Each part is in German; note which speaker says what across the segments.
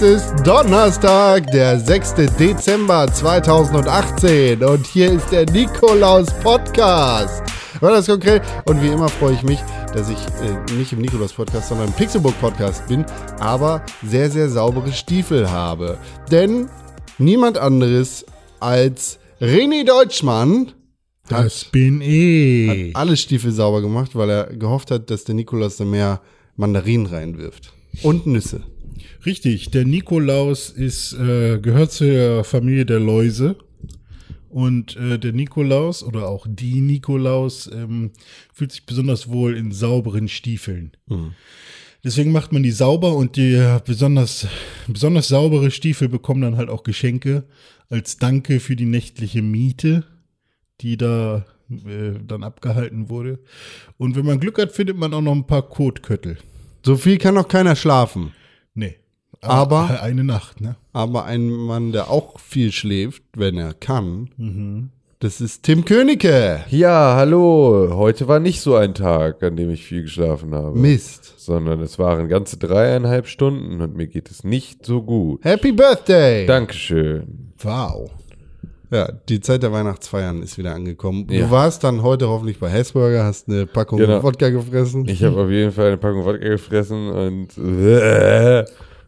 Speaker 1: ist Donnerstag, der 6. Dezember 2018 und hier ist der Nikolaus Podcast. War das konkret? Und wie immer freue ich mich, dass ich äh, nicht im Nikolaus Podcast, sondern im Pixelbook Podcast bin, aber sehr, sehr saubere Stiefel habe. Denn niemand anderes als René Deutschmann
Speaker 2: Das bin ich.
Speaker 1: alle Stiefel sauber gemacht, weil er gehofft hat, dass der Nikolaus da mehr Mandarinen reinwirft. Und Nüsse.
Speaker 2: Richtig, der Nikolaus ist, äh, gehört zur Familie der Läuse. Und äh, der Nikolaus oder auch die Nikolaus ähm, fühlt sich besonders wohl in sauberen Stiefeln. Deswegen macht man die sauber und die besonders, besonders saubere Stiefel bekommen dann halt auch Geschenke als Danke für die nächtliche Miete, die da äh, dann abgehalten wurde. Und wenn man Glück hat, findet man auch noch ein paar Kotköttel.
Speaker 1: So viel kann noch keiner schlafen.
Speaker 2: Nee. Ah,
Speaker 1: Aber-
Speaker 2: eine Nacht, ne?
Speaker 1: Aber ein Mann, der auch viel schläft, wenn er kann, das ist Tim Königke.
Speaker 3: Ja, hallo. Heute war nicht so ein Tag, an dem ich viel geschlafen habe.
Speaker 1: Mist.
Speaker 3: Sondern es waren ganze dreieinhalb Stunden und mir geht es nicht so gut.
Speaker 1: Happy Birthday!
Speaker 3: Dankeschön.
Speaker 2: Wow.
Speaker 1: Ja, die Zeit der Weihnachtsfeiern ist wieder angekommen.
Speaker 3: Ja.
Speaker 1: Du warst dann heute hoffentlich bei Hessburger, hast eine Packung
Speaker 3: Genau.
Speaker 1: Wodka gefressen.
Speaker 3: Ich habe auf jeden Fall eine Packung Wodka gefressen und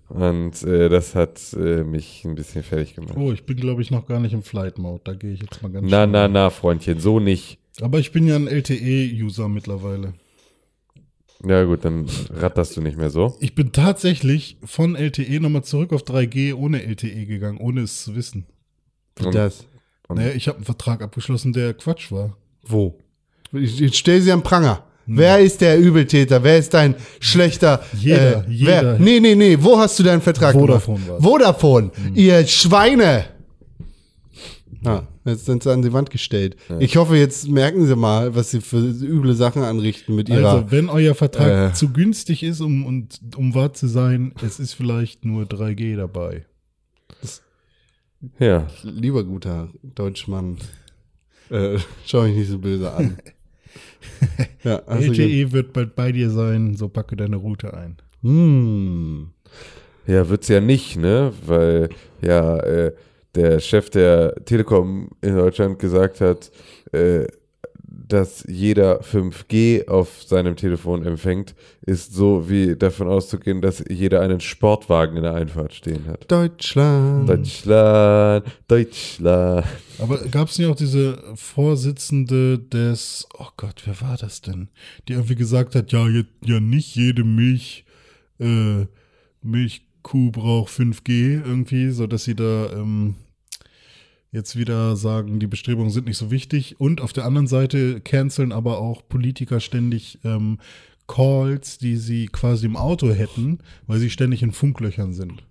Speaker 3: und äh, das hat äh, mich ein bisschen fertig gemacht.
Speaker 2: Oh, ich bin, glaube ich, noch gar nicht im Flight Mode. Da gehe ich jetzt mal ganz
Speaker 3: Na,
Speaker 2: schnell.
Speaker 3: na, na, Freundchen, so nicht.
Speaker 2: Aber ich bin ja ein LTE-User mittlerweile.
Speaker 3: Ja gut, dann ratterst du nicht mehr so.
Speaker 2: Ich bin tatsächlich von LTE nochmal zurück auf 3G ohne LTE gegangen, ohne es zu wissen.
Speaker 3: Und-
Speaker 1: das.
Speaker 3: Und-
Speaker 2: Naja, ich habe einen Vertrag abgeschlossen, der Quatsch war.
Speaker 1: Wo? Ich, ich stell sie am Pranger. Wer ist der Übeltäter? Wer ist dein schlechter?
Speaker 2: Jeder,
Speaker 1: äh,
Speaker 2: jeder.
Speaker 1: Wer? Nee, nee, nee. Wo hast du deinen Vertrag
Speaker 2: Vodafone
Speaker 1: gemacht?
Speaker 2: war's. Mhm.
Speaker 1: Vodafone. Ihr Schweine. Ah, jetzt sind sie an die Wand gestellt. Ich hoffe, jetzt merken sie mal, was sie für üble Sachen anrichten mit ihrer.
Speaker 2: Also, wenn euer Vertrag
Speaker 1: Äh.
Speaker 2: zu günstig ist, um, und, um wahr zu sein, es ist vielleicht nur 3G dabei.
Speaker 3: Ja.
Speaker 1: Lieber guter Deutschmann, äh, schau mich nicht so böse an. ja, hast
Speaker 3: Also
Speaker 1: du ge-
Speaker 2: LTE E wird bald bei dir sein, so packe deine Route ein.
Speaker 1: Hm.
Speaker 3: Ja, wird's ja nicht, ne? Weil ja äh, der Chef der Telekom in Deutschland gesagt hat, äh, dass jeder 5G auf seinem Telefon empfängt, ist so wie davon auszugehen, dass jeder einen Sportwagen in der Einfahrt stehen hat.
Speaker 1: Deutschland.
Speaker 3: Deutschland, Deutschland.
Speaker 2: Aber gab es nicht auch diese Vorsitzende des, oh Gott, wer war das denn? Die irgendwie gesagt hat, ja, jetzt, ja nicht jede Milch, äh, Milchkuh braucht 5G irgendwie, so dass sie da ähm, jetzt wieder sagen, die Bestrebungen sind nicht so wichtig. Und auf der anderen Seite canceln aber auch Politiker ständig ähm, Calls, die sie quasi im Auto hätten, weil sie ständig in Funklöchern sind.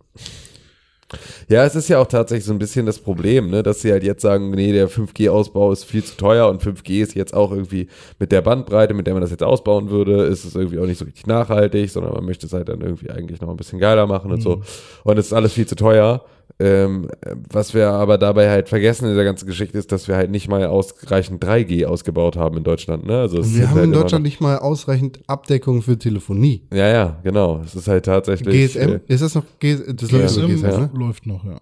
Speaker 3: Ja, es ist ja auch tatsächlich so ein bisschen das Problem, ne, dass sie halt jetzt sagen, nee, der 5G-Ausbau ist viel zu teuer und 5G ist jetzt auch irgendwie mit der Bandbreite, mit der man das jetzt ausbauen würde, ist es irgendwie auch nicht so richtig nachhaltig, sondern man möchte es halt dann irgendwie eigentlich noch ein bisschen geiler machen und
Speaker 1: Mhm.
Speaker 3: so. Und es ist alles viel zu teuer. Ähm, was wir aber dabei halt vergessen in der ganzen Geschichte ist, dass wir halt nicht mal ausreichend 3G ausgebaut haben in Deutschland. Ne? Also es
Speaker 1: Wir
Speaker 3: ist
Speaker 1: haben
Speaker 3: halt
Speaker 1: in
Speaker 3: immer
Speaker 1: Deutschland nicht mal ausreichend Abdeckung für Telefonie.
Speaker 3: Noch, ja, ja, genau. Es ist halt tatsächlich.
Speaker 1: GSM?
Speaker 3: äh,
Speaker 1: Ist das noch GSM? Das läuft
Speaker 2: GSM,
Speaker 1: noch GSM,
Speaker 2: ja.
Speaker 1: ne?
Speaker 2: läuft noch, ja.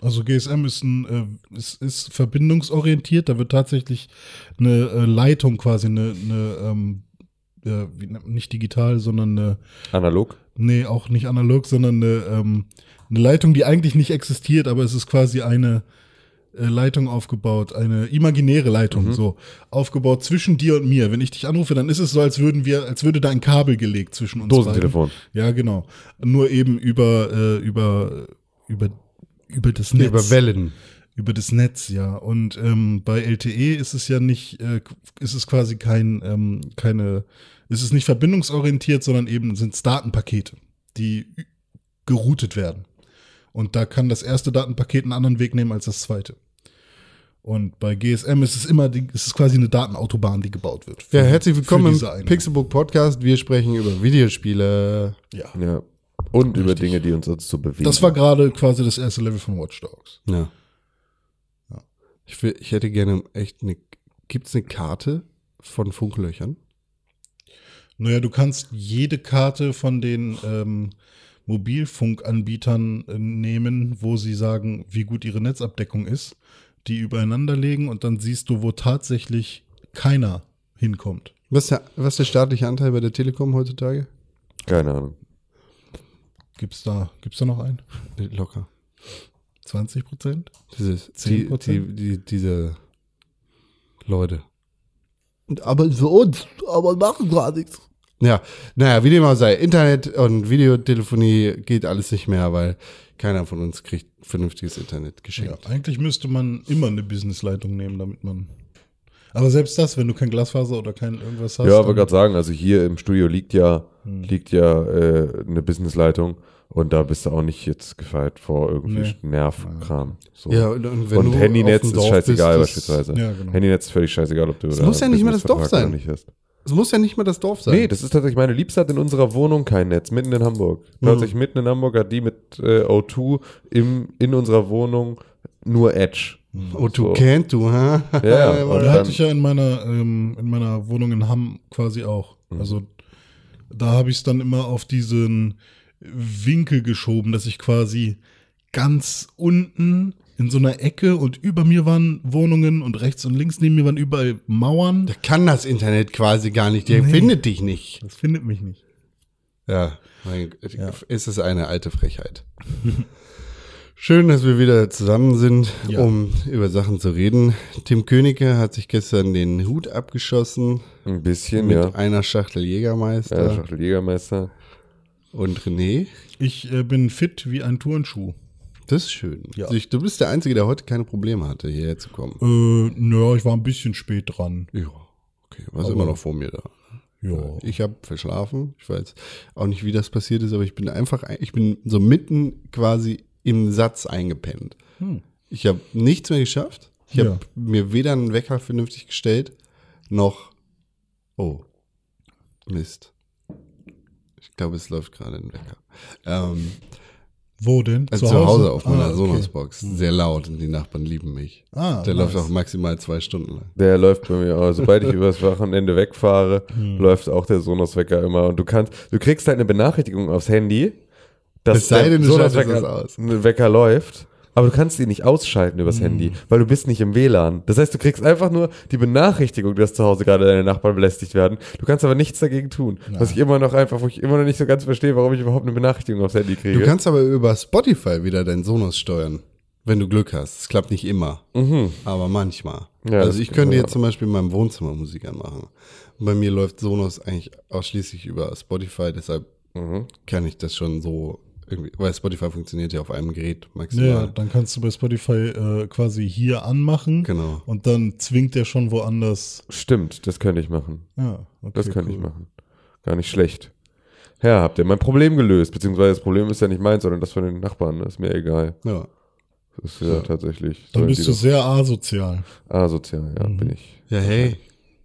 Speaker 2: Also GSM ist ein äh, ist, ist verbindungsorientiert, da wird tatsächlich eine äh, Leitung quasi eine, eine ähm, äh, wie, nennt man- nicht digital, sondern eine
Speaker 3: analog.
Speaker 2: nee, auch nicht analog, sondern eine, ähm, eine Leitung, die eigentlich nicht existiert, aber es ist quasi eine äh, Leitung aufgebaut, eine imaginäre Leitung, so aufgebaut zwischen dir und mir. Wenn ich dich anrufe, dann ist es so, als würden wir, als würde da ein Kabel gelegt zwischen uns.
Speaker 3: Dosentelefon.
Speaker 2: Beiden. Ja, genau. Nur eben über äh, über über über das Netz.
Speaker 1: Über Wellen.
Speaker 2: Über das Netz, ja. Und ähm, bei LTE ist es ja nicht, äh, ist es quasi kein, ähm, keine, ist es nicht verbindungsorientiert, sondern eben sind es Datenpakete, die ü- geroutet werden. Und da kann das erste Datenpaket einen anderen Weg nehmen als das zweite. Und bei GSM ist es immer, die, ist es quasi eine Datenautobahn, die gebaut wird.
Speaker 1: Ja, herzlich
Speaker 2: für
Speaker 1: willkommen
Speaker 2: diese
Speaker 1: im
Speaker 2: eine.
Speaker 1: Pixelbook Podcast. Wir sprechen über Videospiele.
Speaker 2: Ja.
Speaker 3: Ja. Und über Dinge, die uns sonst so bewegen.
Speaker 2: Das war gerade quasi das erste Level von Watch Dogs.
Speaker 1: Ja. Ich, will, ich hätte gerne echt eine. Gibt es eine Karte von Funklöchern?
Speaker 2: Naja, du kannst jede Karte von den ähm, Mobilfunkanbietern äh, nehmen, wo sie sagen, wie gut ihre Netzabdeckung ist, die übereinander legen und dann siehst du, wo tatsächlich keiner hinkommt.
Speaker 1: Was ist, der, was ist der staatliche Anteil bei der Telekom heutzutage?
Speaker 3: Keine Ahnung.
Speaker 2: Gibt's da, gibt's da noch einen?
Speaker 1: Locker.
Speaker 2: 20 Prozent?
Speaker 1: Dieses, die,
Speaker 2: 10%?
Speaker 1: die, die, diese Leute. Und aber für uns, aber machen gar nichts. Ja, naja, wie dem auch sei, Internet und Videotelefonie geht alles nicht mehr, weil keiner von uns kriegt vernünftiges Internet
Speaker 2: Ja,
Speaker 1: geschenkt.
Speaker 2: eigentlich müsste man immer eine Businessleitung nehmen, damit man. Aber selbst das, wenn du kein Glasfaser oder kein irgendwas hast.
Speaker 3: Ja,
Speaker 2: dann-
Speaker 3: aber
Speaker 2: hm.
Speaker 3: gerade sagen, also hier im Studio liegt ja, liegt ja äh, eine Businessleitung und da bist du auch nicht jetzt gefeit vor irgendwie Nervkram. So.
Speaker 1: Ja, und, und wenn
Speaker 3: und
Speaker 1: du
Speaker 3: Handynetz
Speaker 1: auf dem
Speaker 3: ist
Speaker 1: Dorf
Speaker 3: scheißegal
Speaker 1: bist, das-
Speaker 3: beispielsweise.
Speaker 2: ja, genau.
Speaker 3: Handynetz ist völlig scheißegal, ob du Es
Speaker 1: muss ja nicht mal das Dorf sein. Es muss ja nicht mal das Dorf sein.
Speaker 3: Nee, das ist tatsächlich meine Liebste hat in unserer Wohnung kein Netz, mitten in Hamburg.
Speaker 1: Hm.
Speaker 3: Plötzlich mitten in Hamburg hat die mit äh, O2 im, in unserer Wohnung nur Edge.
Speaker 1: Oh, du
Speaker 3: So.
Speaker 1: can't du, hä?
Speaker 3: Ja, und
Speaker 2: Da
Speaker 3: dann,
Speaker 2: hatte ich ja in meiner, ähm, in meiner Wohnung in Hamm quasi auch. Also da habe ich es dann immer auf diesen Winkel geschoben, dass ich quasi ganz unten in so einer Ecke und über mir waren Wohnungen und rechts und links neben mir waren überall Mauern.
Speaker 1: Da kann das Internet quasi gar nicht. Der
Speaker 2: Nee.
Speaker 1: findet dich nicht.
Speaker 2: Das findet mich nicht.
Speaker 1: Ja, mein, Gott, ist es eine alte Frechheit. Schön, dass wir wieder zusammen sind,
Speaker 2: Ja.
Speaker 1: um über Sachen zu reden. Tim Königke hat sich gestern den Hut abgeschossen
Speaker 3: ein bisschen,
Speaker 1: mit
Speaker 3: ja.
Speaker 1: einer Schachtel
Speaker 3: Ja,
Speaker 1: Jägermeister
Speaker 3: Schachtel Jägermeister.
Speaker 1: und René.
Speaker 2: Ich äh, bin fit wie ein Turnschuh.
Speaker 1: Das ist schön.
Speaker 2: Ja.
Speaker 1: Ich, du bist der Einzige, der heute keine Probleme hatte, hierher zu kommen.
Speaker 2: Äh, naja, ich war ein bisschen spät dran.
Speaker 1: Ja, okay. Was immer noch vor mir da.
Speaker 2: Ja.
Speaker 1: Ich habe verschlafen. Ich weiß auch nicht, wie das passiert ist, aber ich bin einfach, ein- ich bin so mitten quasi im Satz eingepennt.
Speaker 2: Hm.
Speaker 1: Ich habe nichts mehr geschafft. Ich habe
Speaker 2: Ja.
Speaker 1: mir weder einen Wecker vernünftig gestellt, noch. Oh, Mist. Ich glaube, es läuft gerade ein Wecker. Ähm,
Speaker 2: Wo denn?
Speaker 1: äh, zu, Hause? auf meiner
Speaker 2: Ah, okay.
Speaker 1: Sonos-Box. Sehr laut und die Nachbarn lieben mich.
Speaker 2: Ah,
Speaker 1: Der läuft
Speaker 2: nice.
Speaker 1: auch maximal zwei Stunden lang.
Speaker 3: Der läuft bei mir auch. Sobald ich übers Wochenende wegfahre,
Speaker 1: Hm.
Speaker 3: läuft auch der Sonos-Wecker immer. Und du kannst, du kriegst halt eine Benachrichtigung aufs Handy, dass
Speaker 1: Es sei denn, du schaltest
Speaker 3: Wecker,
Speaker 1: es aus. Hm.
Speaker 3: ein Wecker läuft. Aber du kannst ihn nicht ausschalten übers Handy, weil du bist nicht im WLAN. Das heißt, du kriegst einfach nur die Benachrichtigung, dass zu Hause gerade deine Nachbarn belästigt werden. Du kannst aber nichts dagegen tun. Was ich immer noch einfach, wo ich immer noch nicht so ganz verstehe, warum ich überhaupt eine Benachrichtigung aufs Handy kriege.
Speaker 1: Du kannst aber über Spotify wieder deinen Sonos steuern, wenn du Glück hast. Es klappt nicht immer, aber manchmal.
Speaker 3: Ja, das
Speaker 1: also ich
Speaker 3: geht
Speaker 1: könnte
Speaker 3: ja.
Speaker 1: jetzt zum Beispiel in meinem Wohnzimmer Musik anmachen. Und Bei mir läuft Sonos eigentlich ausschließlich über Spotify, deshalb
Speaker 3: Mhm.
Speaker 1: kann ich das schon so irgendwie, weil Spotify funktioniert ja auf einem Gerät maximal.
Speaker 2: Ja, dann kannst du bei Spotify äh, quasi hier anmachen.
Speaker 1: Genau.
Speaker 2: Und dann zwingt der schon woanders.
Speaker 3: Stimmt, das könnte ich machen.
Speaker 2: Ja, okay,
Speaker 3: Das könnte ich machen. Gar nicht schlecht. Ja, habt ihr mein Problem gelöst? Beziehungsweise das Problem ist ja nicht meins, sondern das von den Nachbarn. Ist mir egal.
Speaker 1: Ja.
Speaker 3: Das ist ja, tatsächlich.
Speaker 2: Dann
Speaker 3: sollen
Speaker 2: bist Mhm.
Speaker 3: die
Speaker 2: du
Speaker 3: doch-
Speaker 2: sehr asozial.
Speaker 3: asozial, ja, bin ich.
Speaker 1: ja, hey.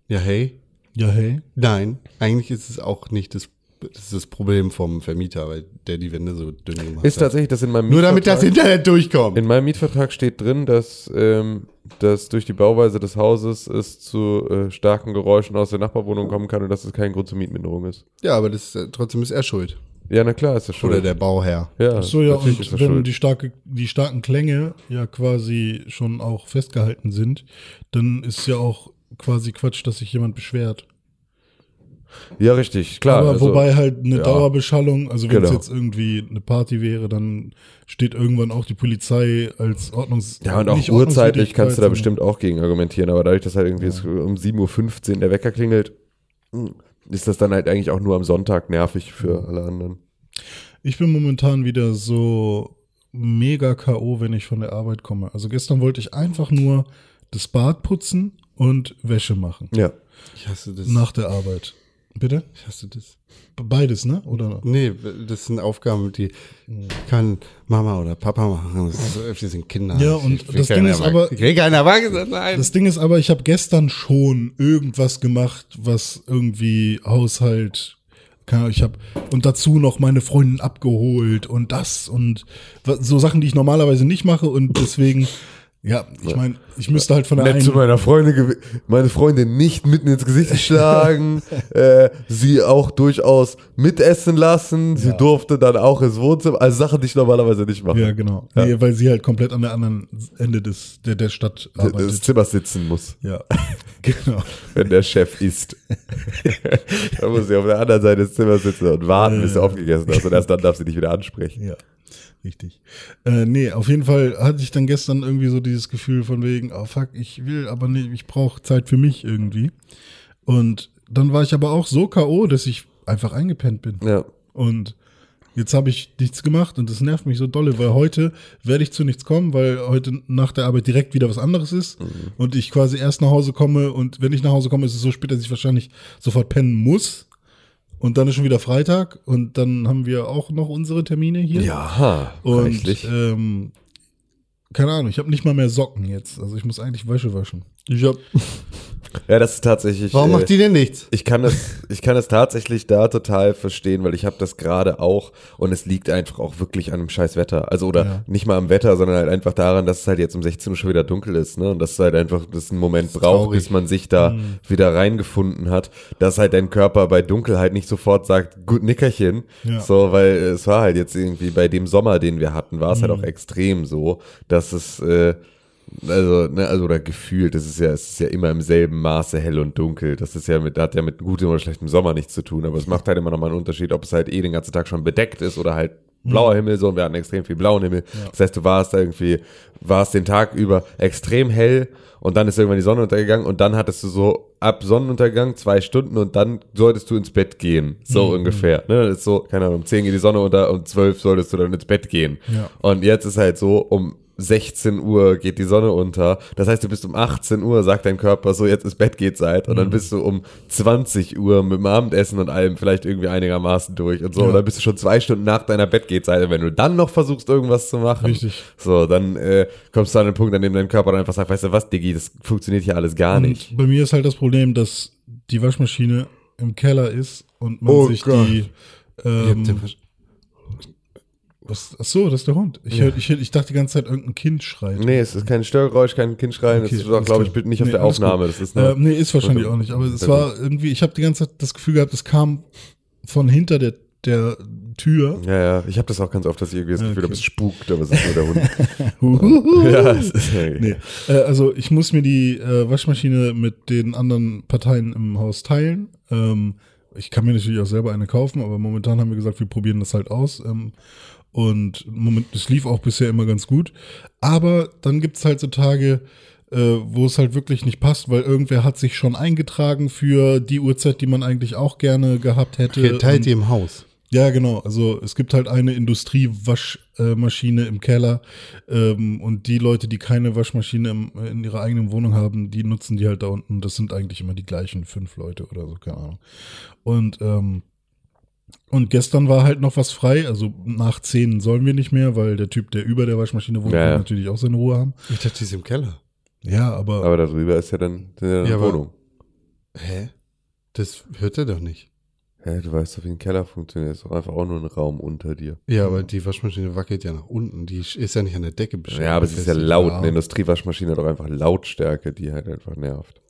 Speaker 1: Ja, hey.
Speaker 2: Ja, hey.
Speaker 1: Nein, eigentlich ist es auch nicht das, das, ist das Problem vom Vermieter, weil der die Wände so dünn gemacht
Speaker 3: Ist
Speaker 1: hat.
Speaker 3: tatsächlich, dass in meinem
Speaker 1: Nur damit das
Speaker 3: Mietvertrag-
Speaker 1: Internet durchkommt.
Speaker 3: in meinem Mietvertrag steht drin, dass, ähm, dass durch die Bauweise des Hauses es zu äh, starken Geräuschen aus der Nachbarwohnung kommen kann und dass es kein Grund zur Mietminderung ist.
Speaker 1: ja, aber das, äh, trotzdem ist er schuld.
Speaker 3: Ja, na klar, ist das schuld.
Speaker 1: Oder der Bauherr.
Speaker 3: ja,
Speaker 2: Ach so, ja,
Speaker 3: natürlich
Speaker 2: und
Speaker 3: ist das
Speaker 2: wenn
Speaker 3: schuld.
Speaker 2: die, starke, die starken Klänge ja quasi schon auch festgehalten sind, dann ist ja auch quasi Quatsch, dass sich jemand beschwert.
Speaker 3: ja, richtig, klar.
Speaker 2: Aber
Speaker 3: also-
Speaker 2: wobei halt eine
Speaker 3: ja.
Speaker 2: Dauerbeschallung, also wenn es
Speaker 3: Genau.
Speaker 2: jetzt irgendwie eine Party wäre, dann steht irgendwann auch die Polizei als Ordnungs
Speaker 3: Ja, und auch
Speaker 2: nicht
Speaker 3: urzeitlich kannst du da
Speaker 2: Ordnungswidrigkeit,
Speaker 3: bestimmt auch gegen argumentieren, aber dadurch, dass halt irgendwie es um 7.15 Uhr der Wecker klingelt, ist das dann halt eigentlich auch nur am Sonntag nervig für alle anderen.
Speaker 2: Ich bin momentan wieder so mega K.O., wenn ich von der Arbeit komme. Also gestern wollte ich einfach nur das Bad putzen und Wäsche machen.
Speaker 3: Ja.
Speaker 1: Ich hasse das.
Speaker 2: Nach der Arbeit. Bitte?
Speaker 1: Ich hasse das.
Speaker 2: B- Beides, ne? Oder?
Speaker 1: Nee, das sind Aufgaben, die kann Mama oder Papa machen. Das, ist, das sind Kinder.
Speaker 2: Ja,
Speaker 1: Ich
Speaker 2: und
Speaker 1: will
Speaker 2: das
Speaker 1: keinen
Speaker 2: Ding ist
Speaker 1: Erwachsenen-
Speaker 2: aber-
Speaker 1: Ich will keinen Erwachsenen, nein.
Speaker 2: Das Ding ist aber, ich habe gestern schon irgendwas gemacht, was irgendwie Haushalt. keine Ahnung, Ich habe und dazu noch meine Freundin abgeholt und das und wa- so Sachen, die ich normalerweise nicht mache und deswegen Ja, ich meine, ich müsste halt von der
Speaker 3: Nett zu
Speaker 2: einen.
Speaker 3: meiner Freundin, gew- meine Freundin nicht mitten ins Gesicht schlagen, äh, sie auch durchaus mitessen lassen. Sie
Speaker 2: Ja.
Speaker 3: durfte dann auch ins Wohnzimmer, also Sachen, die ich normalerweise nicht mache.
Speaker 2: Ja, genau. Nee, weil sie halt komplett an der anderen Ende des, der, der Stadt
Speaker 3: des
Speaker 2: arbeitet.
Speaker 3: Zimmers sitzen muss,
Speaker 2: Ja, genau.
Speaker 3: wenn der Chef isst. da muss sie auf der anderen Seite des Zimmers sitzen und warten, bis du aufgegessen hast. Und erst dann darf sie dich wieder ansprechen.
Speaker 2: Ja, richtig. Äh, nee, auf jeden Fall hatte ich dann gestern irgendwie so dieses Gefühl von wegen, oh fuck, ich will, aber nee, ich brauche Zeit für mich irgendwie. Und dann war ich aber auch so K.O., dass ich einfach eingepennt bin.
Speaker 3: Ja.
Speaker 2: Und jetzt habe ich nichts gemacht und das nervt mich so dolle, weil heute werde ich zu nichts kommen, weil heute nach der Arbeit direkt wieder was anderes ist und ich quasi erst nach Hause komme und wenn ich nach Hause komme, ist es so spät, dass ich wahrscheinlich sofort pennen muss. Und dann ist schon wieder Freitag und dann haben wir auch noch unsere Termine hier.
Speaker 3: Ja,
Speaker 2: Und
Speaker 3: reichlich.
Speaker 2: ähm, keine Ahnung, ich habe nicht mal mehr Socken jetzt. Also ich muss eigentlich Wäsche waschen.
Speaker 1: Ich hab,
Speaker 3: ja, das ist tatsächlich.
Speaker 1: warum
Speaker 3: äh,
Speaker 1: macht die denn nichts?
Speaker 3: Ich kann das, ich kann das tatsächlich da total verstehen, weil ich habe das gerade auch und es liegt einfach auch wirklich an dem scheiß Wetter. Also oder
Speaker 2: Ja.
Speaker 3: nicht mal am Wetter, sondern halt einfach daran, dass es halt jetzt um 16 Uhr schon wieder dunkel ist, ne? Und dass es halt einfach das einen Moment braucht,
Speaker 1: traurig.
Speaker 3: bis man sich da wieder reingefunden hat, dass halt dein Körper bei Dunkelheit nicht sofort sagt, gut Nickerchen.
Speaker 2: Ja.
Speaker 3: So, weil es war halt jetzt irgendwie bei dem Sommer, den wir hatten, war es halt auch extrem so, dass es äh, also, ne, also oder gefühlt, das ist ja, es ist ja immer im selben Maße hell und dunkel. Das ist ja mit, hat ja mit gutem oder schlechtem Sommer nichts zu tun, aber es macht halt immer noch mal einen Unterschied, ob es halt eh den ganzen Tag schon bedeckt ist oder halt blauer Himmel so und wir hatten extrem viel blauen Himmel. Das heißt, du warst da irgendwie, warst den Tag über extrem hell und dann ist irgendwann die Sonne untergegangen und dann hattest du so ab Sonnenuntergang zwei Stunden und dann solltest du ins Bett gehen. So ungefähr. Ne? Das ist so, keine Ahnung, um 10 geht die Sonne unter, um 12 solltest du dann ins Bett gehen.
Speaker 2: Ja.
Speaker 3: Und jetzt ist halt so, um 16 Uhr geht die Sonne unter. Das heißt, du bist um 18 Uhr, sagt dein Körper so, jetzt ist Bettgehzeit. Und dann
Speaker 2: Mhm.
Speaker 3: bist du um 20 Uhr mit dem Abendessen und allem vielleicht irgendwie einigermaßen durch und so. Und dann bist du schon zwei Stunden nach deiner Bettgehzeit. Und wenn du dann noch versuchst, irgendwas zu machen,
Speaker 2: Richtig.
Speaker 3: so, dann äh, kommst du an den Punkt, an dem dein Körper dann einfach sagt, weißt du was, Diggi, das funktioniert hier alles gar nicht.
Speaker 2: Und bei mir ist halt das Problem, dass die Waschmaschine im Keller ist und man
Speaker 3: Oh
Speaker 2: sich
Speaker 3: Gott.
Speaker 2: die. Ähm, was, ach so, das ist der Hund. Ich, hör, ich, hör, ich dachte die ganze Zeit, irgendein Kind schreit.
Speaker 3: Nee, es ist kein Störgeräusch, kein Kind schreien.
Speaker 2: Mhm. Okay,
Speaker 3: das ist auch,
Speaker 2: alles
Speaker 3: glaube ich,
Speaker 2: klar.
Speaker 3: bitte nicht auf
Speaker 2: Nee,
Speaker 3: der
Speaker 2: alles gut.
Speaker 3: Aufnahme. Das ist
Speaker 2: Äh,
Speaker 3: eine,
Speaker 2: nee, ist wahrscheinlich
Speaker 3: Okay.
Speaker 2: auch nicht. Aber es
Speaker 3: Sehr
Speaker 2: war irgendwie, ich habe die ganze Zeit das Gefühl gehabt, es kam von hinter der, der Tür.
Speaker 3: Ja, ja, ich habe das auch ganz oft, dass ich irgendwie das Gefühl
Speaker 2: Okay.
Speaker 3: habe, es spukt, aber es ist nur der Hund.
Speaker 2: Huhuhu.
Speaker 3: ja, es ist
Speaker 2: Nee. Äh, also ich muss mir die äh, Waschmaschine mit den anderen Parteien im Haus teilen. Ähm, ich kann mir natürlich auch selber eine kaufen, aber momentan haben wir gesagt, wir probieren das halt aus. Ähm, und moment, das lief auch bisher immer ganz gut. Aber dann gibt es halt so Tage, äh, wo es halt wirklich nicht passt, weil irgendwer hat sich schon eingetragen für die Uhrzeit, die man eigentlich auch gerne gehabt hätte.
Speaker 1: Ihr teilt
Speaker 2: Und-
Speaker 1: die im Haus.
Speaker 2: ja, genau. Also es gibt halt eine Industriewaschmaschine im Keller ähm, und die Leute, die keine Waschmaschine im, in ihrer eigenen Wohnung haben, die nutzen die halt da unten. Das sind eigentlich immer die gleichen fünf Leute oder so, keine Ahnung. Und ähm, und gestern war halt noch was frei. Also nach zehn sollen wir nicht mehr, weil der Typ, der über der Waschmaschine wohnt,
Speaker 3: Ja,
Speaker 2: will
Speaker 3: ja.
Speaker 2: natürlich auch seine Ruhe haben.
Speaker 1: Ich dachte, die ist im Keller.
Speaker 2: Ja, aber,
Speaker 3: Aber darüber ist ja dann sind ja dann
Speaker 1: Ja, aber-
Speaker 3: Wohnung.
Speaker 1: Hä? Das hört er doch nicht.
Speaker 3: Hä, du weißt doch, wie ein Keller funktioniert. Ist doch einfach auch nur ein Raum unter dir.
Speaker 1: Ja, aber die Waschmaschine wackelt ja nach unten. Die ist ja nicht an der Decke beschädigt.
Speaker 3: Ja, aber es ist ja laut. ne?
Speaker 2: ja.
Speaker 3: Eine Industriewaschmaschine hat doch einfach Lautstärke, die halt einfach nervt.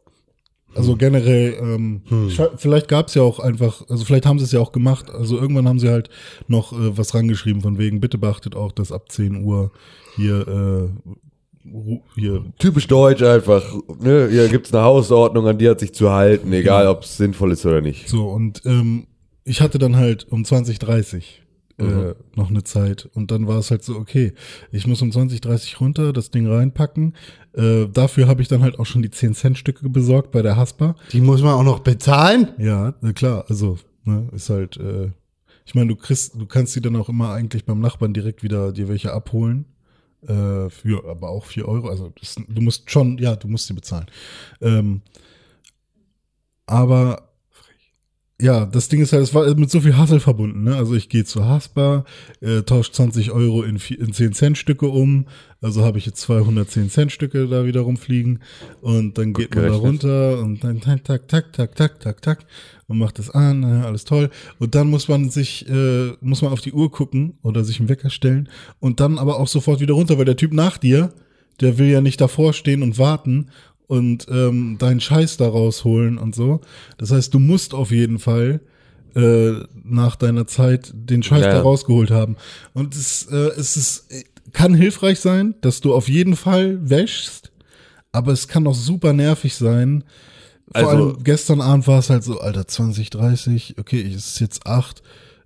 Speaker 2: Also generell, ähm, scha- vielleicht gab's ja auch einfach, also vielleicht haben sie es ja auch gemacht. Also irgendwann haben sie halt noch äh, was rangeschrieben von wegen, bitte beachtet auch, dass ab 10 Uhr hier, äh, Ru- hier
Speaker 3: Typisch deutsch einfach. Ne? Hier gibt's eine Hausordnung, an die hat sich zu halten, egal ob es sinnvoll ist oder nicht.
Speaker 2: so und ähm, ich hatte dann halt um 20.30 äh, noch eine Zeit und dann war es halt so, okay, ich muss um 20.30 runter, das Ding reinpacken. Äh, dafür habe ich dann halt auch schon die 10-Cent-Stücke besorgt bei der Haspa.
Speaker 1: Die muss man auch noch bezahlen?
Speaker 2: Ja, na klar, also ne, ist halt, äh, ich meine, du kriegst, du kannst die dann auch immer eigentlich beim Nachbarn direkt wieder dir welche abholen. Äh, für aber auch 4 Euro. Also das, du musst schon, ja, du musst sie bezahlen. Ähm, aber ja, das Ding ist halt, es war mit so viel Hassel verbunden. Ne? Also ich gehe zur Haspa, äh, tausche 20 Euro in, vi- in 10 Cent Stücke um. Also habe ich jetzt 210 Cent Stücke da wieder rumfliegen. Und dann geht man da
Speaker 3: gerechnet.
Speaker 2: runter und dann tak, tak, tak, tak, tak, tak, tak. Und macht das an, ja, alles toll. Und dann muss man sich, äh, muss man auf die Uhr gucken oder sich einen Wecker stellen und dann aber auch sofort wieder runter, weil der Typ nach dir der will ja nicht davor stehen und warten und ähm, deinen Scheiß da rausholen und so. Das heißt, du musst auf jeden Fall äh, nach deiner Zeit den Scheiß
Speaker 3: Ja.
Speaker 2: da rausgeholt haben. Und es, äh, es ist, kann hilfreich sein, dass du auf jeden Fall wäschst, aber es kann auch super nervig sein. Vor
Speaker 3: Also-
Speaker 2: allem gestern Abend war es halt so, Alter, 20, 30, okay, es ist jetzt 8,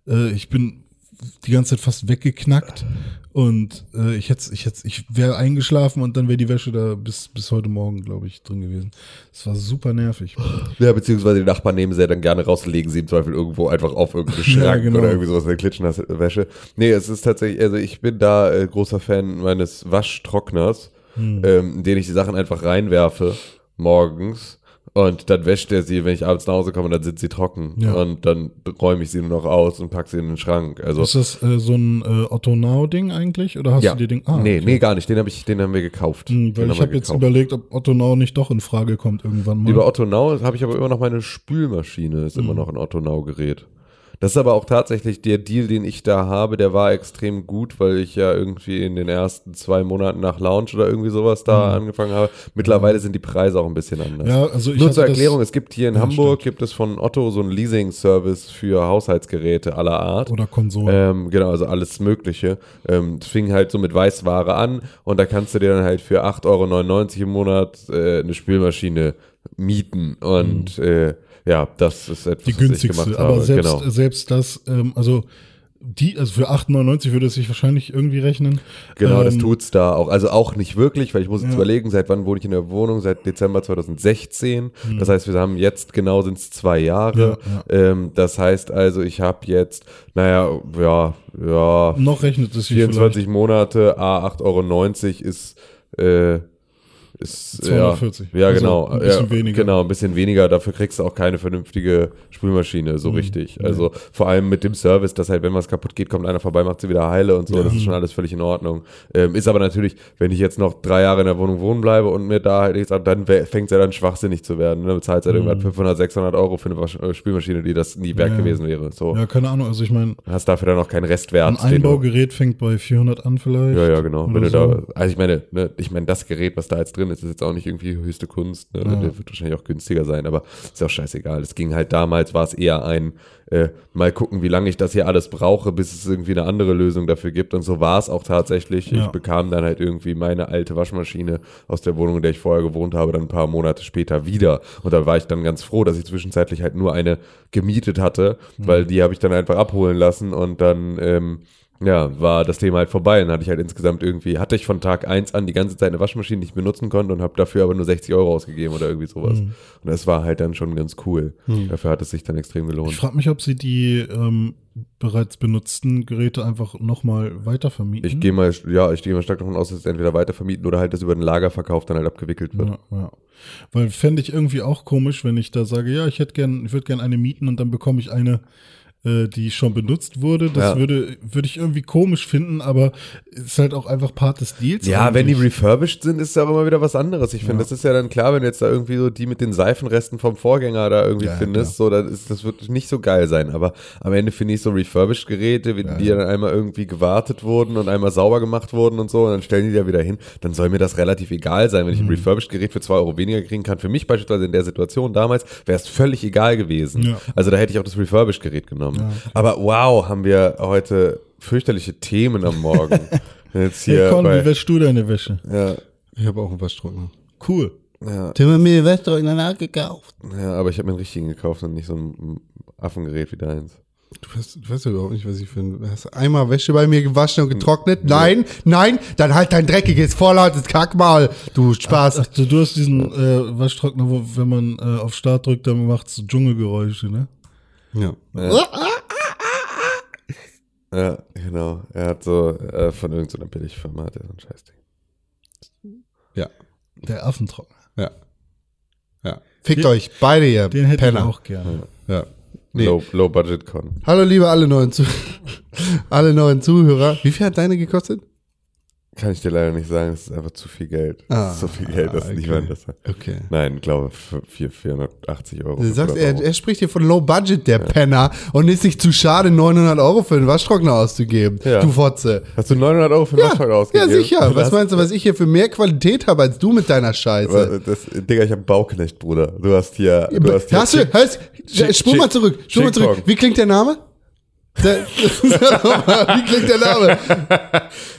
Speaker 2: äh, ich bin die ganze Zeit fast weggeknackt und äh, ich hätte, ich hätte, ich wäre eingeschlafen und dann wäre die Wäsche da bis, bis heute Morgen, glaube ich, drin gewesen. Es war super nervig.
Speaker 3: Ja, beziehungsweise die Nachbarn nehmen sie ja dann gerne raus und legen sie im Zweifel irgendwo einfach auf irgendeinen Schrank
Speaker 2: genau.
Speaker 3: oder irgendwie sowas in der Klitschnasswäsche. Nee, es ist tatsächlich, also ich bin da äh, großer Fan meines Waschtrockners,
Speaker 2: Hm.
Speaker 3: ähm, in den ich die Sachen einfach reinwerfe morgens und dann wäscht er sie, wenn ich abends nach Hause komme, dann sind sie trocken.
Speaker 2: Ja.
Speaker 3: Und dann räume ich sie nur noch aus und pack sie in den Schrank. Also
Speaker 2: Ist das äh, so ein äh, Otto-Now-Ding eigentlich? Oder hast
Speaker 3: ja.
Speaker 2: du dir den. ah,
Speaker 3: nee, nee, gar nicht. Den habe ich, den haben wir gekauft.
Speaker 2: Hm, Weil
Speaker 3: den
Speaker 2: ich habe jetzt überlegt, ob Otto Now nicht doch in Frage kommt irgendwann mal.
Speaker 3: Über Otto Now habe ich aber immer noch meine Spülmaschine, ist immer
Speaker 2: Mhm.
Speaker 3: noch ein Otto Now Gerät. Das ist aber auch tatsächlich der Deal, den ich da habe, der war extrem gut, weil ich ja irgendwie in den ersten zwei Monaten nach Lounge oder irgendwie sowas da angefangen habe. Mittlerweile sind die Preise auch ein bisschen anders.
Speaker 2: Mhm. Ja, also ich
Speaker 3: Nur
Speaker 2: hatte
Speaker 3: zur
Speaker 2: das-
Speaker 3: Erklärung, es gibt hier in Hamburg, gibt es von Otto so einen Leasing-Service für Haushaltsgeräte aller Art.
Speaker 2: oder Konsole.
Speaker 3: Ähm, genau, also alles Mögliche. Ähm, das fing halt so mit Weißware an und da kannst du dir dann halt für 8,99 Euro im Monat äh, eine Spülmaschine mieten. Und äh, ja, das ist
Speaker 2: Mhm. die
Speaker 3: etwas, was ich
Speaker 2: günstigste.
Speaker 3: gemacht habe.
Speaker 2: Aber selbst,
Speaker 3: genau.
Speaker 2: selbst das, ähm, also die, also für 8,99 würde es sich wahrscheinlich irgendwie rechnen.
Speaker 3: Genau,
Speaker 2: ähm,
Speaker 3: das tut's da auch. Also auch nicht wirklich, weil ich muss jetzt
Speaker 2: Ja.
Speaker 3: überlegen, seit wann wohne ich in der Wohnung? Seit Dezember 2016.
Speaker 2: Mhm.
Speaker 3: Das heißt, wir haben jetzt genau sind es zwei Jahre. Ähm, das heißt also, ich habe jetzt, naja, ja, ja,
Speaker 2: Noch rechnet es sich
Speaker 3: 24 Monate, A 8,90 Euro ist, äh, ist
Speaker 2: 240.
Speaker 3: Ja, ja
Speaker 2: Also
Speaker 3: genau.
Speaker 2: ein bisschen
Speaker 3: ja,
Speaker 2: weniger.
Speaker 3: Genau, ein bisschen weniger. Dafür kriegst du auch keine vernünftige Spülmaschine,
Speaker 2: Mhm.
Speaker 3: so richtig. Also vor allem mit dem Service, dass halt, wenn was kaputt geht, kommt einer vorbei, macht sie wieder heile und so. Das ist schon alles völlig in Ordnung. Ähm, ist aber natürlich, wenn ich jetzt noch drei Jahre in der Wohnung wohnen bleibe und mir da halt nichts ab, dann fängt es ja dann schwachsinnig zu werden. Ne? Dann bezahlt halt irgendwann 500, 600 Euro für eine Wasch äh, Spülmaschine, die das nie wert
Speaker 2: Mhm. Ja.
Speaker 3: gewesen wäre. So.
Speaker 2: vielleicht. Ja, keine Ahnung. Also ich meine,
Speaker 3: Hast dafür dann auch keinen Restwert.
Speaker 2: ein
Speaker 3: den du-
Speaker 2: Einbaugerät fängt bei 400 an vielleicht.
Speaker 3: ja, ja, genau.
Speaker 2: oder
Speaker 3: Wenn du
Speaker 2: so.
Speaker 3: da, also ich meine, ne, ich meine, das Gerät, was da jetzt drin ist, ist jetzt auch nicht irgendwie höchste Kunst. Ne? Der wird wahrscheinlich auch günstiger sein, aber ist auch scheißegal. Es ging halt damals, war es eher ein, äh, mal gucken, wie lange ich das hier alles brauche, bis es irgendwie eine andere Lösung dafür gibt. Und so war es auch tatsächlich.
Speaker 2: Ja.
Speaker 3: Ich bekam dann halt irgendwie meine alte Waschmaschine aus der Wohnung, in der ich vorher gewohnt habe, dann ein paar Monate später wieder. Und da war ich dann ganz froh, dass ich zwischenzeitlich halt nur eine gemietet hatte,
Speaker 2: Mhm.
Speaker 3: weil die habe ich dann einfach abholen lassen und dann, ähm, ja, war das Thema halt vorbei. Dann hatte ich halt insgesamt irgendwie, hatte ich von Tag eins an die ganze Zeit eine Waschmaschine, die ich benutzen konnte und habe dafür aber nur 60 Euro ausgegeben oder irgendwie sowas.
Speaker 2: Mhm.
Speaker 3: Und das war halt dann schon ganz cool. Dafür hat es sich dann extrem
Speaker 2: Ich
Speaker 3: gelohnt.
Speaker 2: frage mich, ob sie die ähm, bereits benutzten Geräte einfach nochmal weitervermieten.
Speaker 3: Ich gehe mal, ja, ich gehe mal stark davon aus, dass es entweder weitervermieten oder halt das über den Lagerverkauf dann halt abgewickelt wird.
Speaker 2: Ja, ja. Weil fände ich irgendwie auch komisch, wenn ich da sage, ja, ich hätte gern, ich würde gern eine mieten und dann bekomme ich eine, äh, die schon benutzt wurde. Das
Speaker 3: Ja.
Speaker 2: würde, würde ich irgendwie komisch finden, aber ist halt auch einfach Part des Deals.
Speaker 3: Ja, wenn die
Speaker 2: eigentlich.
Speaker 3: refurbished sind, ist ja auch immer wieder was anderes. Ich finde, das ist ja dann klar, wenn du jetzt da irgendwie so die mit den Seifenresten vom Vorgänger da irgendwie
Speaker 2: Ja, ja,
Speaker 3: findest, so, dann ist, das wird nicht so geil sein. Aber am Ende finde ich so refurbished Geräte, wenn die dann einmal irgendwie gewartet wurden und einmal sauber gemacht wurden und so, und dann stellen die da wieder hin, dann soll mir das relativ egal sein, wenn
Speaker 2: Mhm.
Speaker 3: ich ein refurbished Gerät für zwei Euro weniger kriegen kann. Für mich beispielsweise in der Situation damals wäre es völlig egal gewesen.
Speaker 2: Ja.
Speaker 3: Also da hätte ich auch das refurbished Gerät genommen. Aber wow, haben wir heute fürchterliche Themen am Morgen. Jetzt hier
Speaker 2: Hey, Con,
Speaker 3: bei-
Speaker 2: wie wäschst du deine Wäsche?
Speaker 3: ja,
Speaker 1: Ich habe auch einen Waschtrockner.
Speaker 2: Cool.
Speaker 1: Den haben mir den Waschtrockner nachgekauft.
Speaker 3: ja, aber ich habe mir einen richtigen gekauft und nicht so ein Affengerät wie deins.
Speaker 1: Du weißt, du weißt ja überhaupt nicht, was ich finde. Hast du einmal Wäsche bei mir gewaschen und getrocknet? Nein, nein, dann halt dein dreckiges, vorlautes Kackmaul, du Spaß.
Speaker 2: Ach, du, du hast diesen äh, Waschtrockner, wo, wenn man äh, auf Start drückt, dann macht's so Dschungelgeräusche, ne?
Speaker 1: Ja.
Speaker 3: Ja, genau. Er hat so äh, von irgendeiner Billigfirma hat er so ein Scheißding.
Speaker 1: Ja.
Speaker 2: Der Affentrockner.
Speaker 1: Ja. Ja. Fickt euch, beide ihr
Speaker 2: Den hätte
Speaker 1: Penner.
Speaker 2: ich auch gerne.
Speaker 1: Ja. Nee.
Speaker 3: Low, low Budget Con.
Speaker 1: Hallo liebe alle neuen, Zuh alle neuen Zuhörer. Wie viel hat deine gekostet?
Speaker 3: Kann ich dir leider nicht sagen, es ist einfach zu viel Geld.
Speaker 1: Ah,
Speaker 3: es ist so viel Geld, dass
Speaker 1: okay.
Speaker 3: niemand das hat.
Speaker 1: Okay.
Speaker 3: Nein, glaube f- vier- 480 Euro.
Speaker 1: Du sagst,
Speaker 3: 500
Speaker 1: er,
Speaker 3: Euro.
Speaker 1: er spricht hier von Low Budget, der Penner, und ist sich zu schade, 900 Euro für einen Waschtrockner auszugeben.
Speaker 3: Ja.
Speaker 1: Du Fotze.
Speaker 3: Hast du 900 Euro für den
Speaker 1: Ja,
Speaker 3: Waschfall
Speaker 1: ja,
Speaker 3: ausgegeben?
Speaker 1: sicher.
Speaker 3: Du
Speaker 1: Was
Speaker 3: hast-
Speaker 1: meinst du, was ich hier für mehr Qualität habe als du mit deiner Scheiße?
Speaker 3: Aber Das, Digga, ich hab einen Bauknecht, Bruder. Du hast hier. Du hast hier
Speaker 1: Hast du, hast,
Speaker 3: Chick-
Speaker 1: spur mal
Speaker 3: Chick-
Speaker 1: zurück, spur mal zurück.
Speaker 3: Chick-Kong.
Speaker 1: Wie klingt der Name? Der- Wie klingt der Name?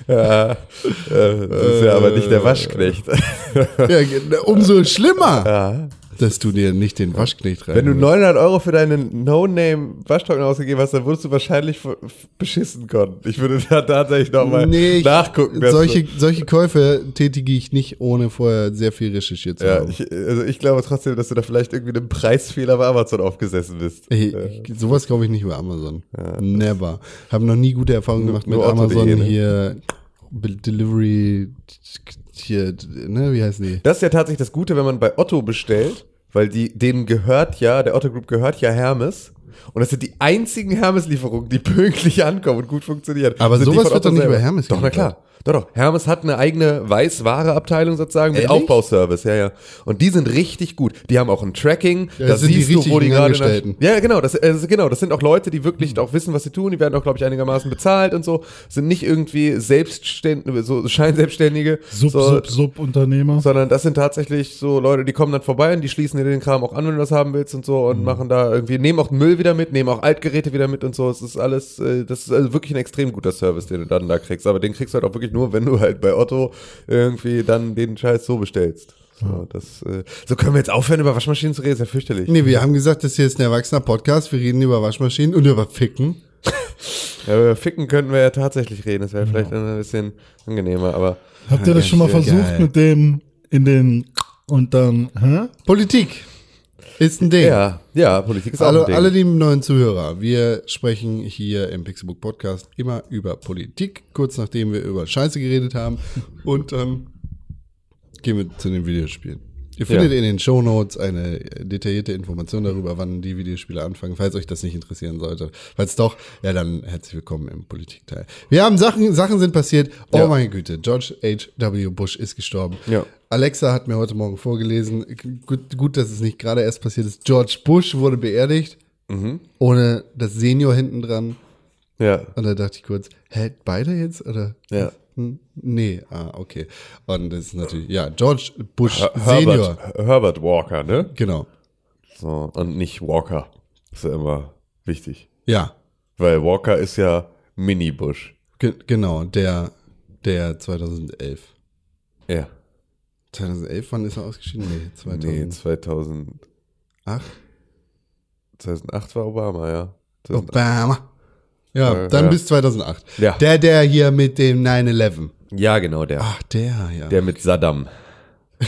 Speaker 3: äh, das ist ja aber nicht der Waschknecht.
Speaker 1: Äh, Ja, umso schlimmer, dass du dir nicht den Waschknecht rein.
Speaker 3: Wenn du 900 Euro für deinen No-Name-Waschtrockner ausgegeben hast, dann wurdest du wahrscheinlich f- f- beschissen können. Ich würde da tatsächlich nochmal
Speaker 1: nee, ich,
Speaker 3: nachgucken. dass
Speaker 1: Solche,
Speaker 3: du,
Speaker 1: solche Käufe tätige ich nicht, ohne vorher sehr viel recherchiert zu
Speaker 3: ja,
Speaker 1: haben.
Speaker 3: ich, also ich glaube trotzdem, dass du da vielleicht irgendwie einen Preisfehler bei Amazon aufgesessen bist.
Speaker 1: Ey,
Speaker 3: Äh,
Speaker 1: ich, sowas kaufe ich nicht über Amazon. Never. Habe noch nie gute Erfahrungen gemacht mit
Speaker 3: nur Otto.de,
Speaker 1: Amazon
Speaker 3: ne?
Speaker 1: hier Be- Delivery hier, ne, wie heißen die?
Speaker 3: Das ist ja tatsächlich das Gute, wenn man bei Otto bestellt, weil die, denen gehört ja, der Otto Group gehört ja Hermes. Und das sind die einzigen Hermes-Lieferungen, die pünktlich ankommen und gut funktionieren.
Speaker 1: Aber
Speaker 3: Sind die
Speaker 1: sowas
Speaker 3: von
Speaker 1: wird
Speaker 3: Otto
Speaker 1: doch nicht
Speaker 3: selber.
Speaker 1: über Hermes
Speaker 3: Doch, na
Speaker 1: geliefert.
Speaker 3: klar. Doch, doch. Hermes hat eine eigene Weißware-Abteilung sozusagen mit
Speaker 1: Ehrlich?
Speaker 3: Aufbauservice, ja, ja. Und die sind richtig gut. Die haben auch ein Tracking.
Speaker 1: Ja,
Speaker 3: da
Speaker 1: das sind die
Speaker 3: siehst du, wo die
Speaker 1: richtigen
Speaker 3: gerade.
Speaker 1: Angestellten. Hm.
Speaker 3: Ja, genau. Das, also genau. Das sind auch Leute, die wirklich auch wissen, was sie tun. Die werden auch, glaube ich, einigermaßen bezahlt und so. Sind nicht irgendwie Selbstständige, so Scheinselbstständige.
Speaker 2: Sub,
Speaker 3: so,
Speaker 2: Sub, Sub-Unternehmer.
Speaker 3: sondern das sind tatsächlich so Leute, die kommen dann vorbei und die schließen dir den Kram auch an, wenn du das haben willst und so
Speaker 1: Mhm.
Speaker 3: und machen da irgendwie, nehmen auch Müll wieder mit, nehmen auch Altgeräte wieder mit und so. Es ist alles, äh, das ist also wirklich ein extrem guter Service, den du dann da kriegst. Aber den kriegst du halt auch wirklich nur, wenn du halt bei Otto irgendwie dann den Scheiß so bestellst. So, das, äh, so können wir jetzt aufhören, über Waschmaschinen zu reden, ist ja fürchterlich.
Speaker 1: Nee, wir haben gesagt, das hier ist ein erwachsener Podcast, wir reden über Waschmaschinen und über Ficken.
Speaker 3: Ja, über Ficken könnten wir ja tatsächlich reden, das wäre vielleicht dann ein bisschen angenehmer, aber
Speaker 2: Habt ihr das schon mal
Speaker 1: sehr
Speaker 2: versucht
Speaker 1: geil.
Speaker 2: mit dem in den und dann, hä?
Speaker 1: Politik ist ein Ding.
Speaker 3: ja, ja, Politik ist
Speaker 1: Alle,
Speaker 3: auch ein Ding.
Speaker 1: alle lieben neuen Zuhörer, wir sprechen hier im Pixelbook Podcast immer über Politik, kurz nachdem wir über Scheiße geredet haben. Und dann gehen wir zu den Videospielen. Ihr findet in den Shownotes eine detaillierte Information darüber, wann die Videospiele anfangen, falls euch das nicht interessieren sollte. Falls doch, ja dann herzlich willkommen im Politikteil. Wir haben Sachen, Sachen sind passiert. Oh
Speaker 3: Ja.
Speaker 1: meine Güte, George H.W. Bush ist gestorben.
Speaker 3: Ja.
Speaker 1: Alexa hat mir heute Morgen vorgelesen, gut, gut, dass es nicht gerade erst passiert ist. George Bush wurde beerdigt,
Speaker 3: Mhm.
Speaker 1: ohne das Senior hinten dran.
Speaker 3: ja,
Speaker 1: Und da dachte ich kurz, hä, beide jetzt? Oder?
Speaker 3: ja.
Speaker 1: Hm, Nee, ah, okay. Und das ist natürlich, ja, George Bush
Speaker 3: Her-
Speaker 1: Senior.
Speaker 3: Herbert, Herbert Walker, ne?
Speaker 1: Genau.
Speaker 3: So, und nicht Walker. Ist ja immer wichtig.
Speaker 1: Ja,
Speaker 3: Weil Walker ist ja Mini-Bush.
Speaker 1: ge genau, der, der 2011.
Speaker 3: Ja.
Speaker 1: 2011, wann ist er ausgeschieden? Nee,
Speaker 3: Nee,
Speaker 1: 2008.
Speaker 3: 2000, 2008 war Obama, ja. 2008.
Speaker 1: Obama. Ja,
Speaker 3: Ja,
Speaker 1: dann
Speaker 3: Äh, ja. Ah.
Speaker 1: bis 2008.
Speaker 3: Oh. Ja.
Speaker 1: Der, der hier mit dem 9-11.
Speaker 3: Ja, genau, der.
Speaker 1: Ach, der, ja.
Speaker 3: Der mit Saddam.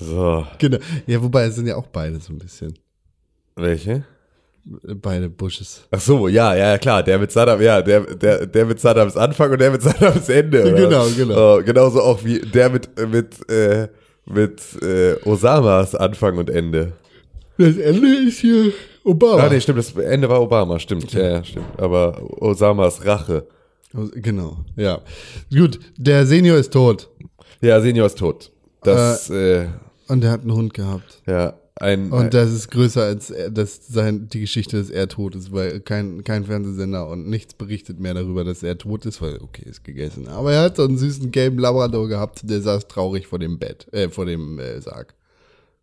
Speaker 3: so.
Speaker 1: Genau. Ja, wobei es sind ja auch beide so ein bisschen.
Speaker 3: Welche?
Speaker 1: Beide Bushes.
Speaker 3: Ach so, ja, ja, klar, der mit Saddam, ja, der, der, der mit Saddams Anfang und der mit Saddams Ende. Oder?
Speaker 1: Genau, genau.
Speaker 3: So, genauso auch wie der mit, mit, äh, mit äh, Osamas Anfang und Ende.
Speaker 1: Das Ende ist hier Obama.
Speaker 3: Ah, nee, stimmt, das Ende war Obama, stimmt. Ja, ja, stimmt. Aber Osamas Rache.
Speaker 1: Genau, ja. Gut, der Senior ist tot.
Speaker 3: Ja, Senior ist tot. Das, äh,
Speaker 1: Und er hat einen Hund gehabt.
Speaker 3: ja, ein.
Speaker 1: Und das ist größer als er, dass sein, die Geschichte, dass er tot ist, weil kein, kein Fernsehsender und nichts berichtet mehr darüber, dass er tot ist, weil, okay, ist gegessen. Aber er hat so einen süßen gelben Labrador gehabt, der saß traurig vor dem Bett, äh, vor dem äh, Sarg.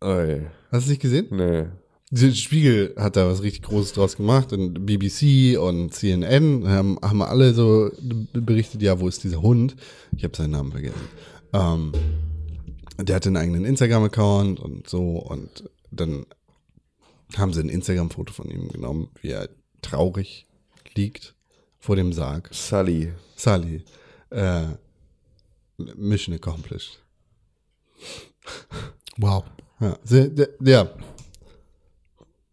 Speaker 3: äh, Oi,
Speaker 1: Hast du es nicht gesehen?
Speaker 3: nee.
Speaker 1: Der Spiegel hat da was richtig Großes draus gemacht und BBC und CNN haben, haben alle so berichtet, ja, wo ist dieser Hund? Ich habe seinen Namen vergessen. Ähm, der hatte einen eigenen Instagram-Account und so und dann haben sie ein Instagram-Foto von ihm genommen, wie er traurig liegt vor dem Sarg.
Speaker 3: Sully.
Speaker 1: Sally, äh, Mission accomplished.
Speaker 2: Wow.
Speaker 1: Ja, se- de- ja,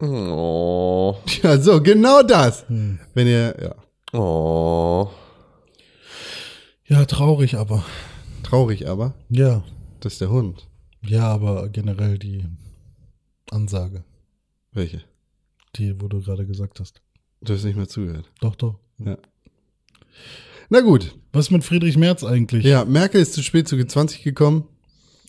Speaker 3: Oh.
Speaker 1: Ja, so, genau das. Wenn ihr, ja,
Speaker 3: Oh.
Speaker 2: Ja, traurig, aber.
Speaker 1: traurig aber,
Speaker 2: Ja.
Speaker 1: das ist der Hund.
Speaker 2: Ja, aber generell die Ansage,
Speaker 1: Welche?
Speaker 2: die, wo du gerade gesagt hast.
Speaker 1: Du hast nicht mehr zugehört.
Speaker 2: Doch, doch.
Speaker 1: Ja. Na gut.
Speaker 2: Was ist mit Friedrich Merz eigentlich?
Speaker 1: Ja, Merkel ist zu spät zu G20 gekommen.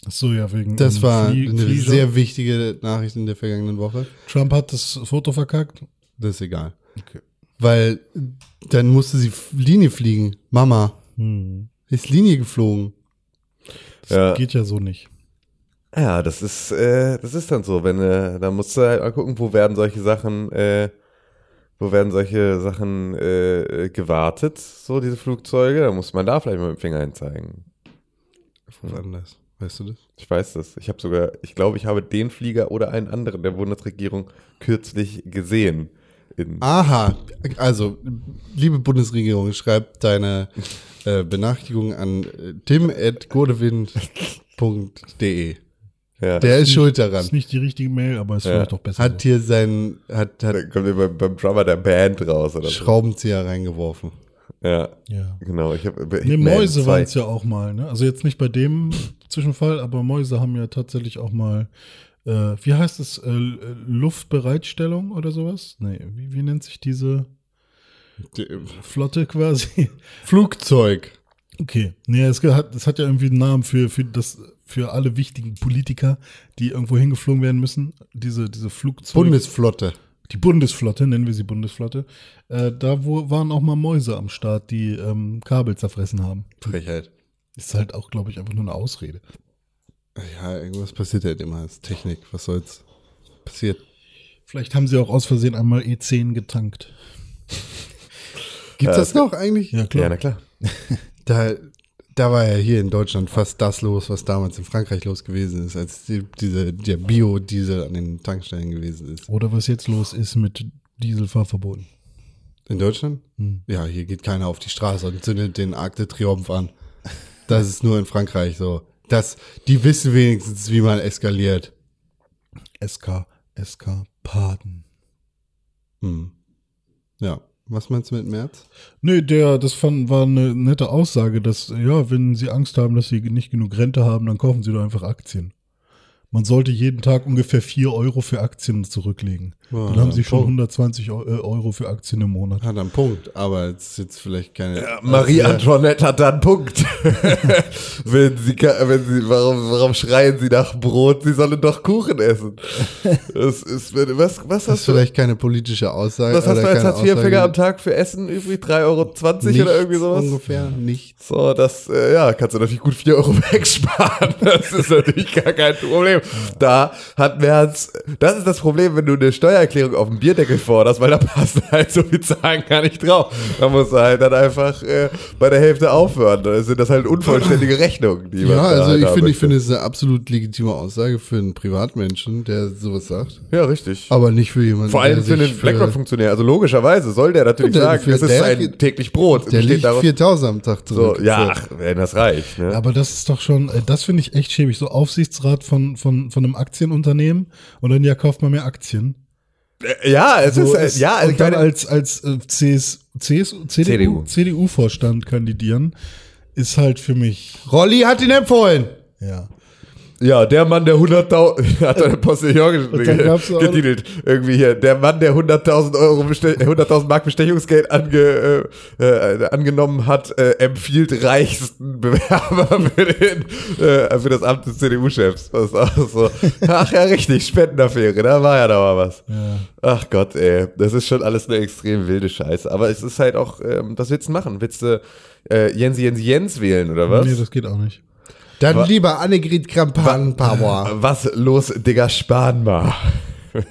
Speaker 2: Ach so, ja, wegen.
Speaker 1: Das
Speaker 2: ähm,
Speaker 1: war
Speaker 2: Flie-
Speaker 1: eine
Speaker 2: Flieger.
Speaker 1: sehr wichtige Nachricht in der vergangenen Woche.
Speaker 2: Trump hat das Foto verkackt.
Speaker 1: Das ist egal.
Speaker 2: Okay.
Speaker 1: Weil dann musste sie F- Linie fliegen. Mama
Speaker 2: Hm.
Speaker 1: ist Linie geflogen.
Speaker 2: Das
Speaker 3: Ja.
Speaker 2: geht ja so nicht.
Speaker 3: Ja, das ist, äh, das ist dann so, wenn äh, da musst du halt mal gucken, wo werden solche Sachen, äh, wo werden solche Sachen äh, äh, gewartet, so diese Flugzeuge, da muss man da vielleicht mal mit dem Finger hinzeigen.
Speaker 1: Woanders. Weißt du das?
Speaker 3: Ich weiß das. Ich habe sogar, ich glaube, ich habe den Flieger oder einen anderen der Bundesregierung kürzlich gesehen. In,
Speaker 1: Aha. Also, liebe Bundesregierung, schreib deine äh, Benachrichtigung an äh, tim.godewind.de.
Speaker 3: ja.
Speaker 1: Der ist schuld daran.
Speaker 2: Ist nicht die richtige Mail, aber ist
Speaker 3: Ja.
Speaker 2: vielleicht auch besser.
Speaker 1: Hat hier seinen hat, hat
Speaker 3: Da kommt immer beim Drummer der Band raus oder so.
Speaker 1: Schraubenzieher reingeworfen.
Speaker 3: Ja,
Speaker 2: so. ja.
Speaker 3: genau. Ich habe
Speaker 2: Nee, Mäuse waren es ja auch mal, ne? Also jetzt nicht bei dem Zwischenfall, aber Mäuse haben ja tatsächlich auch mal, äh, wie heißt es, äh, Luftbereitstellung oder sowas? Nee, wie, wie nennt sich diese
Speaker 1: äh,
Speaker 2: Flotte quasi?
Speaker 1: Flugzeug.
Speaker 2: Okay. Nee, es ge- hat, es hat ja irgendwie einen Namen für, für das, für alle wichtigen Politiker, die irgendwo hingeflogen werden müssen. Diese, diese Flugzeuge.
Speaker 1: Bundesflotte.
Speaker 2: die Bundesflotte, nennen wir sie Bundesflotte. Äh, da wo, waren auch mal Mäuse am Start, die ähm, Kabel zerfressen haben.
Speaker 1: Frechheit.
Speaker 2: Ist halt auch, glaube ich, einfach nur eine Ausrede.
Speaker 1: Ja, irgendwas passiert halt immer. Das ist Technik. Was soll's? Passiert.
Speaker 2: Vielleicht haben sie auch aus Versehen einmal E10 getankt.
Speaker 1: Gibt's
Speaker 3: Ja,
Speaker 1: das noch eigentlich?
Speaker 2: Ja,
Speaker 3: Ja,
Speaker 2: klar.
Speaker 3: na klar.
Speaker 1: Da, da war ja hier in Deutschland fast das los, was damals in Frankreich los gewesen ist, als die, diese, der Bio-Diesel an den Tankstellen gewesen ist.
Speaker 2: Oder was jetzt los ist mit Dieselfahrverboten. Hm.
Speaker 1: In Deutschland? Ja, hier geht keiner auf die Straße und zündet den Arc de Triomphe an. Das ist nur in Frankreich so. Das, die wissen wenigstens, wie man eskaliert.
Speaker 2: SK, SK, Paden.
Speaker 1: Hm. Ja. Was meinst du mit März?
Speaker 2: Nee, der, das fand, war eine nette Aussage, dass, ja, wenn sie Angst haben, dass sie nicht genug Rente haben, dann kaufen sie doch einfach Aktien. Man sollte jeden Tag ungefähr 4 Euro für Aktien zurücklegen.
Speaker 1: Ja,
Speaker 2: Dann haben sie schon
Speaker 1: Punkt.
Speaker 2: 120 Eu- äh, Euro für Aktien im Monat.
Speaker 1: Hat einen Punkt, aber es ist jetzt vielleicht keine.
Speaker 3: Marie
Speaker 1: Also,
Speaker 3: Antoinette hat da einen Punkt. wenn sie, ka- wenn sie, warum, warum schreien sie nach Brot? Sie sollen doch Kuchen essen. Das ist, was, was
Speaker 1: Das ist
Speaker 3: hast du,
Speaker 1: vielleicht keine politische Aussage.
Speaker 3: was hast
Speaker 1: oder
Speaker 3: du als
Speaker 1: keine
Speaker 3: Hartz-IV-Empfänger am
Speaker 1: Aussage.
Speaker 3: Tag für Essen übrig? 3,20 Euro oder irgendwie
Speaker 1: Nichts
Speaker 3: sowas?
Speaker 1: Ungefähr nichts.
Speaker 3: So, das, äh, ja, kannst du natürlich gut 4 Euro wegsparen. Das ist natürlich gar kein Problem. Da hat Merz, das ist das Problem, wenn du eine Steuererklärung auf dem Bierdeckel forderst, weil da passen halt so viele Zahlen gar nicht drauf. Da musst du halt dann einfach äh, bei der Hälfte aufhören. Dann sind das halt unvollständige Rechnungen, die man
Speaker 1: Ja,
Speaker 3: da
Speaker 1: also
Speaker 3: halt
Speaker 1: ich
Speaker 3: haben
Speaker 1: finde, ich
Speaker 3: möchte.
Speaker 1: finde, es ist eine absolut legitime Aussage für einen Privatmenschen, der sowas sagt.
Speaker 3: Ja, richtig.
Speaker 1: Aber nicht für jemanden,
Speaker 3: Vor allem
Speaker 1: der
Speaker 3: für
Speaker 1: sich
Speaker 3: einen BlackRock-Funktionär. Also logischerweise soll der natürlich
Speaker 1: Und der-
Speaker 3: sagen,
Speaker 1: für-
Speaker 3: das ist
Speaker 1: der-
Speaker 3: sein täglich Brot.
Speaker 1: Der
Speaker 3: Steht
Speaker 1: liegt
Speaker 3: darauf-
Speaker 1: 4000 am Tag
Speaker 3: so,
Speaker 1: zurück.
Speaker 3: ja, ach, wenn das reicht. Ne?
Speaker 2: Aber das ist doch schon, äh, das finde ich echt schäbig. So Aufsichtsrat von, von, von einem Aktienunternehmen und dann ja kauft man mehr Aktien.
Speaker 3: Ja, es
Speaker 2: So
Speaker 3: ist, äh,
Speaker 2: ist-
Speaker 3: ja, also ich
Speaker 2: und dann
Speaker 3: meine,
Speaker 2: als, als äh, CS, CSU, CDU,
Speaker 3: CDU.
Speaker 2: CDU-Vorstand kandidieren, ist halt für mich,
Speaker 1: Rolli hat ihn empfohlen.
Speaker 2: ja.
Speaker 3: Ja, der Mann, der 100.000, hat der Postillon
Speaker 2: dann gab's auch-
Speaker 3: getitelt, irgendwie hier, der Mann, der 100.000 Euro, Bestech- 100.000 Mark Bestechungsgeld ange, äh, äh, angenommen hat, äh, empfiehlt reichsten Bewerber für, den, äh, für das Amt des CDU-Chefs. Das ist auch so. Ach ja, richtig, Spendenaffäre, da war ja da mal was. Ach Gott, ey, das ist schon alles eine extrem wilde Scheiße. Aber es ist halt auch, ähm, was willst du machen? Willst du äh, Jens, Jens, Jens wählen oder was?
Speaker 2: Nee, das geht auch nicht.
Speaker 1: Dann lieber Annegret Krampan-Power.
Speaker 3: Äh, Was los, Digga, Spahn mal.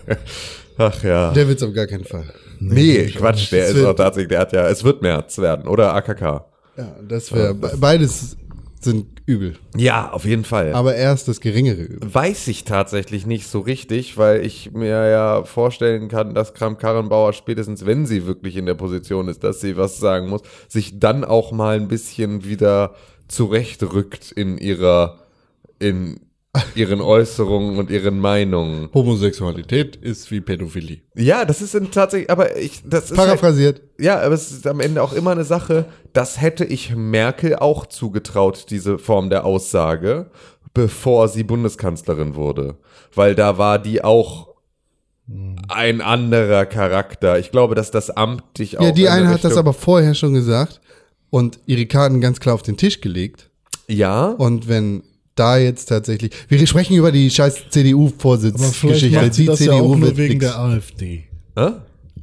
Speaker 3: Ach ja.
Speaker 1: Der wird's auf gar keinen Fall.
Speaker 3: nee, Quatsch, der
Speaker 1: Es
Speaker 3: ist
Speaker 1: wird-
Speaker 3: auch tatsächlich, der hat ja, es wird März werden, oder AKK.
Speaker 1: Ja, das wäre, beides sind übel.
Speaker 3: Ja, auf jeden Fall.
Speaker 1: Aber er ist das geringere Übel.
Speaker 3: Weiß ich tatsächlich nicht so richtig, weil ich mir ja vorstellen kann, dass Kram Karrenbauer spätestens, wenn sie wirklich in der Position ist, dass sie was sagen muss, sich dann auch mal ein bisschen wieder zurechtrückt in ihrer, in ihren Äußerungen und ihren Meinungen.
Speaker 1: Homosexualität ist wie Pädophilie.
Speaker 3: Ja, das ist in tatsächlich, aber ich, das ist halt,
Speaker 1: Paraphrasiert.
Speaker 3: ja, aber es ist am Ende auch immer eine Sache, das hätte ich Merkel auch zugetraut, diese Form der Aussage, bevor sie Bundeskanzlerin wurde. Weil da war die auch ein anderer Charakter. Ich glaube, dass das Amt dich auch.
Speaker 1: Ja, die
Speaker 3: in eine
Speaker 1: eine hat das
Speaker 3: Richtung-
Speaker 1: aber vorher schon gesagt. und ihre Karten ganz klar auf den Tisch gelegt.
Speaker 3: Ja.
Speaker 1: Und wenn da jetzt tatsächlich. Wir sprechen über die scheiß
Speaker 2: Aber vielleicht
Speaker 1: CDU-Vorsitzgeschichte.
Speaker 2: macht sie
Speaker 1: Die
Speaker 2: das ja auch
Speaker 1: CDU
Speaker 2: nur
Speaker 1: wird
Speaker 2: wegen
Speaker 1: nix.
Speaker 2: der AfD.
Speaker 3: Hä?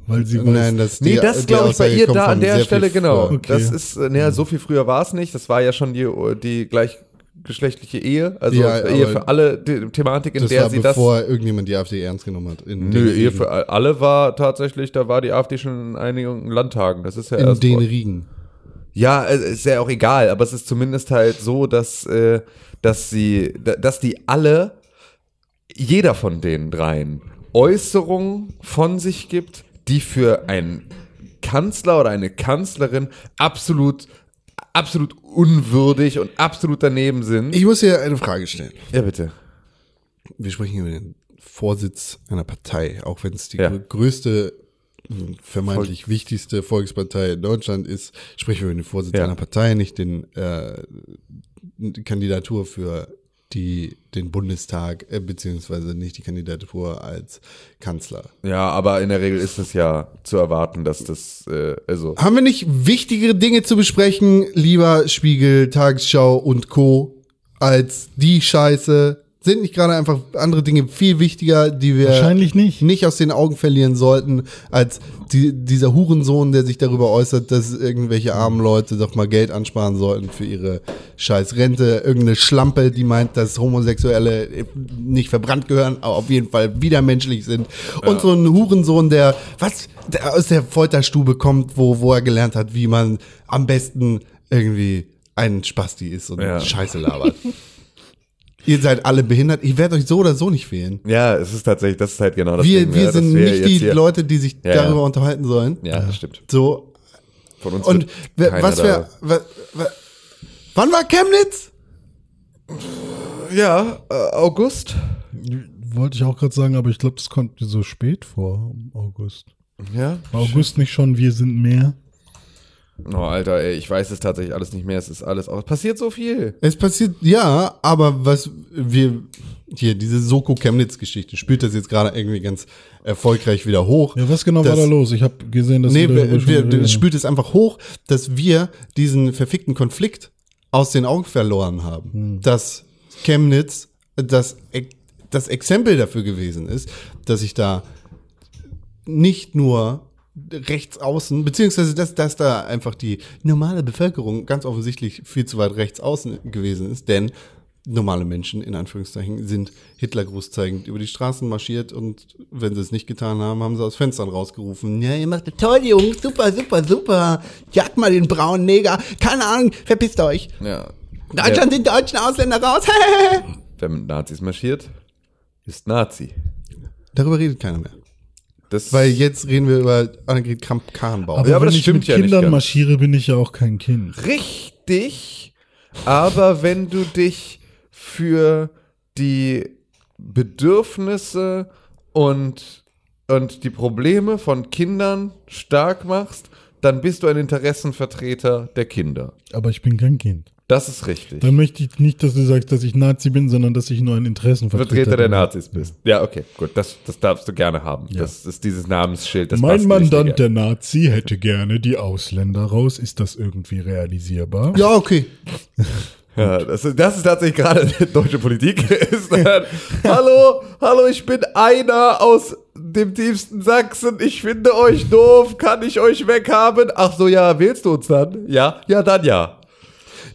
Speaker 2: Weil sie weiß,
Speaker 1: Nein, das,
Speaker 3: Nee, das glaube ich bei
Speaker 1: Aussage
Speaker 3: ihr
Speaker 1: kommt
Speaker 3: da an
Speaker 1: von
Speaker 3: der
Speaker 1: sehr
Speaker 3: Stelle,
Speaker 1: viel
Speaker 3: genau.
Speaker 1: früher.
Speaker 2: Okay.
Speaker 3: Das ist, äh, naja, so viel früher war es nicht. Das war ja schon die, die gleichgeschlechtliche Ehe, also
Speaker 1: Ja,
Speaker 3: Ehe
Speaker 1: aber
Speaker 3: für alle, die Thematik, in
Speaker 1: Das
Speaker 3: der
Speaker 1: war
Speaker 3: sie das.
Speaker 1: bevor irgendjemand die AfD ernst genommen hat. In
Speaker 3: Nö,
Speaker 1: den
Speaker 3: Ehe
Speaker 1: Riegen.
Speaker 3: für äh, alle war tatsächlich, da war die AfD schon in einigen Landtagen. Das ist ja
Speaker 1: In
Speaker 3: erst.
Speaker 1: den
Speaker 3: vor-
Speaker 1: Riegen.
Speaker 3: Ja, es ist ja auch egal, aber es ist zumindest halt so, dass, äh, dass sie, da- dass die alle, jeder von den dreien, Äußerungen von sich gibt, die für einen Kanzler oder eine Kanzlerin absolut, absolut unwürdig und absolut daneben sind.
Speaker 1: Ich muss hier eine Frage stellen.
Speaker 3: ja, bitte.
Speaker 1: wir sprechen über den Vorsitz einer Partei, auch wenn es die
Speaker 3: Ja.
Speaker 1: gr- größte, mh, vermeintlich wichtigste Volkspartei in Deutschland ist, sprechen wir über den Vorsitz
Speaker 3: Ja.
Speaker 1: einer Partei, nicht den äh, die Kandidatur für die, den Bundestag, äh, beziehungsweise nicht die Kandidatur als Kanzler.
Speaker 3: Ja, aber in der Regel ist es ja zu erwarten, dass das, äh, also.
Speaker 1: Haben wir nicht wichtigere Dinge zu besprechen, lieber Spiegel, Tagesschau und Co., als die Scheiße? Sind nicht gerade einfach andere Dinge viel wichtiger, die wir
Speaker 2: wahrscheinlich nicht.
Speaker 1: nicht aus den Augen verlieren sollten, als die, dieser Hurensohn, der sich darüber äußert, dass irgendwelche armen Leute doch mal Geld ansparen sollten für ihre scheiß Rente. Irgendeine Schlampe, die meint, dass Homosexuelle nicht verbrannt gehören, aber auf jeden Fall widermenschlich sind. Und so ein Hurensohn, der, was, der aus der Folterstube kommt, wo, wo er gelernt hat, wie man am besten irgendwie ein Spasti ist und
Speaker 3: Ja.
Speaker 1: Scheiße labert. Ihr seid alle behindert. Ich werde euch so oder so nicht wählen.
Speaker 3: Ja, es ist tatsächlich, das ist halt genau das Ding,
Speaker 1: Wir,
Speaker 3: ja,
Speaker 1: wir
Speaker 3: dass
Speaker 1: sind nicht
Speaker 3: jetzt
Speaker 1: die
Speaker 3: hier-
Speaker 1: Leute, die sich
Speaker 3: Ja, ja.
Speaker 1: darüber unterhalten sollen.
Speaker 3: Ja, das stimmt.
Speaker 1: So.
Speaker 3: Von uns
Speaker 1: Und
Speaker 3: wird
Speaker 1: wer-
Speaker 3: keiner
Speaker 1: was
Speaker 3: da-
Speaker 1: wir. wa- wa- Wann war Chemnitz?
Speaker 3: Ja, äh, August.
Speaker 2: Wollte ich auch gerade sagen, aber ich glaube, das kommt dir so spät vor, im August.
Speaker 3: Ja.
Speaker 2: War August nicht schon, wir sind mehr?
Speaker 3: Oh, Alter, ey, ich weiß es tatsächlich alles nicht mehr. Es ist alles auch. Passiert so viel.
Speaker 1: Es passiert, ja, aber was wir. Hier, diese Soko-Chemnitz-Geschichte spielt das jetzt gerade irgendwie ganz erfolgreich wieder hoch.
Speaker 2: Ja, was genau war
Speaker 1: Das-
Speaker 2: da los? Ich habe gesehen, dass
Speaker 1: Nee,
Speaker 2: du darüber
Speaker 1: wir,
Speaker 2: schon
Speaker 1: wir,
Speaker 2: geredet
Speaker 1: es spült es einfach hoch, dass wir diesen verfickten Konflikt aus den Augen verloren haben.
Speaker 2: Hm.
Speaker 1: Dass Chemnitz das, Ex- das Exempel dafür gewesen ist, dass sich da nicht nur rechts außen, beziehungsweise dass, dass da einfach die normale Bevölkerung ganz offensichtlich viel zu weit rechts außen gewesen ist, denn normale Menschen in Anführungszeichen sind Hitlergruß zeigend über die Straßen marschiert und wenn sie es nicht getan haben, haben sie aus Fenstern rausgerufen, ja, ihr macht das toll, Jungs, super, super, super, jagt mal den braunen Neger, keine Ahnung, verpisst euch.
Speaker 3: Ja.
Speaker 1: Deutschland sind deutschen Ausländer raus.
Speaker 3: Wer, wer mit Nazis marschiert, ist Nazi.
Speaker 1: Darüber redet keiner mehr.
Speaker 3: Das,
Speaker 1: Weil jetzt reden wir über Annegret Kramp-Karrenbauer.
Speaker 2: Aber,
Speaker 3: Ja, aber
Speaker 2: wenn
Speaker 3: das
Speaker 2: ich
Speaker 3: stimmt
Speaker 2: mit
Speaker 3: ja nicht
Speaker 2: Kindern
Speaker 3: ganz.
Speaker 2: marschiere, bin ich ja auch kein Kind.
Speaker 3: richtig, aber wenn du dich für die Bedürfnisse und, und die Probleme von Kindern stark machst, dann bist du ein Interessenvertreter der Kinder.
Speaker 2: Aber ich bin kein Kind.
Speaker 3: Das ist richtig.
Speaker 2: Dann möchte ich nicht, dass du sagst, dass ich Nazi bin, sondern dass ich nur ein Interessenvertreter
Speaker 3: Vertreter der
Speaker 2: bin.
Speaker 3: Nazis bist. Ja, okay, gut, das, das darfst du gerne haben.
Speaker 2: Ja.
Speaker 3: Das ist dieses Namensschild. Das
Speaker 2: Mein
Speaker 3: bastel ich dir
Speaker 2: Mandant,
Speaker 3: gerne.
Speaker 2: der Nazi, hätte gerne die Ausländer raus. Ist das irgendwie realisierbar?
Speaker 1: Ja, okay.
Speaker 3: Ja, das, ist, das ist tatsächlich gerade deutsche Politik. ist dann, hallo, hallo, ich bin einer aus dem tiefsten Sachsen. Ich finde euch doof. Kann ich euch weghaben? Ach so, ja, wählst du uns dann? Ja, ja, dann ja.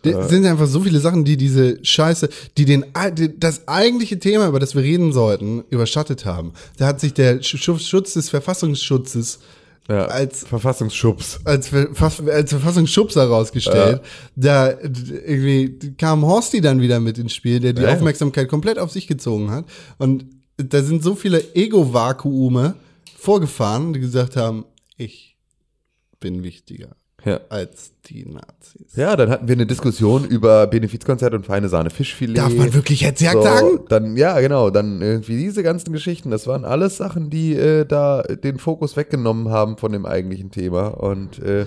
Speaker 3: Äh.
Speaker 1: Da sind einfach so viele Sachen, die diese Scheiße, die den ei- die- das eigentliche Thema, über das wir reden sollten, überschattet haben. Da hat sich der Sch- Sch- Schutz des Verfassungsschutzes
Speaker 3: ja.
Speaker 1: als
Speaker 3: Verfassungsschubs.
Speaker 1: als, Verfass- als Verfassungsschubser rausgestellt. Da d- irgendwie kam Horsti dann wieder mit ins Spiel, der die
Speaker 3: Ja.
Speaker 1: Aufmerksamkeit komplett auf sich gezogen hat. Und da sind so viele Ego-Vakuume vorgefahren, die gesagt haben, ich bin wichtiger
Speaker 3: Ja.
Speaker 1: als die Nazis.
Speaker 3: ja, dann hatten wir eine Diskussion über Benefizkonzert und feine Sahne Fischfilet.
Speaker 1: Darf man wirklich Hetzjagd
Speaker 3: So,
Speaker 1: sagen?
Speaker 3: Dann, ja, genau, dann irgendwie diese ganzen Geschichten, das waren alles Sachen, die äh, da den Fokus weggenommen haben von dem eigentlichen Thema. Und äh,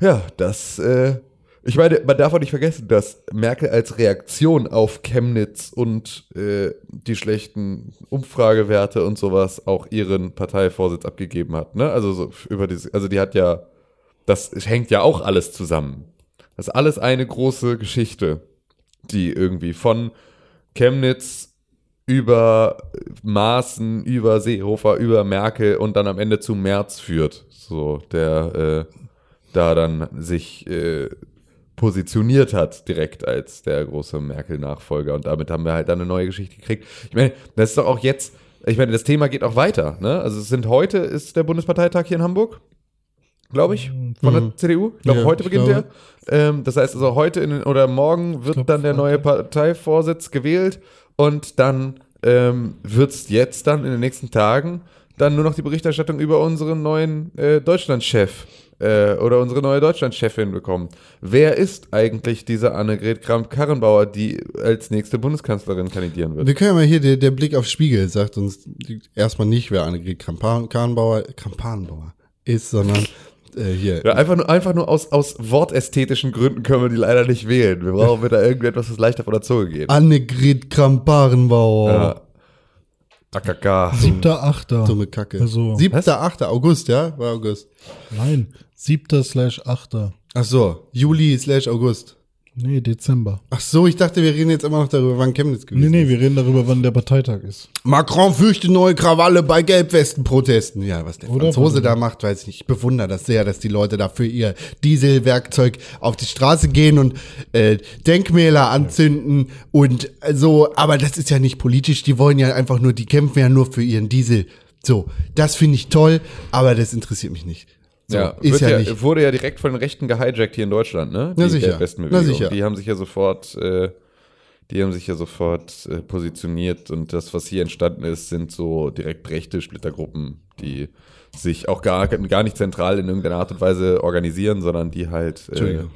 Speaker 3: ja, das, äh, ich meine, man darf auch nicht vergessen, dass Merkel als Reaktion auf Chemnitz und äh, die schlechten Umfragewerte und sowas auch ihren Parteivorsitz abgegeben hat. Ne? Also so über diese, also die hat ja das hängt ja auch alles zusammen. Das ist alles eine große Geschichte, die irgendwie von Chemnitz über Maaßen, über Seehofer, über Merkel und dann am Ende zu Merz führt. So, der äh, da dann sich äh, positioniert hat, direkt als der große Merkel-Nachfolger. Und damit haben wir halt dann eine neue Geschichte gekriegt. Ich meine, das ist doch auch jetzt, ich meine, das Thema geht auch weiter. Ne? Also es sind heute, ist der Bundesparteitag hier in Hamburg, glaube ich, von der CDU. Ich glaube,
Speaker 2: Hm. Ja,
Speaker 3: heute
Speaker 2: ich
Speaker 3: beginnt
Speaker 2: glaube.
Speaker 3: der. Ähm, das heißt also, heute in, den- oder morgen wird
Speaker 2: glaub,
Speaker 3: dann der neue Parteivorsitz gewählt und dann ähm, wird es jetzt dann in den nächsten Tagen dann nur noch die Berichterstattung über unseren neuen äh, Deutschlandchef äh, oder unsere neue Deutschlandchefin bekommen. Wer ist eigentlich diese Annegret Kramp-Karrenbauer, die als nächste Bundeskanzlerin kandidieren wird?
Speaker 1: Wir können ja mal hier, der, der Blick auf Spiegel sagt uns erstmal nicht, wer Annegret Krampa- Kahnbauer, Krampanbauer ist, sondern äh, hier.
Speaker 3: Ja, einfach nur, einfach nur aus, aus wortästhetischen Gründen können wir die leider nicht wählen. Wir brauchen wieder irgendetwas, was leichter von der Zunge geht.
Speaker 1: Ah. Annegret Krampanbauer.
Speaker 3: Ja. AKK.
Speaker 2: Siebter, achter.
Speaker 1: Dumme Kacke.
Speaker 2: Also,
Speaker 1: 7. 8. August, ja? War August.
Speaker 2: nein. Siebter slash achter.
Speaker 1: Ach so, Juli slash August.
Speaker 2: Nee, Dezember.
Speaker 1: Ach so, ich dachte, wir reden jetzt immer noch darüber, wann Chemnitz
Speaker 2: Nee,
Speaker 1: gewesen
Speaker 2: nee,
Speaker 1: ist.
Speaker 2: wir reden darüber, wann der Parteitag ist.
Speaker 1: Macron fürchte neue Krawalle bei Gelbwesten-Protesten. Ja, was der
Speaker 2: Oder
Speaker 1: Franzose
Speaker 2: Wahnsinn.
Speaker 1: da macht, weiß ich nicht. Ich bewundere das sehr, dass die Leute da für ihr Dieselwerkzeug auf die Straße gehen und äh, Denkmäler anzünden und äh, so. Aber das ist ja nicht politisch. Die wollen ja einfach nur, die kämpfen ja nur für ihren Diesel. So, das finde ich toll, aber das interessiert mich nicht. So,
Speaker 3: ja,
Speaker 1: ist
Speaker 3: wird
Speaker 1: ja,
Speaker 3: ja
Speaker 1: nicht.
Speaker 3: Wurde ja direkt von den Rechten gehijackt hier in Deutschland, ne? Die
Speaker 1: Na sicher.
Speaker 3: Gelbwestenbewegung.
Speaker 1: Na sicher.
Speaker 3: Die haben sich ja sofort, äh, die haben sich ja sofort äh, positioniert und das, was hier entstanden ist, sind so direkt rechte Splittergruppen, die sich auch gar, gar nicht zentral in irgendeiner Art und Weise organisieren, sondern die halt, äh,
Speaker 1: Entschuldigung.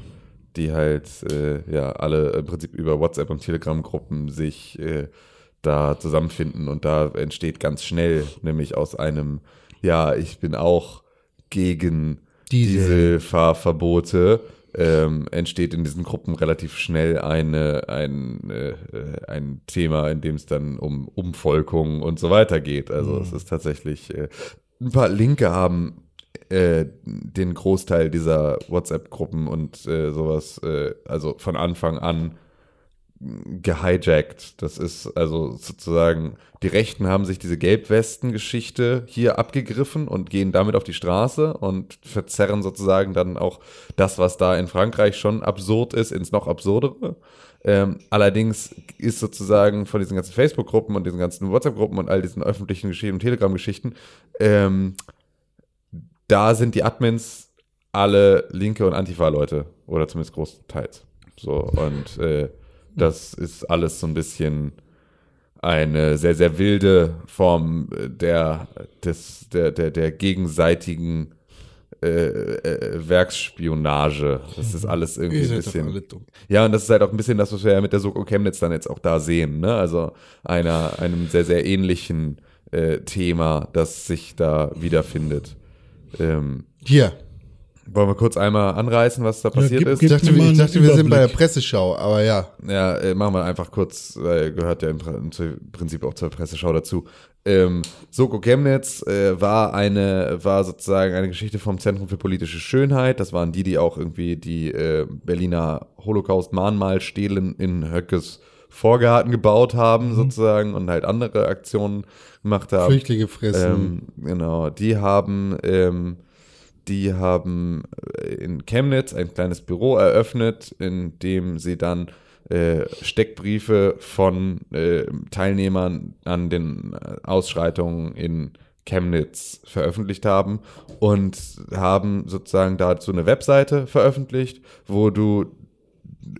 Speaker 3: die halt äh, ja alle im Prinzip über WhatsApp und Telegram-Gruppen sich äh, da zusammenfinden und da entsteht ganz schnell, nämlich aus einem, ja, ich bin auch gegen
Speaker 1: Diesel.
Speaker 3: Dieselfahrverbote, ähm, entsteht in diesen Gruppen relativ schnell eine, ein, äh, äh, ein Thema, in dem es dann um Umvolkung und so weiter geht. Also es ist tatsächlich, äh, ein paar Linke haben äh, den Großteil dieser WhatsApp-Gruppen und äh, sowas, äh, also von Anfang an gehijackt. Das ist also sozusagen, die Rechten haben sich diese Gelbwesten-Geschichte hier abgegriffen und gehen damit auf die Straße und verzerren sozusagen dann auch das, was da in Frankreich schon absurd ist, ins noch absurdere. Ähm, allerdings ist sozusagen von diesen ganzen Facebook-Gruppen und diesen ganzen WhatsApp-Gruppen und all diesen öffentlichen geschriebenen Telegram-Geschichten, ähm, da sind die Admins alle linke und Antifa-Leute oder zumindest großteils. So, und äh, das ist alles so ein bisschen eine sehr, sehr wilde Form äh, der, des, der, der, der gegenseitigen äh, äh, Werksspionage. Das ist alles irgendwie
Speaker 1: Ihr
Speaker 3: ein
Speaker 1: seid doch
Speaker 3: bisschen.
Speaker 1: alle dumm.
Speaker 3: Ja, und das ist halt auch ein bisschen das, was wir ja mit der Soko Chemnitz dann jetzt auch da sehen. Ne? Also einer, einem sehr, sehr ähnlichen äh, Thema, das sich da wiederfindet. Ähm,
Speaker 1: Hier.
Speaker 3: wollen wir kurz einmal anreißen, was da passiert
Speaker 2: gib-
Speaker 3: ist?
Speaker 1: Ich
Speaker 2: gib-
Speaker 1: dachte,
Speaker 2: mir
Speaker 1: wir-
Speaker 2: mal
Speaker 1: ich
Speaker 2: einen
Speaker 1: dachte wir sind bei der
Speaker 2: Überblick.
Speaker 1: Presseschau, aber ja.
Speaker 3: Ja, äh, machen wir einfach kurz, weil gehört ja im Pr- im Prinzip auch zur Presseschau dazu. Ähm, Soko Chemnitz äh, war eine, war sozusagen eine Geschichte vom Zentrum für politische Schönheit. Das waren die, die auch irgendwie die äh, Berliner Holocaust-Mahnmalstelen in Höckes Vorgarten gebaut haben, sozusagen, und halt andere Aktionen gemacht haben.
Speaker 1: Flüchtlinge fressen.
Speaker 3: Ähm, genau, die haben, ähm, die haben äh, in Chemnitz ein kleines Büro eröffnet, in dem sie dann äh, Steckbriefe von äh, Teilnehmern an den äh, Ausschreitungen in Chemnitz veröffentlicht haben und haben sozusagen dazu eine Webseite veröffentlicht, wo du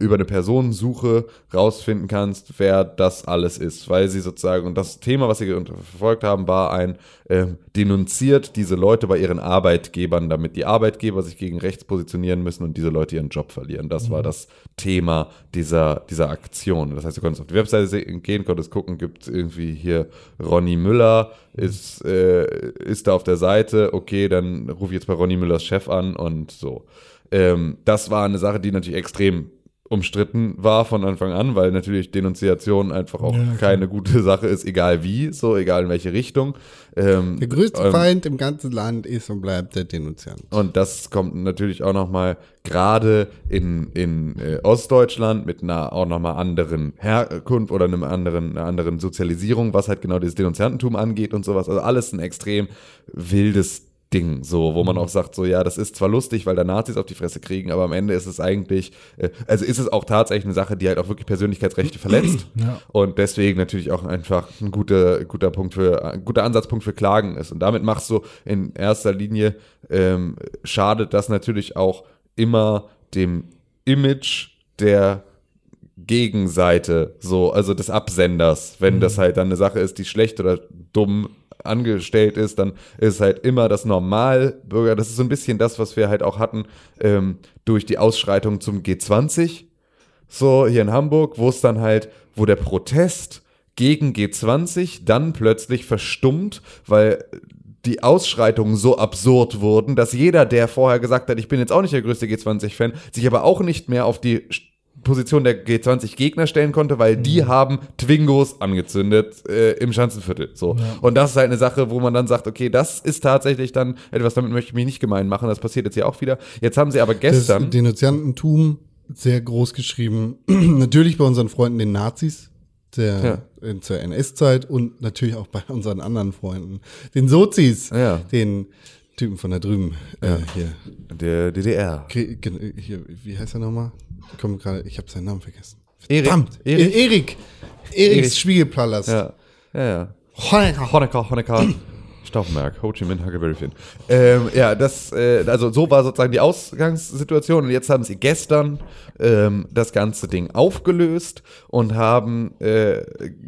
Speaker 3: über eine Personensuche rausfinden kannst, wer das alles ist, weil sie sozusagen, und das Thema, was sie unter- verfolgt haben, war ein, ähm, denunziert diese Leute bei ihren Arbeitgebern, damit die Arbeitgeber sich gegen rechts positionieren müssen und diese Leute ihren Job verlieren. Das war das Thema dieser, dieser Aktion. Das heißt, du konntest auf die Webseite se- gehen, konntest gucken, gibt es irgendwie hier Ronny Müller, ist, äh, ist da auf der Seite, okay, dann rufe ich jetzt bei Ronny Müllers Chef an und so. Ähm, das war eine Sache, die natürlich extrem umstritten war von Anfang an, weil natürlich Denunziation einfach auch
Speaker 2: Ja, klar.
Speaker 3: keine gute Sache ist, egal wie, so egal in welche Richtung. Ähm,
Speaker 1: Der größte
Speaker 3: ähm,
Speaker 1: Feind im ganzen Land ist und bleibt der Denunziant.
Speaker 3: Und das kommt natürlich auch nochmal gerade in, in äh, Ostdeutschland mit einer auch nochmal anderen Herkunft oder einem anderen, einer anderen Sozialisierung, was halt genau dieses Denunziantentum angeht und sowas. Also alles ein extrem wildes Ding, so, wo man auch sagt, so, ja, das ist zwar lustig, weil da Nazis auf die Fresse kriegen, aber am Ende ist es eigentlich, äh, also ist es auch tatsächlich eine Sache, die halt auch wirklich Persönlichkeitsrechte verletzt.
Speaker 2: Ja.
Speaker 3: Und deswegen natürlich auch einfach ein guter, guter Punkt für, ein guter Ansatzpunkt für Klagen ist. Und damit machst du in erster Linie, ähm, schadet das natürlich auch immer dem Image der Gegenseite, so, also des Absenders. Wenn das halt dann eine Sache ist, die schlecht oder dumm angestellt ist, dann ist halt immer das Normalbürger, das ist so ein bisschen das, was wir halt auch hatten, ähm, durch die Ausschreitung zum G20 so hier in Hamburg, wo es dann halt, wo der Protest gegen G20 dann plötzlich verstummt, weil die Ausschreitungen so absurd wurden, dass jeder, der vorher gesagt hat, ich bin jetzt auch nicht der größte G20-Fan, sich aber auch nicht mehr auf die Sch- Position der G20-Gegner stellen konnte, weil die haben Twingos angezündet äh, im Schanzenviertel. So. Und das ist halt eine Sache, wo man dann sagt, okay, das ist tatsächlich dann etwas, damit möchte ich mich nicht gemein machen, das passiert jetzt hier auch wieder. Jetzt haben sie aber
Speaker 1: Das
Speaker 3: gestern.
Speaker 1: Denunziantentum sehr groß geschrieben. natürlich bei unseren Freunden den Nazis der, in, zur NS-Zeit und natürlich auch bei unseren anderen Freunden, den Sozis,
Speaker 3: Ja.
Speaker 1: den Typen von da drüben. Äh, hier.
Speaker 3: der DDR.
Speaker 1: Kri- gen- hier. Wie heißt er nochmal? Ich komme gerade, ich habe seinen Namen vergessen.
Speaker 3: Erik.
Speaker 1: Verdammt!
Speaker 3: Erik.
Speaker 1: Erik! Erik! Eriks
Speaker 3: Erik.
Speaker 1: Spiegelpalast.
Speaker 3: Ja, ja, ja.
Speaker 1: Honecker.
Speaker 3: Honecker, Honecker, Stauffenberg, Ho Chi Minh, Huckleberryfin. Ähm, ja, das, äh, also so war sozusagen die Ausgangssituation und jetzt haben sie gestern ähm, das ganze Ding aufgelöst und haben äh,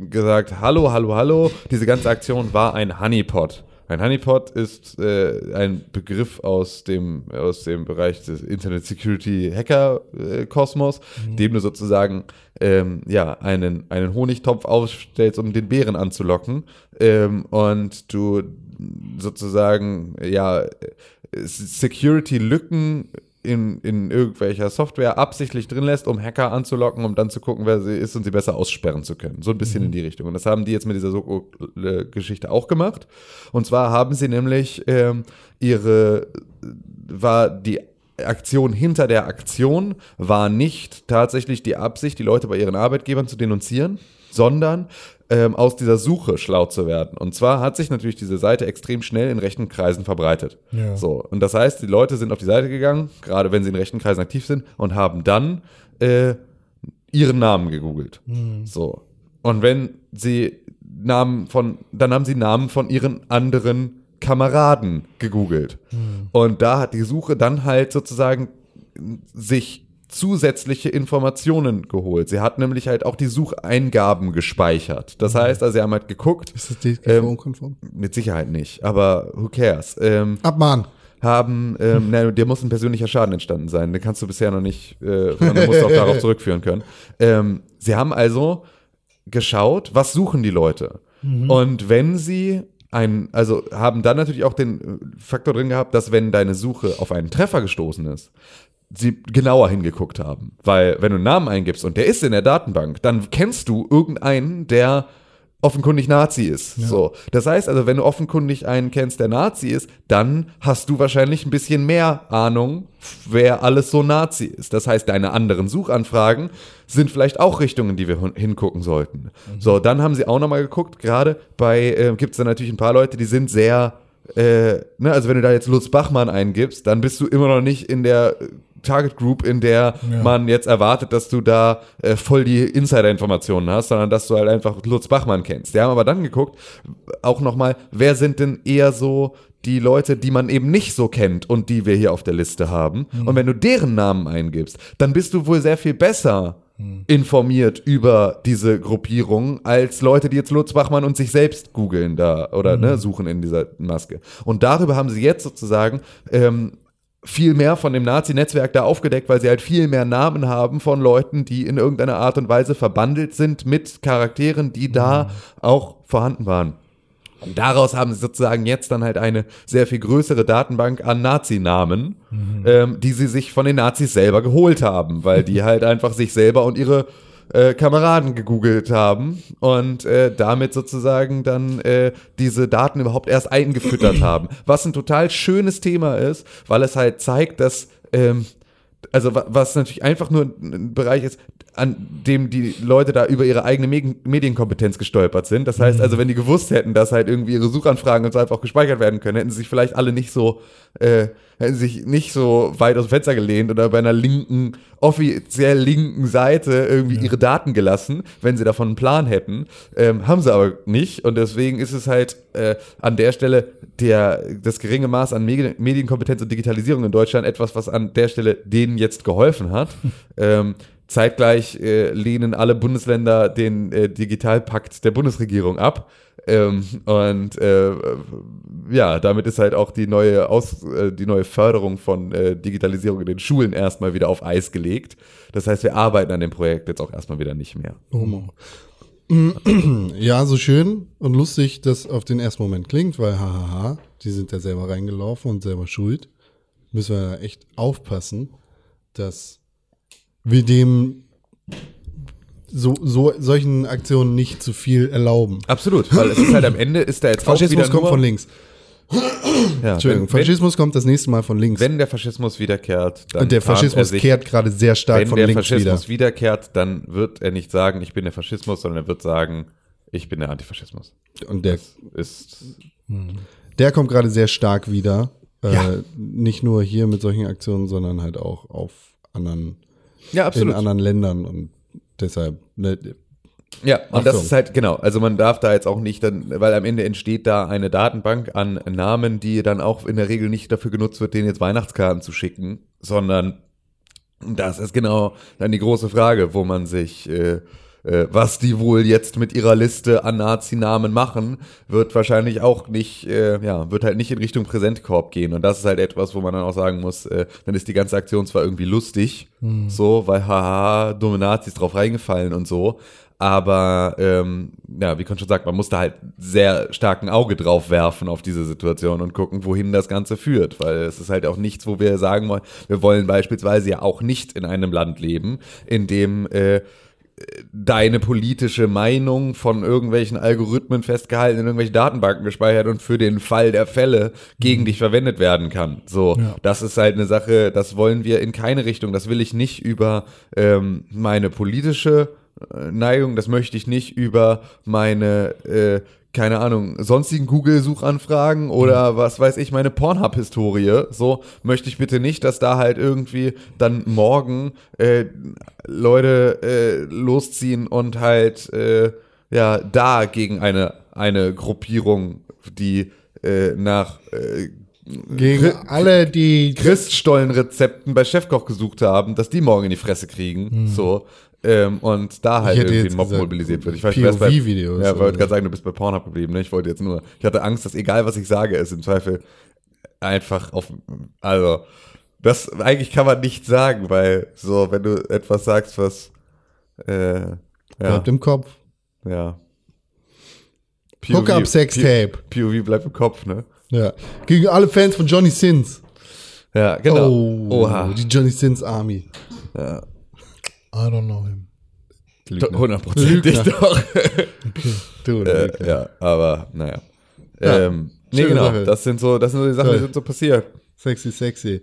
Speaker 3: gesagt, hallo, hallo, hallo, diese ganze Aktion war ein Honeypot. Ein Honeypot ist äh, ein Begriff aus dem, aus dem Bereich des Internet Security Hacker äh, Kosmos, dem du sozusagen ähm, ja, einen, einen Honigtopf aufstellst, um den Bären anzulocken. Ähm, und du sozusagen ja äh, Security-Lücken in, in irgendwelcher Software absichtlich drin lässt, um Hacker anzulocken, um dann zu gucken, wer sie ist und sie besser aussperren zu können. So ein bisschen in die Richtung. Und das haben die jetzt mit dieser Soko-Geschichte auch gemacht. Und zwar haben sie nämlich ähm, ihre, war die Aktion hinter der Aktion, war nicht tatsächlich die Absicht, die Leute bei ihren Arbeitgebern zu denunzieren, sondern ähm, aus dieser Suche schlau zu werden. Und zwar hat sich natürlich diese Seite extrem schnell in rechten Kreisen verbreitet.
Speaker 2: Ja.
Speaker 3: So, und das heißt, die Leute sind auf die Seite gegangen, gerade wenn sie in rechten Kreisen aktiv sind, und haben dann äh, ihren Namen gegoogelt.
Speaker 2: Hm.
Speaker 3: So. Und wenn sie Namen von, dann haben sie Namen von ihren anderen Kameraden gegoogelt. Und da hat die Suche dann halt sozusagen sich zusätzliche Informationen geholt. Sie hat nämlich halt auch die Sucheingaben gespeichert. Das heißt, also sie haben halt geguckt,
Speaker 1: Ist das DSGVO-konform?
Speaker 3: mit Sicherheit nicht, aber who cares. Ähm,
Speaker 1: Abmahn.
Speaker 3: haben, ähm, nein, dir muss ein persönlicher Schaden entstanden sein. Den kannst du bisher noch nicht, äh, sondern musst du auch darauf zurückführen können. Ähm, sie haben also geschaut, was suchen die Leute. Und wenn sie ein, also haben dann natürlich auch den äh, Faktor drin gehabt, dass wenn deine Suche auf einen Treffer gestoßen ist, sie genauer hingeguckt haben. Weil wenn du einen Namen eingibst und der ist in der Datenbank, dann kennst du irgendeinen, der offenkundig Nazi ist. So. Das heißt also, wenn du offenkundig einen kennst, der Nazi ist, dann hast du wahrscheinlich ein bisschen mehr Ahnung, wer alles so Nazi ist. Das heißt, deine anderen Suchanfragen sind vielleicht auch Richtungen, die wir hun- hingucken sollten. So, dann haben sie auch nochmal geguckt, gerade bei, äh, gibt es da natürlich ein paar Leute, die sind sehr äh, ne, also wenn du da jetzt Lutz Bachmann eingibst, dann bist du immer noch nicht in der äh, Target Group, in der
Speaker 2: Ja.
Speaker 3: man jetzt erwartet, dass du da äh, voll die Insider-Informationen hast, sondern dass du halt einfach Lutz Bachmann kennst. Die haben aber dann geguckt, auch nochmal, wer sind denn eher so die Leute, die man eben nicht so kennt und die wir hier auf der Liste haben. Und wenn du deren Namen eingibst, dann bist du wohl sehr viel besser informiert über diese Gruppierung als Leute, die jetzt Lutz Bachmann und sich selbst googeln da oder ne, suchen in dieser Maske. Und darüber haben sie jetzt sozusagen ähm, viel mehr von dem Nazi-Netzwerk da aufgedeckt, weil sie halt viel mehr Namen haben von Leuten, die in irgendeiner Art und Weise verbandelt sind mit Charakteren, die da auch vorhanden waren. Und daraus haben sie sozusagen jetzt dann halt eine sehr viel größere Datenbank an Nazi-Namen, ähm, die sie sich von den Nazis selber geholt haben, weil die halt einfach sich selber und ihre äh, Kameraden gegoogelt haben und äh, damit sozusagen dann äh, diese Daten überhaupt erst eingefüttert haben. Was ein total schönes Thema ist, weil es halt zeigt, dass ähm, also wa- was natürlich einfach nur ein ein Bereich ist, an dem die Leute da über ihre eigene Me- Medienkompetenz gestolpert sind. Das heißt also, wenn die gewusst hätten, dass halt irgendwie ihre Suchanfragen und so einfach auch gespeichert werden können, hätten sie sich vielleicht alle nicht so, äh, hätten sich nicht so weit aus dem Fenster gelehnt oder bei einer linken, offiziell linken Seite irgendwie ihre Daten gelassen, wenn sie davon einen Plan hätten. Ähm, haben sie aber nicht und deswegen ist es halt äh, an der Stelle der, das geringe Maß an Medien, Medienkompetenz und Digitalisierung in Deutschland etwas, was an der Stelle denen jetzt geholfen hat. ähm, zeitgleich äh, lehnen alle Bundesländer den äh, Digitalpakt der Bundesregierung ab. Ähm, und äh, ja, damit ist halt auch die neue, Aus, äh, die neue Förderung von äh, Digitalisierung in den Schulen erstmal wieder auf Eis gelegt. Das heißt, wir arbeiten an dem Projekt jetzt auch erstmal wieder nicht mehr.
Speaker 1: Homo. Mm. Ja, so schön und lustig, dass auf den ersten Moment klingt, weil hahaha, die sind da selber reingelaufen und selber schuld. Müssen wir da echt aufpassen, dass wir dem so, so solchen Aktionen nicht zu viel erlauben.
Speaker 3: Absolut, weil es ist halt am Ende ist da jetzt auch
Speaker 1: Faschismus
Speaker 3: wieder
Speaker 1: kommt
Speaker 3: nur,
Speaker 1: von links.
Speaker 3: Ja,
Speaker 1: Entschuldigung,
Speaker 3: wenn, wenn,
Speaker 1: Faschismus kommt das nächste Mal von links.
Speaker 3: wenn der Faschismus wiederkehrt, dann
Speaker 1: und der
Speaker 3: tarnt er
Speaker 1: Faschismus
Speaker 3: sich,
Speaker 1: kehrt gerade sehr stark
Speaker 3: wenn
Speaker 1: von
Speaker 3: der
Speaker 1: links
Speaker 3: Faschismus wiederkehrt, dann wird er nicht sagen, ich bin der Faschismus, sondern er wird sagen, ich bin der Antifaschismus.
Speaker 1: wieder. Und der
Speaker 3: Ist
Speaker 1: Der kommt gerade sehr stark wieder. Äh,
Speaker 3: Ja.
Speaker 1: Nicht nur hier mit solchen Aktionen, sondern halt auch auf anderen,
Speaker 3: ja
Speaker 1: in anderen Ländern und deshalb. Ne,
Speaker 3: Ja, und das
Speaker 1: Achtung.
Speaker 3: ist halt, genau, also man darf da jetzt auch nicht dann, weil am Ende entsteht da eine Datenbank an Namen, die dann auch in der Regel nicht dafür genutzt wird, denen jetzt Weihnachtskarten zu schicken, sondern das ist genau dann die große Frage, wo man sich, äh, äh, was die wohl jetzt mit ihrer Liste an Nazi-Namen machen, wird wahrscheinlich auch nicht, äh, ja, wird halt nicht in Richtung Präsentkorb gehen. Und das ist halt etwas, wo man dann auch sagen muss, äh, dann ist die ganze Aktion zwar irgendwie lustig, so, weil haha, dumme Nazis drauf reingefallen und so. Aber ähm, ja, wie Kon schon sagt, man muss da halt sehr stark ein Auge drauf werfen auf diese Situation und gucken, wohin das Ganze führt. Weil es ist halt auch nichts, wo wir sagen wollen, wir wollen beispielsweise ja auch nicht in einem Land leben, in dem äh, deine politische Meinung von irgendwelchen Algorithmen festgehalten, in irgendwelchen Datenbanken gespeichert und für den Fall der Fälle gegen dich verwendet werden kann. So, das ist halt eine Sache, das wollen wir in keine Richtung. Das will ich nicht über ähm, meine politische äh, Neigung, das möchte ich nicht über meine äh, keine Ahnung, sonstigen Google-Suchanfragen oder was weiß ich, meine Pornhub-Historie, so möchte ich bitte nicht, dass da halt irgendwie dann morgen äh, Leute äh, losziehen und halt äh, ja da gegen eine, eine Gruppierung, die äh, nach äh,
Speaker 1: gegen alle, die.
Speaker 3: Christstollenrezepten bei Chefkoch gesucht haben, dass die morgen in die Fresse kriegen. So. Ähm, und da halt
Speaker 1: Hm. hätte
Speaker 3: irgendwie
Speaker 1: jetzt
Speaker 3: ein Mob
Speaker 1: gesagt,
Speaker 3: mobilisiert wird. Ich weiß, du wärst bei-
Speaker 1: POV-Videos
Speaker 3: Ja, ich
Speaker 1: oder
Speaker 3: wollte
Speaker 1: so.
Speaker 3: gerade sagen, du bist bei Pornhub geblieben. Ne? Ich wollte jetzt nur. Ich hatte Angst, dass egal was ich sage, es im Zweifel einfach auf. Also, das eigentlich kann man nicht sagen, weil so, wenn du etwas sagst, was. Äh, ja,
Speaker 1: Bleibt im Kopf.
Speaker 3: ja. POV
Speaker 1: Hookup-Sextape.
Speaker 3: POV bleibt im Kopf, ne?
Speaker 1: Ja. Gegen alle Fans von Johnny Sins.
Speaker 3: Ja, genau.
Speaker 1: Oh,
Speaker 3: Oha.
Speaker 1: die Johnny Sins Army.
Speaker 3: Ja.
Speaker 2: I don't know him.
Speaker 3: Hundertprozentig
Speaker 1: Lügner.
Speaker 3: doch.
Speaker 1: Du,
Speaker 3: Äh, ja, aber naja.
Speaker 1: Ja,
Speaker 3: ähm, nee,
Speaker 1: schöne
Speaker 3: genau.
Speaker 1: Sache.
Speaker 3: Das sind so, das sind so die Sachen, die
Speaker 1: Toll.
Speaker 3: sind so passiert.
Speaker 1: Sexy, sexy.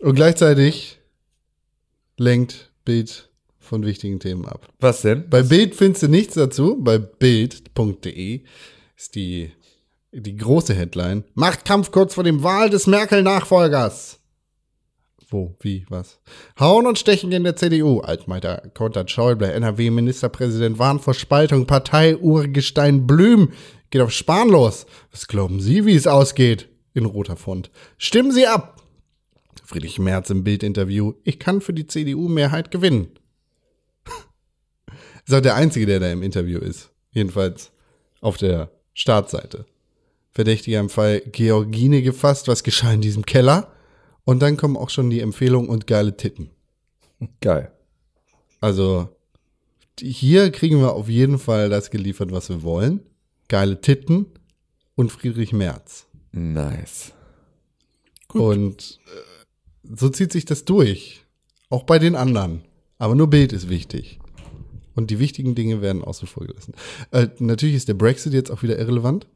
Speaker 1: Und gleichzeitig lenkt Bild von wichtigen Themen ab.
Speaker 3: Was denn?
Speaker 1: Bei Bild findest du nichts dazu. Bei Bild.de ist die, die große Headline. Machtkampf kurz vor dem Wahl des Merkel-Nachfolgers. Wo, wie, was? Hauen und Stechen in der CDU. Altmaier kontert Schäuble. NRW-Ministerpräsident warnt vor Spaltung. Partei Urgestein Blüm geht auf Spahn los. Was glauben Sie, wie es ausgeht? In roter Font. Stimmen Sie ab. Friedrich Merz im Bild-Interview. Ich kann für die CDU-Mehrheit gewinnen. Ist auch der Einzige, der da im Interview ist. Jedenfalls auf der Startseite. Verdächtiger im Fall Georgine gefasst. Was geschah in diesem Keller? Und dann kommen auch schon die Empfehlungen und geile Titten.
Speaker 3: Geil.
Speaker 1: Also die- hier kriegen wir auf jeden Fall das geliefert, was wir wollen. Geile Titten, und Friedrich Merz.
Speaker 3: Nice.
Speaker 1: Und äh, so zieht sich das durch. Auch bei den anderen. Aber nur Bild ist wichtig. Und die wichtigen Dinge werden außen vor gelassen. Äh, natürlich ist der Brexit jetzt auch wieder irrelevant.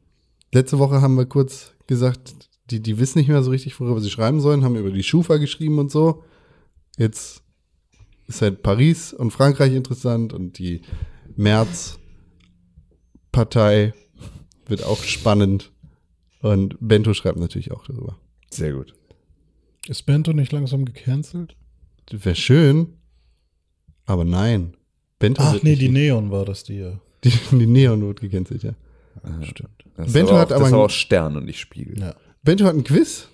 Speaker 1: Letzte Woche haben wir kurz gesagt, die, die wissen nicht mehr so richtig, worüber sie schreiben sollen, haben über die Schufa geschrieben und so. Jetzt ist halt Paris und Frankreich interessant und die März-Partei wird auch spannend. Und Bento schreibt natürlich auch darüber.
Speaker 3: Sehr gut.
Speaker 2: Ist Bento nicht langsam gecancelt?
Speaker 1: Wäre schön, aber nein. Bento
Speaker 2: Ach
Speaker 1: wird
Speaker 2: nee,
Speaker 1: nicht-
Speaker 2: die Ne- Neon war das, die ja.
Speaker 1: die, die Neon wird gecancelt, ja.
Speaker 2: Stimmt.
Speaker 3: Das
Speaker 1: Bento
Speaker 3: ist aber
Speaker 1: hat
Speaker 3: auch,
Speaker 1: aber
Speaker 3: das ist
Speaker 1: ein-
Speaker 3: auch Stern und nicht Spiegel.
Speaker 2: Ja.
Speaker 1: Bento hat ein Quiz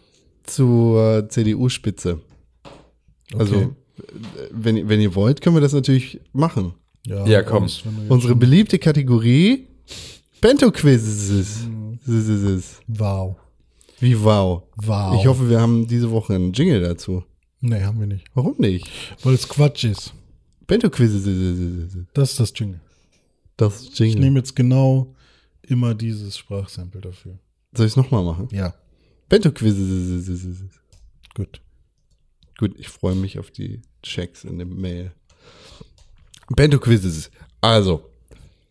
Speaker 1: äh, zur CDU-Spitze. Also, äh, wenn, ihr- wenn ihr wollt, können wir das natürlich machen.
Speaker 2: ja,
Speaker 3: Ja, komm.
Speaker 2: sonst, wenn du jetzt-
Speaker 1: Unsere beliebte Kategorie Bento-Quizzes. Zzzz.
Speaker 2: Wow.
Speaker 1: Wie wow.
Speaker 2: Wow.
Speaker 1: Ich hoffe, wir haben diese Woche einen Jingle dazu.
Speaker 2: Nee, haben wir nicht.
Speaker 1: Warum nicht?
Speaker 2: Weil es Quatsch ist.
Speaker 1: Bento-Quizzes.
Speaker 2: Das ist das Jingle.
Speaker 1: Das ist
Speaker 2: Ich
Speaker 1: Jingle.
Speaker 2: nehme jetzt genau immer dieses Sprachsample dafür.
Speaker 1: Soll ich es nochmal machen?
Speaker 2: Ja.
Speaker 1: Bento-Quizzes.
Speaker 2: Gut.
Speaker 1: Gut, ich freue mich auf die Checks in dem Mail. Bento Quizzes. Also,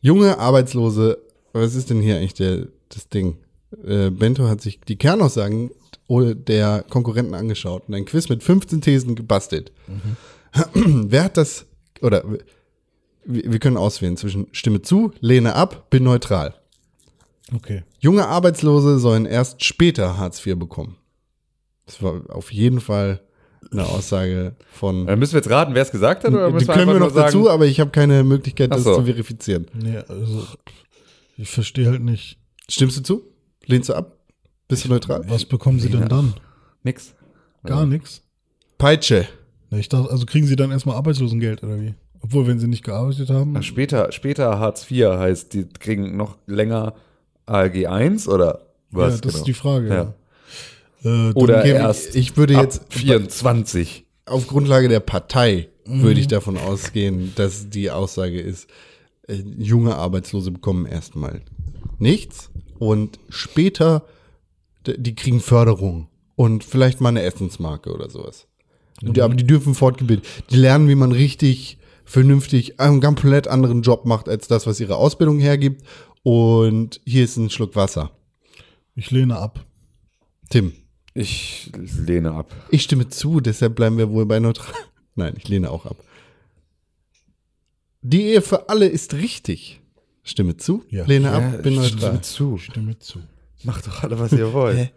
Speaker 1: junge Arbeitslose, was ist denn hier eigentlich der, das Ding? Äh, Bento hat sich die Kernaussagen oder der Konkurrenten angeschaut und ein Quiz mit 15 Thesen gebastelt. Wer hat das, oder w- wir wir können auswählen zwischen Stimme zu, lehne ab, bin neutral.
Speaker 2: Okay.
Speaker 1: Junge Arbeitslose sollen erst später Hartz IV bekommen. Das war auf jeden Fall eine Aussage von.
Speaker 3: Dann Äh, müssen wir jetzt raten, wer es gesagt hat? Oder
Speaker 1: Äh, die
Speaker 3: müssen
Speaker 1: können
Speaker 3: einfach
Speaker 1: wir
Speaker 3: nur
Speaker 1: noch dazu, aber ich habe keine Möglichkeit,
Speaker 3: Ach
Speaker 1: das
Speaker 3: so.
Speaker 1: zu verifizieren.
Speaker 2: Nee, also ich verstehe halt nicht.
Speaker 1: Stimmst du zu? Lehnst du ab? Bist du neutral?
Speaker 2: Was bekommen sie denn dann?
Speaker 3: Nix.
Speaker 2: Gar nichts.
Speaker 1: Peitsche.
Speaker 2: Na, Ich dachte, also kriegen sie dann erstmal Arbeitslosengeld oder wie? Obwohl, wenn sie nicht gearbeitet haben.
Speaker 3: Ach, Später, später Hartz IV heißt, die kriegen noch länger ALG 1 oder
Speaker 2: ja,
Speaker 3: was? Genau.
Speaker 2: das ist die Frage.
Speaker 3: Ja.
Speaker 2: ja. Äh, dann-
Speaker 3: Oder
Speaker 1: Geben-
Speaker 3: erst
Speaker 1: ich würde
Speaker 3: ab
Speaker 1: jetzt
Speaker 3: 24.
Speaker 1: auf Grundlage der Partei würde ich davon ausgehen, dass die Aussage ist, äh, junge Arbeitslose bekommen erstmal nichts und später d- die kriegen Förderung und vielleicht mal eine Essensmarke oder sowas. Und die, aber die dürfen fortgebildet. Die lernen, wie man richtig vernünftig einen komplett anderen Job macht als das, was ihre Ausbildung hergibt. Und hier ist ein Schluck Wasser.
Speaker 2: Ich lehne ab.
Speaker 1: Tim,
Speaker 3: Ich lehne ab.
Speaker 1: ich stimme zu, deshalb bleiben wir wohl bei neutral. Nein, ich lehne auch ab. Die Ehe für alle ist richtig. Stimme zu,
Speaker 2: Ja.
Speaker 1: lehne
Speaker 3: Ja,
Speaker 1: ab, bin
Speaker 3: stimme
Speaker 1: neutral.
Speaker 3: zu.
Speaker 2: Stimme zu.
Speaker 3: Macht doch alle, was ihr wollt.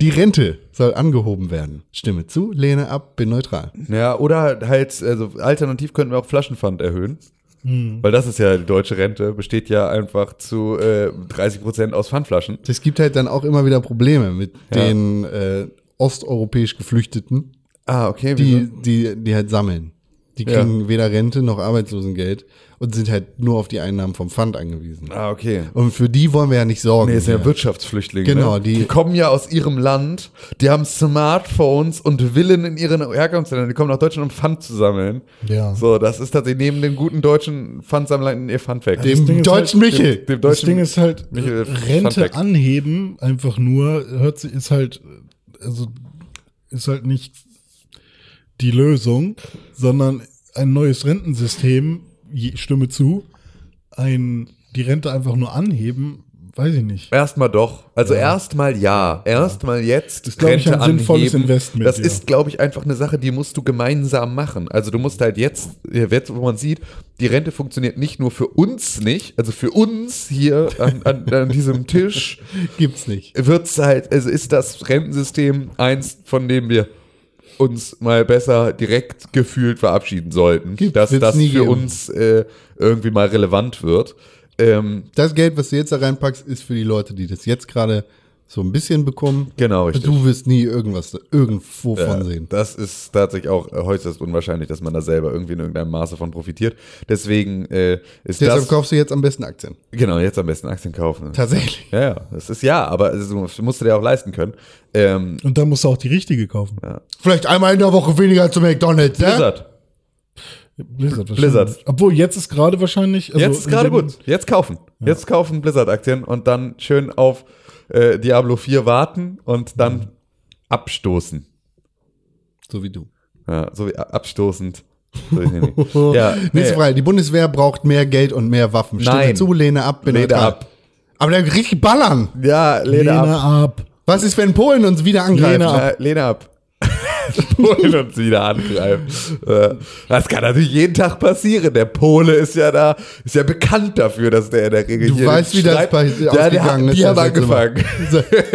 Speaker 1: Die Rente soll angehoben werden. Stimme zu, lehne ab, bin neutral.
Speaker 3: ja, oder halt, also alternativ könnten wir auch Flaschenpfand erhöhen. Weil das ist ja die deutsche Rente, besteht ja einfach zu äh, 30 Prozent aus Pfandflaschen.
Speaker 1: Das gibt halt dann auch immer wieder Probleme mit
Speaker 3: Ja.
Speaker 1: den äh, osteuropäisch Geflüchteten,
Speaker 3: Ah, okay.
Speaker 1: die, die, die halt sammeln. Die
Speaker 3: Ja.
Speaker 1: kriegen weder Rente noch Arbeitslosengeld und sind halt nur auf die Einnahmen vom Pfand angewiesen.
Speaker 3: ah, okay.
Speaker 1: Und für die wollen wir ja nicht sorgen.
Speaker 3: Nee, es sind ja
Speaker 1: hier.
Speaker 3: Wirtschaftsflüchtlinge.
Speaker 1: Genau,
Speaker 3: ne?
Speaker 1: die-
Speaker 3: kommen ja aus ihrem Land, die haben Smartphones und Villen in ihren Herkunftsländern, die kommen nach Deutschland, um Pfand zu sammeln.
Speaker 2: Ja.
Speaker 3: So, das ist tatsächlich neben den guten deutschen Pfandsammlern ihr Funfact.
Speaker 2: Das Ding
Speaker 1: dem
Speaker 2: ist
Speaker 1: deutschen
Speaker 2: halt-
Speaker 1: Michel.
Speaker 3: dem
Speaker 2: Das
Speaker 3: deutschen
Speaker 2: Ding ist halt,
Speaker 3: Michael,
Speaker 2: Rente
Speaker 3: Funfact.
Speaker 2: anheben, einfach nur, hört sich, ist halt, also, ist halt nicht die Lösung, sondern ein neues Rentensystem, je- stimme zu, ein, die Rente einfach nur anheben, weiß ich nicht.
Speaker 3: Erstmal doch. Also erstmal ja. Erstmal jetzt
Speaker 2: ist, glaub ich, ein sinnvolles Investment,
Speaker 3: Das
Speaker 2: ja.
Speaker 3: ist, glaube ich, einfach eine Sache, die musst du gemeinsam machen. Also du musst halt jetzt, jetzt, wo man sieht, die Rente funktioniert nicht nur für uns nicht, also für uns hier an, an, an diesem Tisch,
Speaker 1: Gibt's nicht.
Speaker 3: wird's halt, also ist das Rentensystem eins, von dem wir uns mal besser direkt gefühlt verabschieden sollten,
Speaker 1: Gibt's-
Speaker 3: dass
Speaker 1: wird's
Speaker 3: das
Speaker 1: nie
Speaker 3: für
Speaker 1: geben.
Speaker 3: uns äh, irgendwie mal relevant wird. Ähm,
Speaker 1: Das Geld, was du jetzt da reinpackst, ist für die Leute, die das jetzt gerade so ein bisschen bekommen.
Speaker 3: Genau, richtig.
Speaker 1: Du wirst nie irgendwas da- irgendwo von sehen.
Speaker 3: Das ist tatsächlich auch äh, äußerst unwahrscheinlich, dass man da selber irgendwie in irgendeinem Maße von profitiert. Deswegen äh, ist
Speaker 1: Deshalb
Speaker 3: das.
Speaker 1: kaufst du jetzt am besten Aktien.
Speaker 3: Genau, jetzt am besten Aktien kaufen.
Speaker 1: Tatsächlich.
Speaker 3: Ja, ja, das ist ja, aber das musst du dir auch leisten können. Ähm,
Speaker 2: Und dann musst du auch die richtige kaufen.
Speaker 1: Vielleicht einmal in der Woche weniger zu McDonalds, ne?
Speaker 3: Blizzard.
Speaker 2: Blizzard. wahrscheinlich.
Speaker 3: Blizzard.
Speaker 2: Obwohl, jetzt ist gerade wahrscheinlich. also
Speaker 3: Jetzt ist gerade
Speaker 2: in dem-
Speaker 3: gut. Jetzt kaufen. Jetzt kaufen Blizzard-Aktien und dann schön auf äh, Diablo 4 warten und dann abstoßen.
Speaker 1: So wie du.
Speaker 3: Ja, so wie a- abstoßend. So wie Henry. ja,
Speaker 1: Nächste
Speaker 3: nee,
Speaker 1: Frage. Die Bundeswehr braucht mehr Geld und mehr Waffen. Stimme
Speaker 3: Nein.
Speaker 1: zu, lehne ab, bin
Speaker 3: Lehne
Speaker 1: neutral.
Speaker 3: ab.
Speaker 1: Aber dann richtig ballern.
Speaker 3: Ja, Lehne, ab.
Speaker 2: Lena ab.
Speaker 1: Was ist, wenn Polen uns wieder angreift?
Speaker 2: Lehne ab.
Speaker 3: Äh, Lehne ab. Polen uns wieder angreifen. Äh, Das kann natürlich jeden Tag passieren. Der Pole ist ja da, ist ja bekannt dafür, dass der in der Regel
Speaker 1: Du
Speaker 3: hier
Speaker 1: weißt, wie das bei-
Speaker 3: ja, die,
Speaker 1: ausgegangen
Speaker 3: haben-
Speaker 1: ist,
Speaker 3: Die
Speaker 1: das
Speaker 3: haben
Speaker 1: letzte Mal.
Speaker 3: angefangen.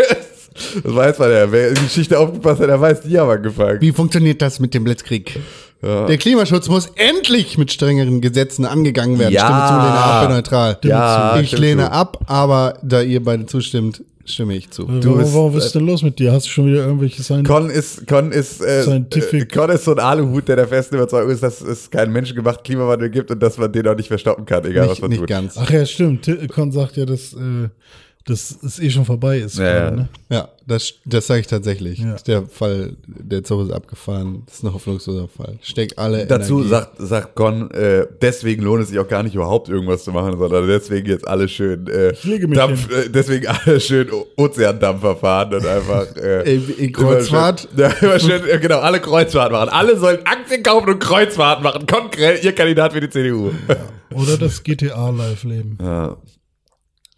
Speaker 3: Das weiß man ja. Wer in die Geschichte aufgepasst hat, der weiß, die haben angefangen.
Speaker 1: Wie funktioniert das mit dem Blitzkrieg? Der Klimaschutz muss endlich mit strengeren Gesetzen angegangen werden.
Speaker 3: Ja.
Speaker 1: Stimme zu, lehne ab, bin neutral.
Speaker 3: Ja,
Speaker 1: ich
Speaker 3: stimme
Speaker 1: lehne
Speaker 3: zu.
Speaker 1: ab, aber da ihr beide zustimmt, stimme ich zu.
Speaker 2: Du
Speaker 3: bist- äh,
Speaker 2: warum, warum ist denn los mit dir? Hast du schon wieder irgendwelche Sein?
Speaker 3: Con ist, Con ist, äh,
Speaker 2: Scientific.
Speaker 3: Con ist so ein Aluhut, der der festen Überzeugung ist, dass es keinen menschengemachten Klimawandel gibt und dass man den auch nicht verstoppen kann, egal was
Speaker 1: nicht
Speaker 3: man
Speaker 1: nicht
Speaker 3: tut.
Speaker 1: ganz.
Speaker 2: Ach ja, stimmt. T- Con sagt ja, dass, äh, dass es eh schon vorbei ist.
Speaker 3: Ja,
Speaker 2: gerade,
Speaker 3: ja.
Speaker 2: ne?
Speaker 1: Ja, das, das sage ich tatsächlich.
Speaker 2: Ja.
Speaker 1: Der Fall, der Zug ist abgefahren. Das ist ein hoffnungsloser Fall. Steck alle
Speaker 3: Dazu
Speaker 1: Energie.
Speaker 3: sagt, sagt Con, äh, deswegen lohnt es sich auch gar nicht überhaupt irgendwas zu machen, sondern deswegen jetzt alle schön, äh,
Speaker 2: lege mich
Speaker 3: Dampf, äh, deswegen alle schön O- Ozeandampfer fahren und einfach, äh,
Speaker 1: Ey, in Kreuzfahrt?
Speaker 3: Immer schön, ja, immer schön, äh, genau, alle Kreuzfahrt machen. Alle sollen Aktien kaufen und Kreuzfahrt machen. Con, Krell, ihr Kandidat für die CDU.
Speaker 2: Oder das GTA-Live-Leben.
Speaker 3: Ja.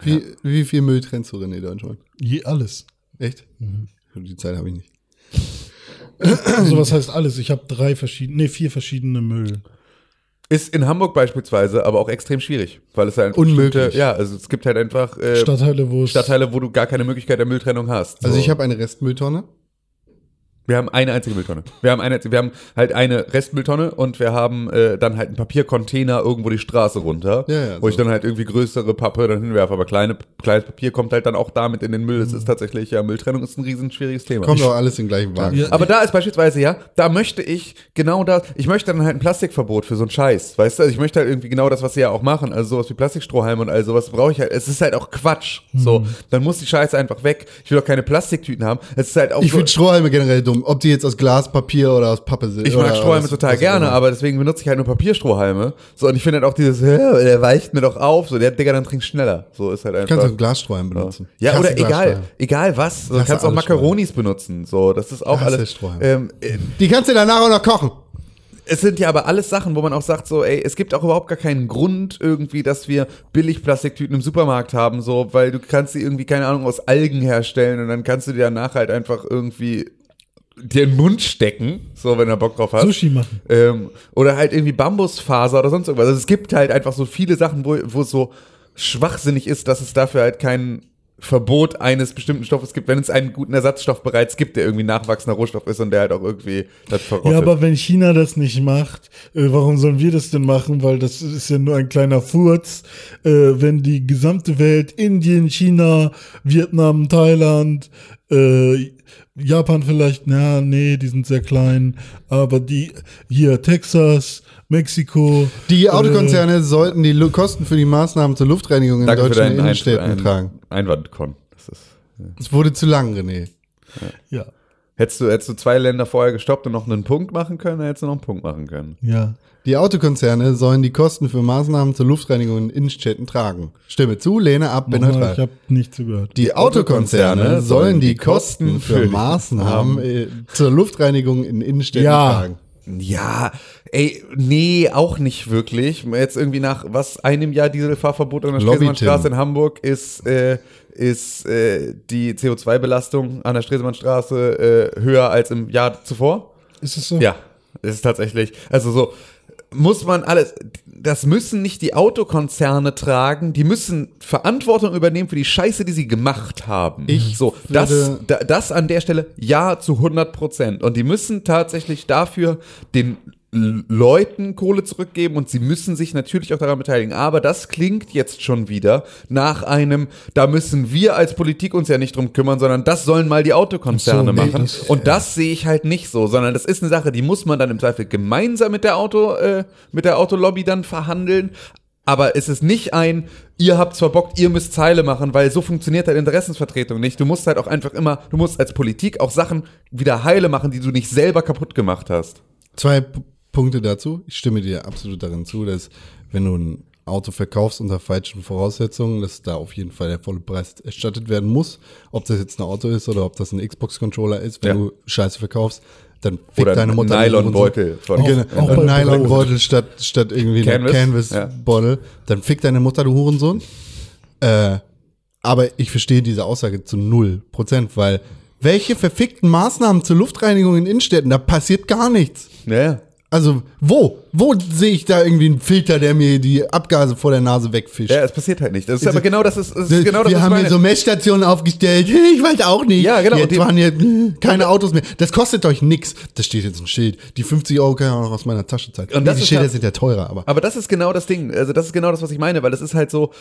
Speaker 1: wie, wie viel Müll trennst du, René Deutschmann?
Speaker 2: Je alles.
Speaker 1: Echt? Die Zeit habe ich nicht.
Speaker 2: Also was heißt alles? Ich habe drei verschiedene, nee, vier verschiedene Müll.
Speaker 3: Ist in Hamburg beispielsweise aber auch extrem schwierig, weil es halt einfach
Speaker 1: Unmöglich.
Speaker 3: bestimmte- Ja, also es gibt halt einfach äh,
Speaker 2: Stadtteile, wo es.
Speaker 3: Stadtteile, wo du gar keine Möglichkeit der Mülltrennung hast.
Speaker 1: Also
Speaker 3: So.
Speaker 1: ich habe eine Restmülltonne.
Speaker 3: wir haben eine einzige Mülltonne. Wir haben eine, wir haben halt eine Restmülltonne und wir haben äh, dann halt einen Papiercontainer irgendwo die Straße runter,
Speaker 1: Ja, ja,
Speaker 3: wo ich
Speaker 1: so.
Speaker 3: dann halt irgendwie größere Pappe dann hinwerfe, aber kleine, kleines Papier kommt halt dann auch damit in den Müll. Das ist tatsächlich ja Mülltrennung ist ein riesen schwieriges Thema.
Speaker 1: Mhm. Kommt auch alles im gleichen Wagen.
Speaker 2: Ja.
Speaker 3: Aber da ist beispielsweise, ja, da möchte ich genau das, ich möchte dann halt ein Plastikverbot für so einen Scheiß, weißt du? Also ich möchte halt irgendwie genau das, was sie ja auch machen, also sowas wie Plastikstrohhalme und all sowas brauche ich halt. Es ist halt auch Quatsch, so.
Speaker 1: Mhm.
Speaker 3: Dann muss die Scheiße einfach weg. Ich will auch keine Plastiktüten haben. Es ist halt auch
Speaker 1: Ich
Speaker 3: so,
Speaker 1: finde Strohhalme generell dumm. Ob die jetzt aus Glas, Papier oder aus Pappe sind.
Speaker 3: ich
Speaker 1: oder
Speaker 3: mag Strohhalme
Speaker 1: aus-
Speaker 3: total
Speaker 1: aus-
Speaker 3: gerne, aber deswegen benutze ich halt nur Papierstrohhalme. So, und ich finde halt auch dieses, hä, der weicht mir doch auf, so, der Digga, dann trink schneller. So ist halt
Speaker 1: Du kannst auch
Speaker 3: einfach.
Speaker 1: Glasstrohhalme benutzen.
Speaker 3: Ja,
Speaker 1: Krasse
Speaker 3: oder egal,
Speaker 1: Glasstrohhalme.
Speaker 3: egal was. Du
Speaker 1: Hasse
Speaker 3: kannst auch
Speaker 1: alle
Speaker 3: Macaronis benutzen, so. Das ist auch
Speaker 1: Hasse
Speaker 3: alles.
Speaker 1: Strohhalme.
Speaker 3: Ähm, äh,
Speaker 1: Die kannst du danach auch noch kochen.
Speaker 3: es sind ja aber alles Sachen, wo man auch sagt, so, ey, es gibt auch überhaupt gar keinen Grund irgendwie, dass wir billig Plastiktüten im Supermarkt haben, so, weil du kannst sie irgendwie, keine Ahnung, aus Algen herstellen und dann kannst du dir danach halt einfach irgendwie dir in den Mund stecken, so, wenn du Bock drauf hast.
Speaker 2: Sushi machen.
Speaker 3: Ähm, oder halt irgendwie Bambusfaser oder sonst irgendwas. Also es gibt halt einfach so viele Sachen, wo, wo es so schwachsinnig ist, dass es dafür halt kein Verbot eines bestimmten Stoffes gibt, wenn es einen guten Ersatzstoff bereits gibt, der irgendwie nachwachsender Rohstoff ist und der halt auch irgendwie das verrottet.
Speaker 2: Ja, aber wenn China das nicht macht, äh, warum sollen wir das denn machen? Weil das ist ja nur ein kleiner Furz. Äh, wenn die gesamte Welt, Indien, China, Vietnam, Thailand, äh, Japan vielleicht, na, nee, die sind sehr klein, aber die hier, Texas, Mexiko.
Speaker 3: Äh.
Speaker 1: Die Autokonzerne sollten die Lu- Kosten für die Maßnahmen zur Luftreinigung in
Speaker 3: Danke für
Speaker 1: deutschen
Speaker 3: deinen Ein-
Speaker 1: Innenstädten
Speaker 3: Ein-
Speaker 1: tragen.
Speaker 3: Einwand, Con. Das ist
Speaker 1: Es wurde zu lang, René.
Speaker 2: Äh, ja,
Speaker 3: Hättest du, hättest du zwei Länder vorher gestoppt und noch einen Punkt machen können, dann hättest du noch einen Punkt machen können.
Speaker 2: ja.
Speaker 1: Die Autokonzerne sollen die Kosten für Maßnahmen zur Luftreinigung in Innenstädten tragen. Stimme zu, lehne ab, bin
Speaker 2: Nochmal, ich
Speaker 1: neutral.
Speaker 2: habe nicht zugehört.
Speaker 1: Die Autokonzerne sollen die Kosten für
Speaker 3: die-
Speaker 1: Maßnahmen äh, zur Luftreinigung in Innenstädten
Speaker 2: Ja.
Speaker 1: tragen.
Speaker 3: Ja, ey, nee, auch nicht wirklich. Jetzt irgendwie nach was einem Jahr Dieselfahrverbot an der
Speaker 1: Lobby,
Speaker 3: Stresemannstraße
Speaker 1: Tim.
Speaker 3: in Hamburg ist, äh, ist äh, die CO2-Belastung an der Stresemannstraße äh, höher als im Jahr zuvor.
Speaker 2: Ist es so?
Speaker 3: Ja, es ist tatsächlich. Also so muss man alles. Das müssen nicht die Autokonzerne tragen. Die müssen Verantwortung übernehmen für die Scheiße, die sie gemacht haben.
Speaker 1: Ich
Speaker 3: so das,
Speaker 1: würde-
Speaker 3: da- das an der Stelle ja zu 100 Prozent. Und die müssen tatsächlich dafür den L- Leuten Kohle zurückgeben und sie müssen sich natürlich auch daran beteiligen. Aber das klingt jetzt schon wieder nach einem, da müssen wir als Politik uns ja nicht drum kümmern, sondern das sollen mal die Autokonzerne
Speaker 2: Ach so, nee,
Speaker 3: machen.
Speaker 2: das-
Speaker 3: und das sehe ich halt nicht so, sondern das ist eine Sache, die muss man dann im Zweifel gemeinsam mit der Auto, äh, mit der Autolobby dann verhandeln. Aber es ist nicht ein, ihr habt verbockt, ihr müsst Zeile machen, weil so funktioniert halt Interessensvertretung nicht. Du musst halt auch einfach immer, du musst als Politik auch Sachen wieder heile machen, die du nicht selber kaputt gemacht hast.
Speaker 1: Zwei P- Punkte dazu. Ich stimme dir absolut darin zu, dass wenn du ein Auto verkaufst unter falschen Voraussetzungen, dass da auf jeden Fall der volle Preis erstattet werden muss. Ob das jetzt ein Auto ist oder ob das ein Xbox-Controller ist, wenn
Speaker 3: Ja.
Speaker 1: du Scheiße verkaufst, dann fick
Speaker 3: Oder
Speaker 1: deine
Speaker 3: ein
Speaker 1: Mutter. in den Mund.
Speaker 3: Nylonbeutel von-
Speaker 1: Genau,
Speaker 3: Auch- auch
Speaker 1: ein
Speaker 2: bei-
Speaker 1: Nylonbeutel statt, statt irgendwie
Speaker 3: Canvas, ja.
Speaker 1: Canvas-Bottle. Dann fick deine Mutter, du Hurensohn. Äh, aber ich verstehe diese Aussage zu null Prozent, weil welche verfickten Maßnahmen zur Luftreinigung in Innenstädten, da passiert gar nichts.
Speaker 3: Ja, ja.
Speaker 1: Also, wo? Wo sehe ich da irgendwie einen Filter, der mir die Abgase vor der Nase wegfischt?
Speaker 3: Ja, es passiert halt nicht. Das ist aber genau das, ist, das
Speaker 1: Also Das-
Speaker 3: ist genau das,
Speaker 1: wir
Speaker 3: was ich
Speaker 1: haben
Speaker 3: meine.
Speaker 1: hier so Messstationen aufgestellt. Ich weiß auch nicht.
Speaker 3: Ja, genau.
Speaker 1: Jetzt
Speaker 3: Und die-
Speaker 1: waren hier hm, keine Autos mehr. Das kostet euch nix. Da steht jetzt ein Schild. Die 50 Euro kann ich auch noch aus meiner Tasche zahlen.
Speaker 3: Und
Speaker 1: Nee,
Speaker 3: das
Speaker 1: die
Speaker 3: ist
Speaker 1: Schilder
Speaker 3: ja-
Speaker 1: sind ja teurer, aber.
Speaker 3: Aber das ist genau das Ding. Also das ist genau das, was ich meine, weil das ist halt so,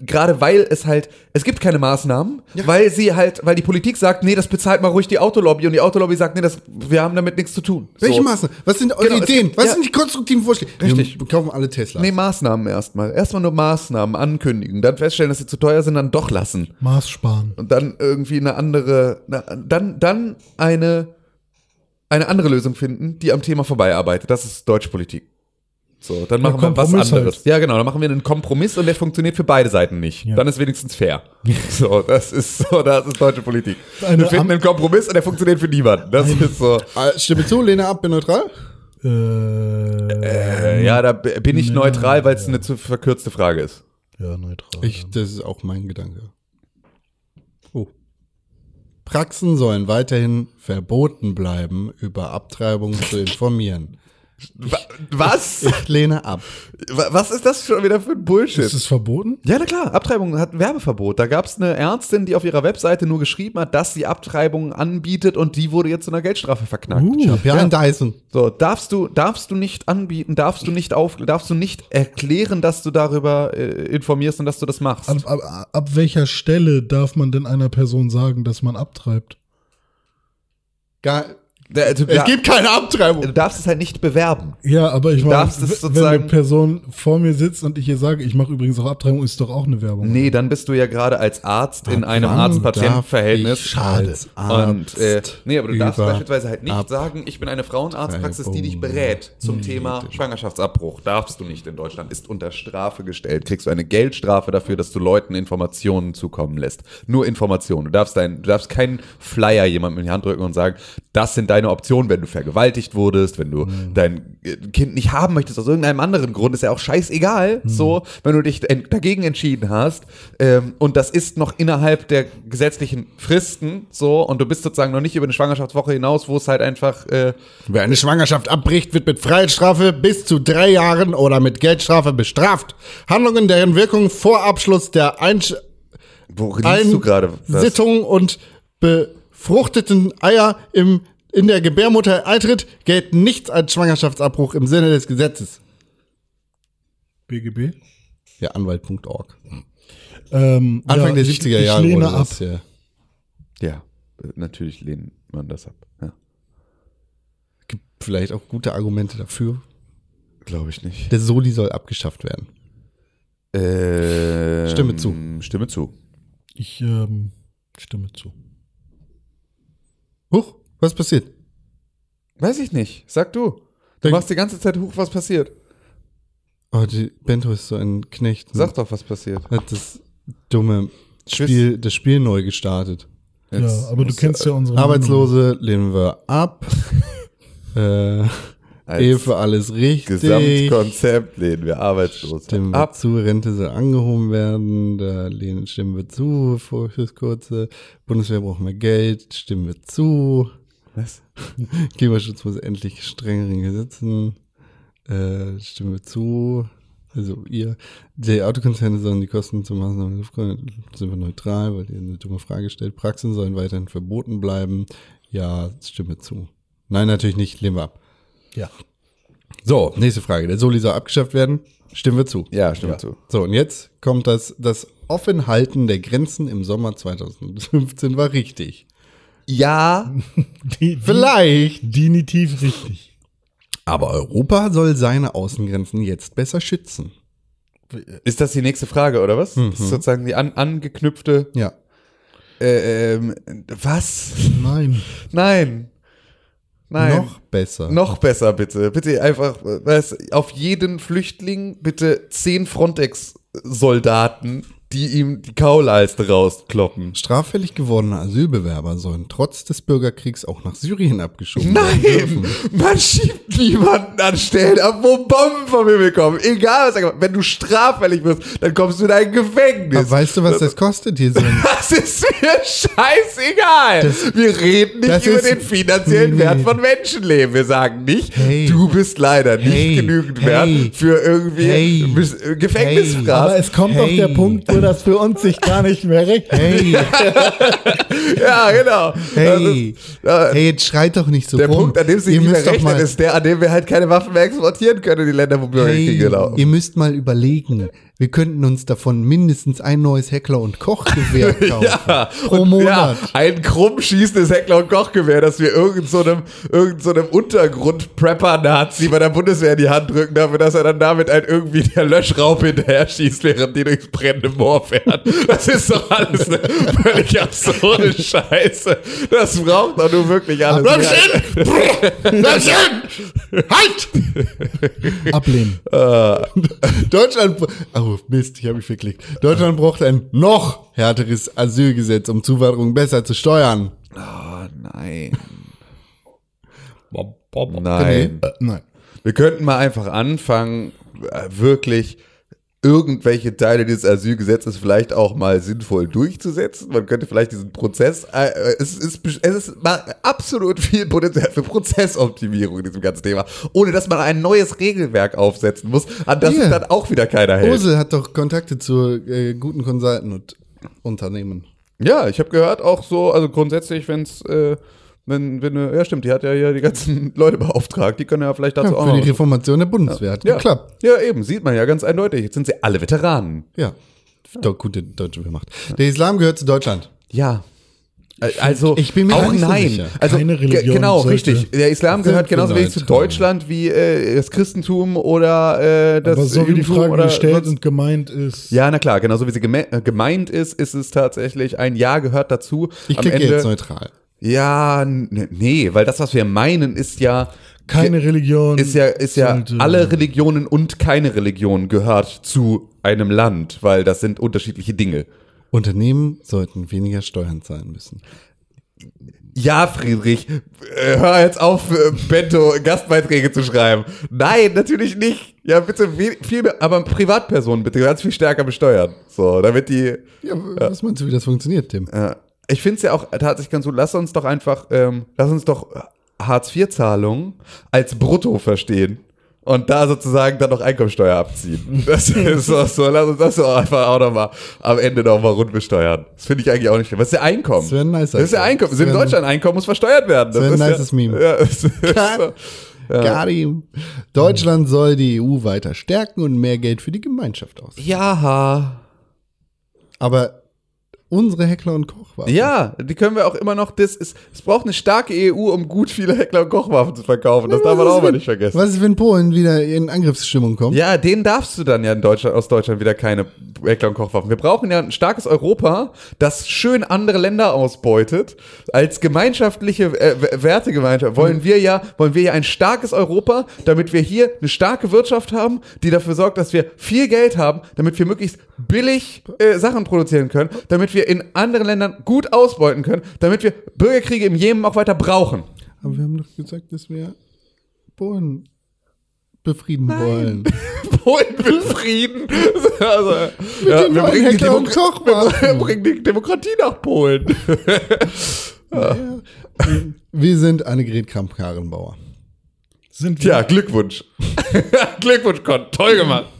Speaker 3: gerade weil es halt, es gibt keine Maßnahmen, weil sie halt, weil die Politik sagt, nee, das bezahlt mal ruhig die Autolobby und die Autolobby sagt, nee, das, wir haben damit nichts zu tun.
Speaker 1: Welche
Speaker 3: so.
Speaker 1: Maßnahmen? Was sind eure
Speaker 3: Genau, es
Speaker 1: Ideen?
Speaker 3: gibt-
Speaker 1: Was
Speaker 3: ja.
Speaker 1: sind die konstruktiven Vorschläge?
Speaker 3: Richtig.
Speaker 1: Wir kaufen alle Tesla.
Speaker 3: Nee, Maßnahmen erstmal. Erstmal nur Maßnahmen ankündigen, dann feststellen, dass sie zu teuer sind, dann doch lassen.
Speaker 2: Maß sparen.
Speaker 3: Und dann irgendwie eine andere, na, dann, dann eine, eine andere Lösung finden, die am Thema vorbeiarbeitet. Das ist deutsche Politik. So, dann machen wir was
Speaker 2: Kompromiss
Speaker 3: anderes.
Speaker 2: halt.
Speaker 3: Ja, genau, dann machen wir einen Kompromiss und der funktioniert für beide Seiten nicht.
Speaker 2: Ja.
Speaker 3: Dann ist wenigstens fair. So, das ist so, das ist deutsche Politik.
Speaker 2: Eine
Speaker 3: wir finden
Speaker 2: Am-
Speaker 3: einen Kompromiss und der funktioniert für niemanden. Das ist so.
Speaker 1: Äh, Stimme zu, Lehne ab, bin neutral.
Speaker 2: Äh,
Speaker 3: Äh, ja, da b- bin ich neutral, weil es eine zu verkürzte Frage ist.
Speaker 2: ja, neutral.
Speaker 1: Ich, das ist auch mein Gedanke. Oh. Praxen sollen weiterhin verboten bleiben, über Abtreibung zu informieren.
Speaker 3: Wa- Was?
Speaker 1: Ich lehne ab.
Speaker 3: Wa- Was ist das schon wieder für ein Bullshit?
Speaker 2: ist es verboten?
Speaker 3: Ja, na klar, Abtreibung hat ein Werbeverbot. Da gab's eine Ärztin, die auf ihrer Webseite nur geschrieben hat, dass sie Abtreibungen anbietet und die wurde jetzt zu einer Geldstrafe verknackt.
Speaker 1: Ich
Speaker 2: Uh.
Speaker 1: hab ja, einen Dyson.
Speaker 3: So, darfst du, darfst du nicht anbieten, darfst du nicht auf, darfst du nicht erklären, dass du darüber äh, informierst und dass du das machst.
Speaker 1: Also,
Speaker 2: Ab, ab, ab welcher Stelle darf man denn einer Person sagen, dass man abtreibt?
Speaker 1: Gar,
Speaker 3: Da- also,
Speaker 1: es
Speaker 3: da-
Speaker 1: gibt keine Abtreibung.
Speaker 3: du darfst es halt nicht bewerben.
Speaker 2: Ja, aber ich meine, w-
Speaker 3: darfst es
Speaker 2: wenn eine
Speaker 3: sozusagen-
Speaker 2: Person vor mir sitzt und ich ihr sage, ich mache übrigens auch Abtreibung, ist doch auch eine Werbung.
Speaker 3: Nee, dann bist du ja gerade als Arzt in einem
Speaker 1: wann
Speaker 3: Arzt-Patient-Verhältnis.
Speaker 1: darf ich als Arzt
Speaker 3: Und äh, nee, aber du darfst
Speaker 1: über
Speaker 3: beispielsweise halt nicht
Speaker 1: Ab-
Speaker 3: sagen, ich bin eine Frauenarztpraxis, die dich berät zum Thema Schwangerschaftsabbruch. Darfst du nicht in Deutschland, ist unter Strafe gestellt. Kriegst du eine Geldstrafe dafür, dass du Leuten Informationen zukommen lässt. Nur Informationen. Du darfst, dein, du darfst keinen Flyer jemandem in die Hand drücken und sagen, das sind deine Optionen, wenn du vergewaltigt wurdest, wenn du dein äh, Kind nicht haben möchtest aus irgendeinem anderen Grund, ist ja auch scheißegal. So, wenn du dich en- dagegen entschieden hast ähm, und das ist noch innerhalb der gesetzlichen Fristen so und du bist sozusagen noch nicht über eine Schwangerschaftswoche hinaus, wo es halt einfach äh,
Speaker 1: Wer eine Schwangerschaft abbricht, wird mit Freiheitsstrafe bis zu drei Jahren oder mit Geldstrafe bestraft. Handlungen, deren Wirkung vor Abschluss der Einsch
Speaker 3: wo liest du gerade das?
Speaker 1: Einsittung und befruchteten Eier im, in der Gebärmutter eintritt, gelten nichts als Schwangerschaftsabbruch im Sinne des Gesetzes.
Speaker 2: BGB?
Speaker 1: Ja, Anwalt.org.
Speaker 2: Ähm,
Speaker 1: Anfang
Speaker 2: ja,
Speaker 1: der
Speaker 2: ich-
Speaker 1: 70er Jahre
Speaker 2: Ich lehne
Speaker 1: wurde
Speaker 2: ab.
Speaker 1: das ja.
Speaker 3: Ja, äh, natürlich lehnt man das ab. Ja.
Speaker 1: Gibt vielleicht auch gute Argumente dafür.
Speaker 3: Glaube ich nicht.
Speaker 1: Der Soli soll abgeschafft werden.
Speaker 3: Ähm,
Speaker 1: Stimme zu.
Speaker 3: Stimme zu.
Speaker 2: Ich ähm, stimme zu.
Speaker 1: Huch, was passiert?
Speaker 3: Weiß ich nicht. Sag du. Du
Speaker 1: Dann-
Speaker 3: machst die ganze Zeit hoch, was passiert.
Speaker 1: Oh, die Bento ist so ein Knecht. ne?
Speaker 3: Sag doch, was passiert.
Speaker 1: Hat das dumme Spiel, das Spiel neu gestartet.
Speaker 2: Ja, aber du
Speaker 3: musst
Speaker 2: kennst ja unsere
Speaker 1: Arbeitslose lehnen wir ab. äh,
Speaker 3: als
Speaker 1: Ehe für alles richtig.
Speaker 3: Gesamtkonzept lehnen wir arbeitslos
Speaker 1: Stimmen wir
Speaker 3: ab.
Speaker 1: zu, Rente soll angehoben werden, da lehnen, stimmen wir zu, vor- fürs Kurze, Bundeswehr braucht mehr Geld, stimmen wir zu,
Speaker 3: Was?
Speaker 1: Klimaschutz muss endlich strengeren Gesetzen, äh, stimmen wir zu, also ihr, die Autokonzerne sollen die Kosten zur Maßnahme Luftgrün- sind wir neutral, weil ihr eine dumme Frage stellt, Praxen sollen weiterhin verboten bleiben, ja, stimmen wir zu. Nein, natürlich nicht, lehnen wir ab.
Speaker 2: Ja.
Speaker 1: So, nächste Frage, der Soli soll abgeschafft werden, stimmen wir zu.
Speaker 3: Ja, stimme zu.
Speaker 1: So, und jetzt kommt das, das Offenhalten der Grenzen im Sommer 2015 war richtig.
Speaker 3: Ja,
Speaker 2: Die, die,
Speaker 1: Vielleicht.
Speaker 2: Dinitiv richtig.
Speaker 1: Aber Europa soll seine Außengrenzen jetzt besser schützen.
Speaker 3: ist das die nächste Frage, oder was? Das ist sozusagen die an, angeknüpfte.
Speaker 1: Ja.
Speaker 3: Äh, ähm, was?
Speaker 2: Nein.
Speaker 3: Nein. Nein.
Speaker 1: Noch besser.
Speaker 3: Noch besser, bitte. Bitte einfach, äh, was, auf jeden Flüchtling bitte zehn Frontex-Soldaten, die ihm die Kaulleiste rauskloppen.
Speaker 1: Straffällig gewordene Asylbewerber sollen trotz des Bürgerkriegs auch nach Syrien abgeschoben werden.
Speaker 3: Nein! Man schiebt niemanden an Stellen ab, wo Bomben vom Himmel kommen. Egal was er gemacht hat. Wenn du straffällig wirst, dann kommst du in ein Gefängnis.
Speaker 1: Aber weißt du, was das kostet hier so? ein-
Speaker 3: Das ist mir scheißegal. wir reden nicht
Speaker 1: das
Speaker 3: über
Speaker 1: ist-
Speaker 3: den finanziellen
Speaker 1: Nee.
Speaker 3: Wert von Menschenleben. Wir sagen nicht,
Speaker 1: Hey.
Speaker 3: du bist leider nicht
Speaker 1: Hey.
Speaker 3: genügend
Speaker 1: Hey.
Speaker 3: wert für irgendwie
Speaker 1: Hey.
Speaker 3: bis- äh, Gefängnisstrafe.
Speaker 4: Aber es kommt
Speaker 1: Hey.
Speaker 4: doch der Punkt, wo das für uns sich gar nicht mehr rechnet.
Speaker 1: Hey,
Speaker 3: Ja, genau.
Speaker 1: hey,
Speaker 3: Das ist, äh,
Speaker 1: hey, jetzt schreit doch nicht so
Speaker 3: der
Speaker 1: rum.
Speaker 3: Punkt, an dem sich
Speaker 1: Ihr
Speaker 3: nicht mehr
Speaker 1: müsst doch
Speaker 3: rechnet,
Speaker 1: mal-
Speaker 3: ist der, an dem wir halt keine Waffen mehr exportieren können in die Länder, wo genau. Bürgerkriege
Speaker 1: Hey,
Speaker 3: laufen.
Speaker 1: ihr müsst mal überlegen, wir könnten uns davon mindestens ein neues Heckler und Koch Gewehr kaufen. pro
Speaker 3: Und
Speaker 1: Monat.
Speaker 3: Ja, ein krumm schießendes Heckler- und Kochgewehr, das wir irgend so einem, irgend so einem Untergrund-Prepper-Nazi bei der Bundeswehr in die Hand drücken, dafür, dass er dann damit halt irgendwie der Löschraube hinterher schießt, während die durchs brennende Moor fährt. Das ist doch alles eine völlig absurde Scheiße. Das braucht doch nur wirklich alles.
Speaker 1: Bleib
Speaker 3: stehen! Bleib stehen! Halt!
Speaker 4: Ablehnen.
Speaker 3: Äh.
Speaker 1: Deutschland, br- oh Mist, ich habe mich verklickt. Deutschland braucht ein noch härteres Asylgesetz, um Zuwanderung besser zu steuern.
Speaker 3: Oh nein.
Speaker 1: Nee.
Speaker 3: Nein.
Speaker 2: Nein.
Speaker 3: Wir könnten mal einfach anfangen, äh, wirklich irgendwelche Teile dieses Asylgesetzes vielleicht auch mal sinnvoll durchzusetzen. Man könnte vielleicht diesen Prozess, äh, äh, es ist, besch- es ist mal absolut viel Potenzial für Prozessoptimierung in diesem ganzen Thema, ohne dass man ein neues Regelwerk aufsetzen muss, an das
Speaker 1: Hier.
Speaker 3: sich dann auch wieder keiner hält.
Speaker 1: Ursel hat doch Kontakte zu äh, guten Consultant und Unternehmen.
Speaker 3: Ja, ich habe gehört auch so, also grundsätzlich, wenn's, äh, wenn, wenn, äh, ja stimmt, die hat ja hier die ganzen Leute beauftragt, die können ja vielleicht dazu
Speaker 1: Ja,
Speaker 3: auch
Speaker 1: für
Speaker 3: noch
Speaker 1: die Reformation der Bundeswehr hat
Speaker 3: ja.
Speaker 1: geklappt.
Speaker 3: Ja, eben, sieht man ja ganz eindeutig. Jetzt sind sie alle Veteranen.
Speaker 1: Ja. Doch, gute Deutsche gemacht. Der Islam gehört zu Deutschland.
Speaker 3: Ja. Also,
Speaker 1: ich bin mir
Speaker 3: auch
Speaker 1: gar nicht so
Speaker 3: nein.
Speaker 1: sicher.
Speaker 3: also,
Speaker 2: Keine
Speaker 3: ge-
Speaker 2: Religion
Speaker 3: Genau,
Speaker 2: sollte-
Speaker 3: richtig. Der Islam gehört genauso wenig zu
Speaker 1: neutral.
Speaker 3: Deutschland wie äh, das Christentum oder äh, das
Speaker 2: Aber so wie die
Speaker 3: Judentum
Speaker 2: Frage
Speaker 3: oder
Speaker 2: gestellt
Speaker 3: sonst-
Speaker 2: und gemeint ist,
Speaker 3: Ja, na klar, genau so wie sie geme äh, gemeint ist, ist es tatsächlich ein Ja gehört dazu.
Speaker 1: Ich
Speaker 3: Am
Speaker 1: klicke
Speaker 3: Ende,
Speaker 1: jetzt neutral.
Speaker 3: Ja, n- nee, weil das, was wir meinen, ist ja
Speaker 2: keine Religion.
Speaker 3: ist ja, ist ja
Speaker 2: sollte-
Speaker 3: alle Religionen und keine Religion gehört zu einem Land, weil das sind unterschiedliche Dinge.
Speaker 1: Unternehmen sollten weniger Steuern zahlen müssen.
Speaker 3: Ja, Friedrich, äh, hör jetzt auf, äh, Bento Gastbeiträge zu schreiben. Nein, natürlich nicht. Ja, bitte we- viel mehr, aber Privatpersonen bitte ganz viel stärker besteuern. So, damit die.
Speaker 1: Ja, w- was meinst du, wie das funktioniert, Tim?
Speaker 3: Äh, ich finde es ja auch tatsächlich ganz so, lass uns doch einfach, ähm, lass uns doch Hartz-IV-Zahlungen als Brutto verstehen. Und da sozusagen dann noch Einkommensteuer abziehen. Das ist so, so lass uns das doch einfach auch nochmal am Ende nochmal rund besteuern. Das finde ich eigentlich auch nicht schlimm. Was ist der Einkommen?
Speaker 1: Das wär ein nicer
Speaker 3: Das ist der
Speaker 1: Einkommen.
Speaker 3: Einkommen. Das ist in
Speaker 1: Das wär ein-
Speaker 3: Deutschland Einkommen muss versteuert werden. Das,
Speaker 1: wär ein
Speaker 3: ist
Speaker 1: nices
Speaker 3: ja,
Speaker 1: Meme.
Speaker 3: Ja, das ist so.
Speaker 1: Got,
Speaker 3: Äh,
Speaker 1: got him. Deutschland soll die EU weiter stärken und mehr Geld für die Gemeinschaft aus.
Speaker 3: Ja.
Speaker 1: Aber unsere Heckler und Koch waren.
Speaker 3: Ja, die können wir auch immer noch. Das ist, es braucht eine starke EU, um gut viele Heckler- und Kochwaffen zu verkaufen. Das darf man auch mal nicht vergessen.
Speaker 1: Was ist, wenn Polen wieder in Angriffsstimmung kommt?
Speaker 3: Ja, den darfst du dann ja in Deutschland, aus Deutschland wieder keine Heckler- und Kochwaffen. Wir brauchen ja ein starkes Europa, das schön andere Länder ausbeutet. Als gemeinschaftliche äh, W- Wertegemeinschaft
Speaker 1: Mhm.
Speaker 3: wollen wir ja, wollen wir ja ein starkes Europa, damit wir hier eine starke Wirtschaft haben, die dafür sorgt, dass wir viel Geld haben, damit wir möglichst billig äh, Sachen produzieren können, damit wir in anderen Ländern gut ausbeuten können, damit wir Bürgerkriege im Jemen auch weiter brauchen.
Speaker 1: Aber wir haben doch gesagt, dass wir Polen befrieden wollen.
Speaker 3: Polen will Frieden. Also, ja,
Speaker 1: den
Speaker 3: wir,
Speaker 1: neuen
Speaker 3: bringen die
Speaker 1: Heckler und
Speaker 3: Demok-
Speaker 1: Kochwaffen.
Speaker 3: wir bringen die Demokratie nach Polen.
Speaker 1: Wir sind Annegret Kramp-Karrenbauer.
Speaker 2: sind wir,
Speaker 3: Tja, Glückwunsch. Glückwunsch, Gott. Toll gemacht.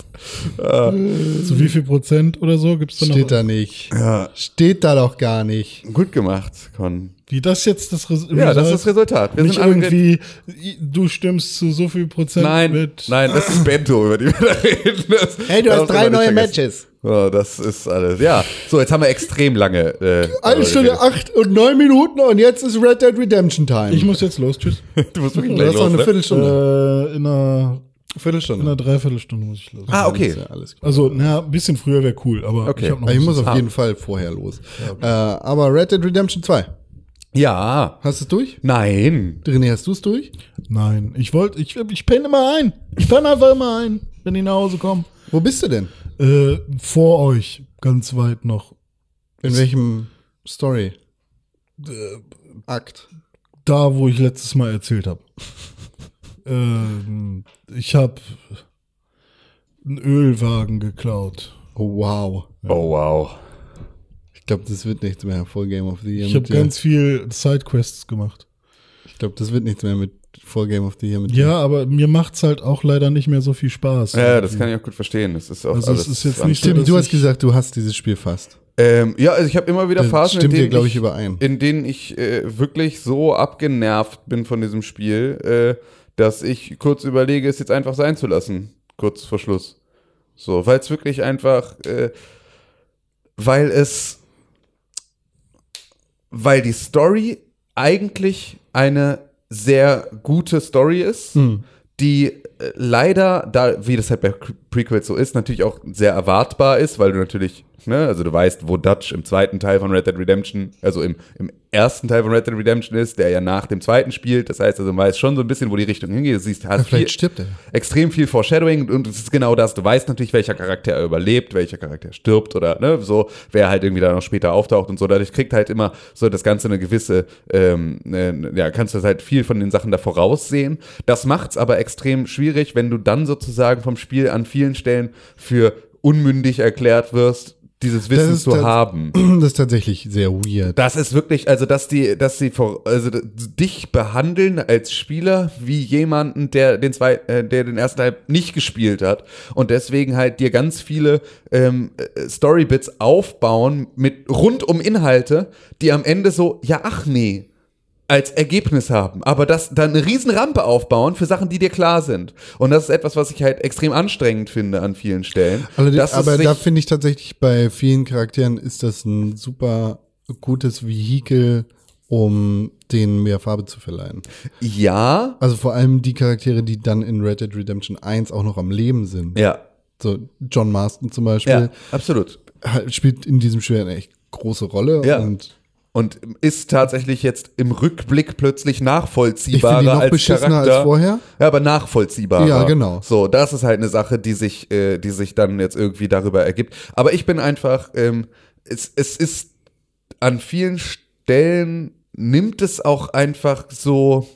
Speaker 2: zu wie viel Prozent oder so gibt es da noch?
Speaker 1: Steht da nicht. Steht da doch gar nicht.
Speaker 3: Gut gemacht, Con.
Speaker 2: Wie das jetzt das Res
Speaker 3: Ja, das ist das
Speaker 2: Resultat-
Speaker 3: Resultat. Wir
Speaker 2: nicht
Speaker 3: sind Annegret-
Speaker 2: irgendwie, i- du stimmst zu so viel Prozent
Speaker 3: Nein,
Speaker 2: mit.
Speaker 3: nein, das ist Bento, über die wir da reden. Das,
Speaker 1: Hey, du
Speaker 3: das
Speaker 1: hast
Speaker 3: darf
Speaker 1: drei
Speaker 3: man nicht
Speaker 1: neue
Speaker 3: vergessen.
Speaker 1: Matches.
Speaker 3: Oh, das ist alles. Ja, so, jetzt haben wir extrem lange. Äh,
Speaker 1: Eine
Speaker 3: darüber
Speaker 1: Stunde
Speaker 3: geredet.
Speaker 1: acht und neun Minuten und jetzt ist Red Dead Redemption Time.
Speaker 2: Ich muss jetzt los, tschüss.
Speaker 3: Du musst wirklich
Speaker 1: du
Speaker 3: gleich
Speaker 1: hast noch
Speaker 3: los,
Speaker 1: eine
Speaker 3: ne?
Speaker 1: Viertelstunde.
Speaker 2: äh, in, einer, in
Speaker 1: Viertelstunde.
Speaker 2: einer Dreiviertelstunde muss ich los.
Speaker 3: Ah, okay.
Speaker 1: Ja, alles klar.
Speaker 2: Also, na, ein bisschen früher wäre cool, aber
Speaker 3: Okay.
Speaker 2: ich habe noch
Speaker 1: Aber Ah, ich
Speaker 2: ein
Speaker 1: muss auf
Speaker 3: Ah.
Speaker 1: jeden Fall vorher los. Äh, aber Red Dead Redemption 2.
Speaker 3: Ja.
Speaker 1: Hast du es durch?
Speaker 3: Nein.
Speaker 1: René, hast du es durch?
Speaker 2: Nein, ich wollte, ich, ich penne immer ein. Ich penne einfach immer ein, wenn ich nach Hause komme.
Speaker 1: Wo bist du denn?
Speaker 2: Äh, vor euch, ganz weit noch.
Speaker 1: In welchem Story? Akt.
Speaker 2: Da, wo ich letztes Mal erzählt habe. ähm, ich habe einen Ölwagen geklaut.
Speaker 1: Oh, wow.
Speaker 3: Oh, wow.
Speaker 1: Ich glaube, das wird nichts mehr vor Game of the Year.
Speaker 2: Ich habe
Speaker 1: mit dir.
Speaker 2: ganz viel Sidequests gemacht.
Speaker 1: ich glaube, das wird nichts mehr mit vor Game of the Year. Mit dir.
Speaker 2: Ja, aber mir macht's halt auch leider nicht mehr so viel Spaß.
Speaker 3: Ja, das kann ich auch gut verstehen. Das ist auch
Speaker 2: Also, es
Speaker 3: alles
Speaker 2: ist jetzt
Speaker 3: an-
Speaker 2: nicht so-
Speaker 1: Tim,
Speaker 2: dass
Speaker 1: du hast
Speaker 2: ich-
Speaker 1: gesagt, du hast dieses Spiel fast.
Speaker 3: Ähm, ja, also ich habe immer wieder
Speaker 1: Das
Speaker 3: Phasen,
Speaker 1: stimmt
Speaker 3: in denen
Speaker 1: dir, glaub ich, überein.
Speaker 3: in denen ich äh, wirklich so abgenervt bin von diesem Spiel, äh, dass ich kurz überlege, es jetzt einfach sein zu lassen, kurz vor Schluss. So, weil es wirklich einfach, äh, weil es, weil die Story eigentlich eine sehr gute Story ist die äh, leider, da, wie das halt bei Pre- Prequels so ist, natürlich auch sehr erwartbar ist, weil du natürlich, ne, also du weißt, wo Dutch im zweiten Teil von Red Dead Redemption, also im, im ersten Teil von Red Dead Redemption ist, der ja nach dem zweiten spielt. Das heißt, also man weiß schon so ein bisschen, wo die Richtung hingeht. Du siehst, hast viel,
Speaker 1: Vielleicht stirbt er.
Speaker 3: extrem viel Foreshadowing und es ist genau das. Du weißt natürlich, welcher Charakter überlebt, welcher Charakter stirbt oder ne, so, wer halt irgendwie da noch später auftaucht und so. Dadurch kriegt halt immer so das Ganze eine gewisse, ähm, äh, ja, kannst du halt viel von den Sachen da voraussehen. Das macht's aber extrem schwierig, wenn du dann sozusagen vom Spiel an vielen Stellen für unmündig erklärt wirst, dieses Wissen
Speaker 1: ist
Speaker 3: zu
Speaker 1: das-
Speaker 3: haben.
Speaker 1: Das ist tatsächlich sehr weird.
Speaker 3: Das ist wirklich, also dass die, dass sie vor, also d- dich behandeln als Spieler wie jemanden, der den zwei, äh, der den ersten Teil nicht gespielt hat und deswegen halt dir ganz viele ähm, äh, Storybits aufbauen mit rund um Inhalte, die am Ende so, ja ach nee, als Ergebnis haben, aber das dann eine riesen Rampe aufbauen für Sachen, die dir klar sind. Und das ist etwas, was ich halt extrem anstrengend finde an vielen Stellen.
Speaker 1: Allerdings,
Speaker 3: Dass es
Speaker 1: aber
Speaker 3: sich-
Speaker 1: da finde ich tatsächlich, bei vielen Charakteren ist das ein super gutes Vehikel, um denen mehr Farbe zu verleihen.
Speaker 3: ja,
Speaker 1: Also vor allem die Charaktere, die dann in Red Dead Redemption 1 auch noch am Leben sind.
Speaker 3: ja,
Speaker 1: So John Marston zum
Speaker 3: ja,
Speaker 1: Beispiel
Speaker 3: absolut.
Speaker 1: ha- spielt in diesem Spiel eine echt große Rolle.
Speaker 3: Ja.
Speaker 1: Und
Speaker 3: und ist tatsächlich jetzt im Rückblick plötzlich
Speaker 1: ich finde
Speaker 3: nachvollziehbarer
Speaker 1: die noch
Speaker 3: als
Speaker 1: beschissener
Speaker 3: Charakter.
Speaker 1: als vorher.
Speaker 3: Ja, aber nachvollziehbarer.
Speaker 1: Ja, genau.
Speaker 3: So, das ist halt eine Sache, die sich, äh, die sich dann jetzt irgendwie darüber ergibt. Aber ich bin einfach, ähm, es, es ist an vielen Stellen nimmt es auch einfach so,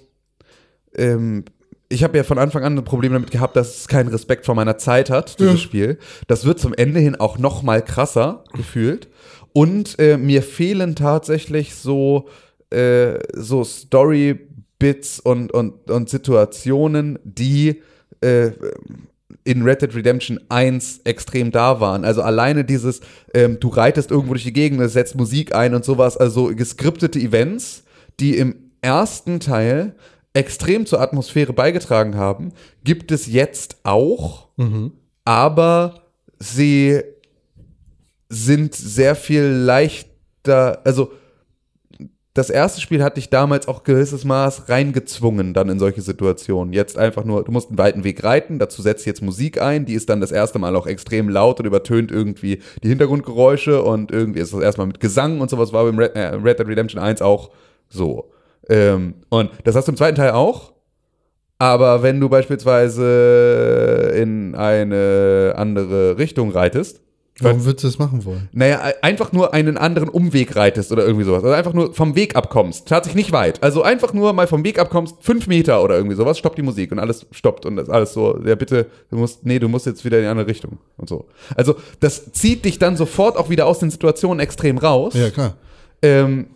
Speaker 3: ähm, ich habe ja von Anfang an ein Problem damit gehabt, dass es keinen Respekt vor meiner Zeit hat, dieses Spiel. Das wird zum Ende hin auch noch mal krasser gefühlt. Und äh, mir fehlen tatsächlich so, äh, so Story-Bits und, und, und Situationen, die äh, in Red Dead Redemption 1 extrem da waren. Also alleine dieses, ähm, du reitest irgendwo durch die Gegend, es setzt Musik ein und sowas, also geskriptete Events, die im ersten Teil extrem zur Atmosphäre beigetragen haben, gibt es jetzt auch, aber sie sind sehr viel leichter, also das erste Spiel hat dich damals auch gewisses Maß reingezwungen dann in solche Situationen. Jetzt einfach nur, du musst einen weiten Weg reiten, dazu setzt jetzt Musik ein, die ist dann das erste Mal auch extrem laut und übertönt irgendwie die Hintergrundgeräusche und irgendwie ist das erstmal mit Gesang und sowas war beim Red, äh, Red Dead Redemption 1 auch so. Ähm, und das hast du im zweiten Teil auch, aber wenn du beispielsweise in eine andere Richtung reitest,
Speaker 1: Warum würdest du das machen wollen?
Speaker 3: naja, e- einfach nur einen anderen Umweg reitest oder irgendwie sowas. Also einfach nur vom Weg abkommst. Tatsächlich nicht weit. Also einfach nur mal vom Weg abkommst, fünf Meter oder irgendwie sowas, stoppt die Musik und alles stoppt und das alles so, ja bitte, du musst, nee, du musst jetzt wieder in die andere Richtung und so. Also das zieht dich dann sofort auch wieder aus den Situationen extrem raus
Speaker 1: Ja, klar.
Speaker 3: ähm,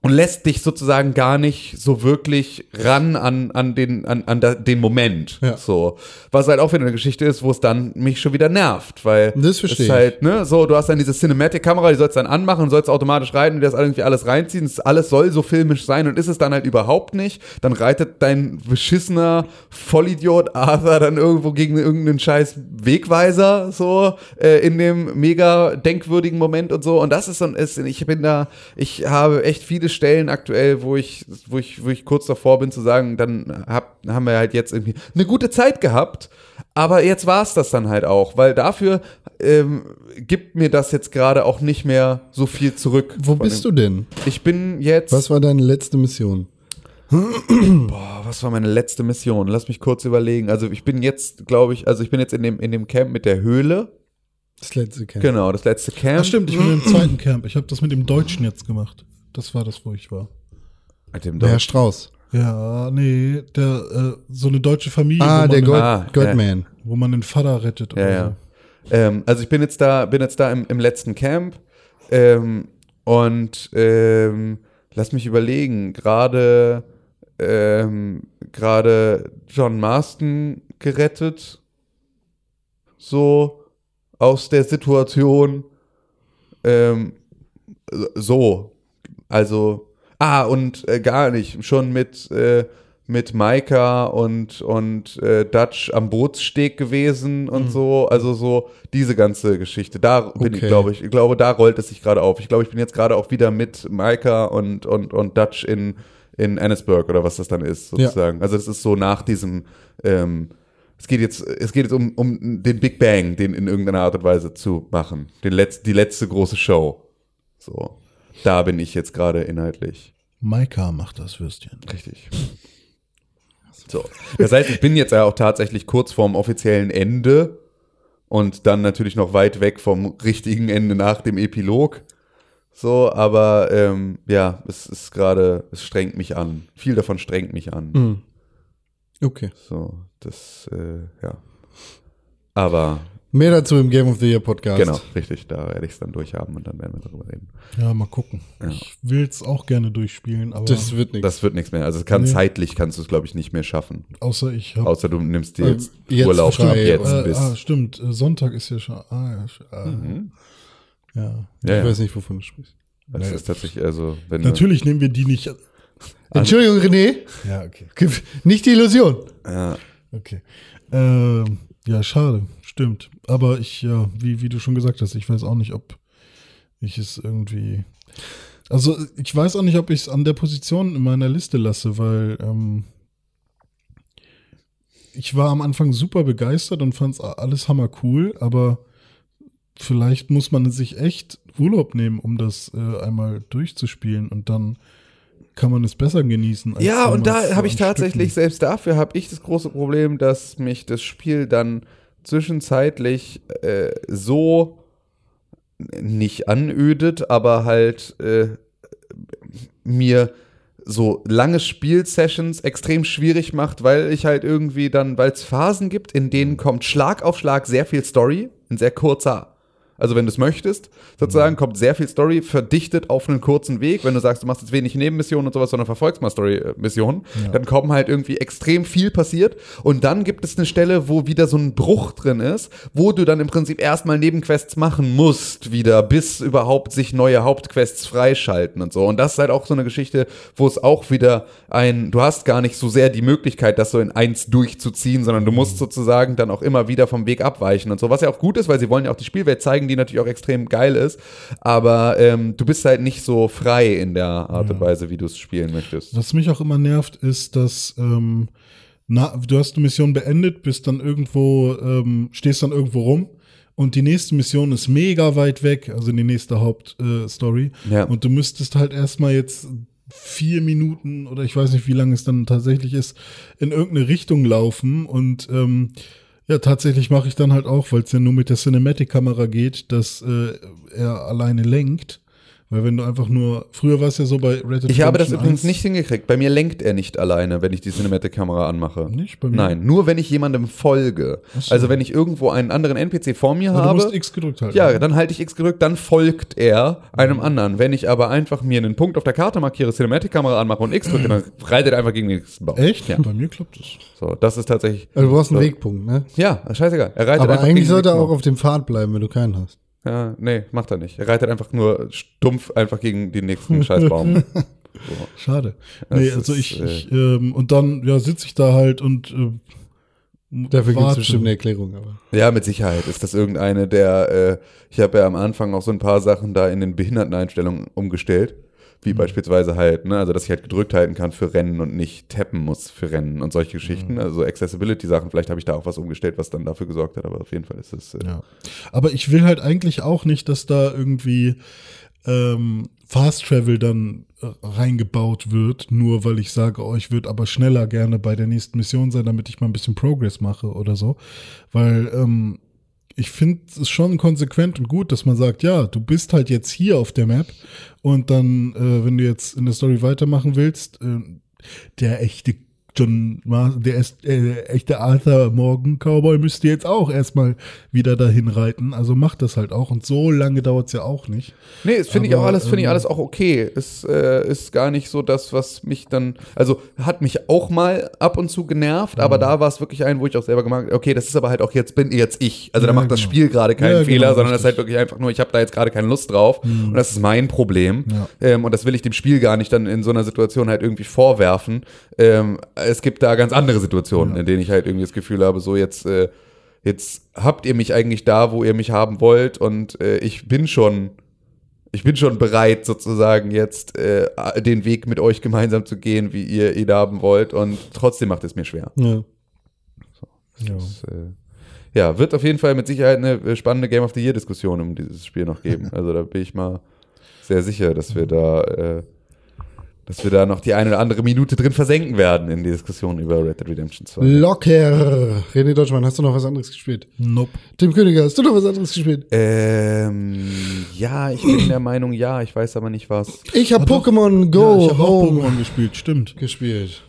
Speaker 3: und lässt dich sozusagen gar nicht so wirklich ran an, an, den, an, an da, den Moment.
Speaker 1: Ja.
Speaker 3: So. Was halt auch wieder eine Geschichte ist, wo es dann mich schon wieder nervt, weil
Speaker 1: Das verstehe
Speaker 3: es halt, ne, so, du hast dann diese Cinematic-Kamera, die sollst dann anmachen, sollst automatisch reiten, dir das irgendwie alles reinziehen. Das alles soll so filmisch sein und ist es dann halt überhaupt nicht. Dann reitet dein beschissener Vollidiot Arthur dann irgendwo gegen irgendeinen scheiß Wegweiser, so, äh, in dem mega denkwürdigen Moment und so. Und das ist so ein, ist, ich bin da, ich habe echt viele Stellen aktuell, wo ich, wo ich, wo ich kurz davor bin zu sagen, dann hab, haben wir halt jetzt irgendwie eine gute Zeit gehabt. Aber jetzt war es das dann halt auch, weil dafür ähm, gibt mir das jetzt gerade auch nicht mehr so viel zurück.
Speaker 1: Wo bist du denn?
Speaker 3: Ich bin jetzt.
Speaker 1: Was war deine letzte Mission?
Speaker 3: Oh, was war meine letzte Mission? Lass mich kurz überlegen. Also ich bin jetzt, glaube ich, also ich bin jetzt in dem, in dem Camp mit der Höhle.
Speaker 1: Das letzte Camp.
Speaker 3: Genau, das letzte Camp.
Speaker 2: Ach stimmt, ich bin im zweiten Camp. Ich habe das mit dem Deutschen jetzt gemacht. Das war das, wo ich war.
Speaker 3: Mit dem
Speaker 1: Der Herr
Speaker 3: Dorf.
Speaker 1: Strauß.
Speaker 2: Ja, nee, der, äh, so eine deutsche Familie,
Speaker 1: Ah,
Speaker 2: wo,
Speaker 1: der
Speaker 2: man
Speaker 1: Gold,
Speaker 3: Ah,
Speaker 1: Goldman.
Speaker 2: den, wo man den Vater rettet.
Speaker 3: Ja,
Speaker 2: oder
Speaker 3: ja.
Speaker 2: so.
Speaker 3: Ähm, also ich bin jetzt da, bin jetzt da im, im letzten Camp. Ähm, und ähm, lass mich überlegen, gerade ähm, gerade John Marston gerettet. So aus der Situation. Ähm, so. Also. Ah, und äh, gar nicht. Schon mit, äh, mit Maika und, und äh, Dutch am Bootssteg gewesen und so. Also so diese ganze Geschichte. Da bin ich,
Speaker 1: Okay.
Speaker 3: glaube ich. Ich glaube, da rollt es sich gerade auf. Ich glaube, ich bin jetzt gerade auch wieder mit Maika und, und, und Dutch in, in Annisburg oder was das dann ist, sozusagen. Also das ist so nach diesem ähm, es geht jetzt, es geht jetzt um, um den Big Bang, den in irgendeiner Art und Weise zu machen. Den Letz-, die letzte große Show. So. Da bin ich jetzt gerade inhaltlich.
Speaker 2: Maika macht das Würstchen.
Speaker 3: Richtig. So. Das heißt, ich bin jetzt ja auch tatsächlich kurz vorm offiziellen Ende und dann natürlich noch weit weg vom richtigen Ende nach dem Epilog. So, aber ähm, ja, es ist gerade, es strengt mich an. Viel davon strengt mich an.
Speaker 2: Mhm.
Speaker 1: Hm. Okay.
Speaker 3: So, das, äh, ja. Aber
Speaker 1: Mehr dazu im Game of the Year Podcast.
Speaker 3: Genau, richtig, da werde ich es dann durchhaben und dann werden wir darüber reden.
Speaker 2: Ja, mal gucken.
Speaker 3: Ja.
Speaker 2: Ich will's auch gerne durchspielen, aber
Speaker 1: Das wird nichts.
Speaker 3: Das wird nichts mehr. Also es kann
Speaker 2: Nee.
Speaker 3: zeitlich kannst du es, glaube ich, nicht mehr schaffen.
Speaker 2: außer ich habe
Speaker 3: Außer du nimmst dir
Speaker 1: Ähm,
Speaker 3: Äh, jetzt,
Speaker 1: jetzt
Speaker 3: Urlaub
Speaker 1: frei
Speaker 3: jetzt
Speaker 1: oder-
Speaker 2: äh,
Speaker 3: bis. Mhm.
Speaker 2: ah, stimmt, äh, Sonntag ist ja schon. Ah, ja, sch- ah, ja.
Speaker 3: ja,
Speaker 1: Ich
Speaker 3: ja.
Speaker 1: weiß nicht, wovon du sprichst.
Speaker 3: Das ist tatsächlich, also wenn
Speaker 2: Natürlich nehmen wir die nicht.
Speaker 1: Entschuldigung, René.
Speaker 2: Ja, okay.
Speaker 1: Gib- Nicht die Illusion.
Speaker 3: du. Ja,
Speaker 2: Okay. Ähm, ja, schade, stimmt. Aber ich, ja, wie, wie du schon gesagt hast, ich weiß auch nicht, ob ich es irgendwie. Also ich weiß auch nicht, ob ich es an der Position in meiner Liste lasse, weil ähm, ich war am Anfang super begeistert und fand alles hammer cool, aber vielleicht muss man sich echt Urlaub nehmen, um das äh, einmal durchzuspielen und dann kann man es besser genießen. als
Speaker 3: ja
Speaker 2: wenn
Speaker 3: und
Speaker 2: man es so
Speaker 3: da habe
Speaker 2: an
Speaker 3: ich
Speaker 2: Stücken-
Speaker 3: tatsächlich, selbst dafür habe ich das große Problem, dass mich das Spiel dann zwischenzeitlich äh, so nicht anödet, aber halt äh, mir so lange Spielsessions extrem schwierig macht, weil ich halt irgendwie dann, weil es Phasen gibt, in denen kommt Schlag auf Schlag sehr viel Story in sehr kurzer. Also wenn du es möchtest, sozusagen kommt sehr viel Story verdichtet auf einen kurzen Weg. Wenn du sagst, du machst jetzt wenig Nebenmissionen und sowas, sondern verfolgst mal Story-Missionen, dann kommen halt irgendwie extrem viel passiert. Und dann gibt es eine Stelle, wo wieder so ein Bruch drin ist, wo du dann im Prinzip erstmal Nebenquests machen musst wieder, bis überhaupt sich neue Hauptquests freischalten und so. Und das ist halt auch so eine Geschichte, wo es auch wieder ein, du hast gar nicht so sehr die Möglichkeit, das so in eins durchzuziehen, sondern du
Speaker 2: Mhm.
Speaker 3: musst sozusagen dann auch immer wieder vom Weg abweichen und so. Was ja auch gut ist, weil sie wollen ja auch die Spielwelt zeigen, die natürlich auch extrem geil ist. Aber ähm, du bist halt nicht so frei in der Art und Weise, wie du es spielen möchtest.
Speaker 2: Was mich auch immer nervt, ist, dass ähm, na, du hast eine Mission beendet, bist dann irgendwo, ähm, stehst dann irgendwo rum und die nächste Mission ist mega weit weg, also die nächste Hauptstory. Äh, Story.
Speaker 3: Ja.
Speaker 2: Und du müsstest halt erstmal jetzt vier Minuten oder ich weiß nicht, wie lange es dann tatsächlich ist, in irgendeine Richtung laufen und ähm, ja, tatsächlich mache ich dann halt auch, weil es ja nur mit der Cinematic-Kamera geht, dass äh, er alleine lenkt. Weil wenn du einfach nur, früher war es ja so bei Red Dead
Speaker 3: Ich habe das
Speaker 2: Redemption
Speaker 3: übrigens
Speaker 2: 1.
Speaker 3: nicht hingekriegt. Bei mir lenkt er nicht alleine, wenn ich die Cinematic-Kamera anmache.
Speaker 2: Nicht? Bei mir?
Speaker 3: Nein, nur wenn ich jemandem folge. Also wenn ich irgendwo einen anderen NPC vor mir
Speaker 2: Aber
Speaker 3: habe.
Speaker 2: Also du musst X gedrückt halten. ne?
Speaker 3: Ja, dann halte ich X gedrückt, dann folgt er einem anderen. Wenn ich aber einfach mir einen Punkt auf der Karte markiere, Cinematic-Kamera anmache und X drücke, dann reitet er einfach gegen den nächsten Baum.
Speaker 2: Echt?
Speaker 3: Ja.
Speaker 2: Bei mir klappt es.
Speaker 3: So, das ist tatsächlich.
Speaker 1: Also du brauchst einen
Speaker 3: So.
Speaker 1: Wegpunkt, ne?
Speaker 3: Ja, scheißegal. Er reitet
Speaker 1: Aber eigentlich
Speaker 3: einfach gegen den
Speaker 1: sollte er auch
Speaker 3: nächsten
Speaker 1: auf dem Pfad bleiben, wenn du keinen hast.
Speaker 3: Baum. Ja, nee, macht er nicht. Er reitet einfach nur stumpf einfach gegen den nächsten Scheißbaum. so.
Speaker 2: Schade.
Speaker 3: Das
Speaker 2: Nee, also
Speaker 3: ist, äh
Speaker 2: ich, ich ähm, und dann, ja, sitze ich da halt und ähm,
Speaker 1: Dafür gibt es
Speaker 2: warte.
Speaker 1: bestimmt eine Erklärung. Aber.
Speaker 3: Ja, mit Sicherheit ist das irgendeine der, äh, ich habe ja am Anfang auch so ein paar Sachen da in den Behinderteneinstellungen umgestellt. wie beispielsweise halt, ne, also dass ich halt gedrückt halten kann für Rennen und nicht tappen muss für Rennen und solche Geschichten. Also so Accessibility-Sachen, vielleicht habe ich da auch was umgestellt, was dann dafür gesorgt hat, aber auf jeden Fall ist es. Äh,
Speaker 2: Ja. Aber ich will halt eigentlich auch nicht, dass da irgendwie ähm, Fast Travel dann äh, reingebaut wird, nur weil ich sage, oh, ich würde aber schneller gerne bei der nächsten Mission sein, damit ich mal ein bisschen Progress mache oder so. Weil ähm, ich finde es schon konsequent und gut, dass man sagt, ja, du bist halt jetzt hier auf der Map und dann, äh, wenn du jetzt in der Story weitermachen willst, äh, der echte John, Mar- der ist, äh, echte Arthur Morgan Cowboy müsste jetzt auch erstmal wieder dahin reiten. Also macht das halt auch und so lange dauert's ja auch nicht.
Speaker 3: Nee, das finde ich auch
Speaker 2: Aber,
Speaker 3: alles, finde ich
Speaker 2: ähm,
Speaker 3: alles auch okay. Es äh, ist gar nicht so das, was mich dann, also hat mich auch mal ab und zu genervt,
Speaker 2: Mhm.
Speaker 3: aber da war es wirklich ein, wo ich auch selber gemerkt, habe, okay, das ist aber halt auch jetzt bin jetzt ich. Also da
Speaker 2: Ja,
Speaker 3: macht das
Speaker 2: genau.
Speaker 3: Spiel gerade keinen
Speaker 2: Ja, genau,
Speaker 3: Fehler, sondern das ist
Speaker 2: richtig. Mhm.
Speaker 3: halt wirklich einfach nur, ich habe da jetzt gerade keine Lust drauf und das ist mein Problem.
Speaker 2: Ja.
Speaker 3: Ähm, und das will ich dem Spiel gar nicht dann in so einer Situation halt irgendwie vorwerfen. Ähm, es gibt da ganz andere Situationen, in denen ich halt irgendwie das Gefühl habe, so jetzt, äh, jetzt habt ihr mich eigentlich da, wo ihr mich haben wollt und äh, ich bin schon, ich bin schon bereit sozusagen jetzt äh, den Weg mit euch gemeinsam zu gehen, wie ihr ihn haben wollt und trotzdem macht es mir schwer.
Speaker 2: Ja. Ja.
Speaker 3: Das, äh, ja, wird auf jeden Fall mit Sicherheit eine äh, spannende Game of the Year-Diskussion um dieses Spiel noch geben. Also da bin ich mal sehr sicher, dass wir da, äh, dass wir da noch die eine oder andere Minute drin versenken werden in die Diskussion über Red Dead Redemption 2.
Speaker 1: Locker. René Deutschmann, hast du noch was anderes gespielt?
Speaker 2: Nope.
Speaker 1: Tim Königer, hast du noch was anderes gespielt?
Speaker 3: Ähm, ja, ich bin der Meinung, ja, ich weiß aber nicht was.
Speaker 1: Ich habe Pokémon Go
Speaker 2: ja, ich habe auch
Speaker 1: Home
Speaker 2: Pokémon gespielt, stimmt.
Speaker 1: gespielt.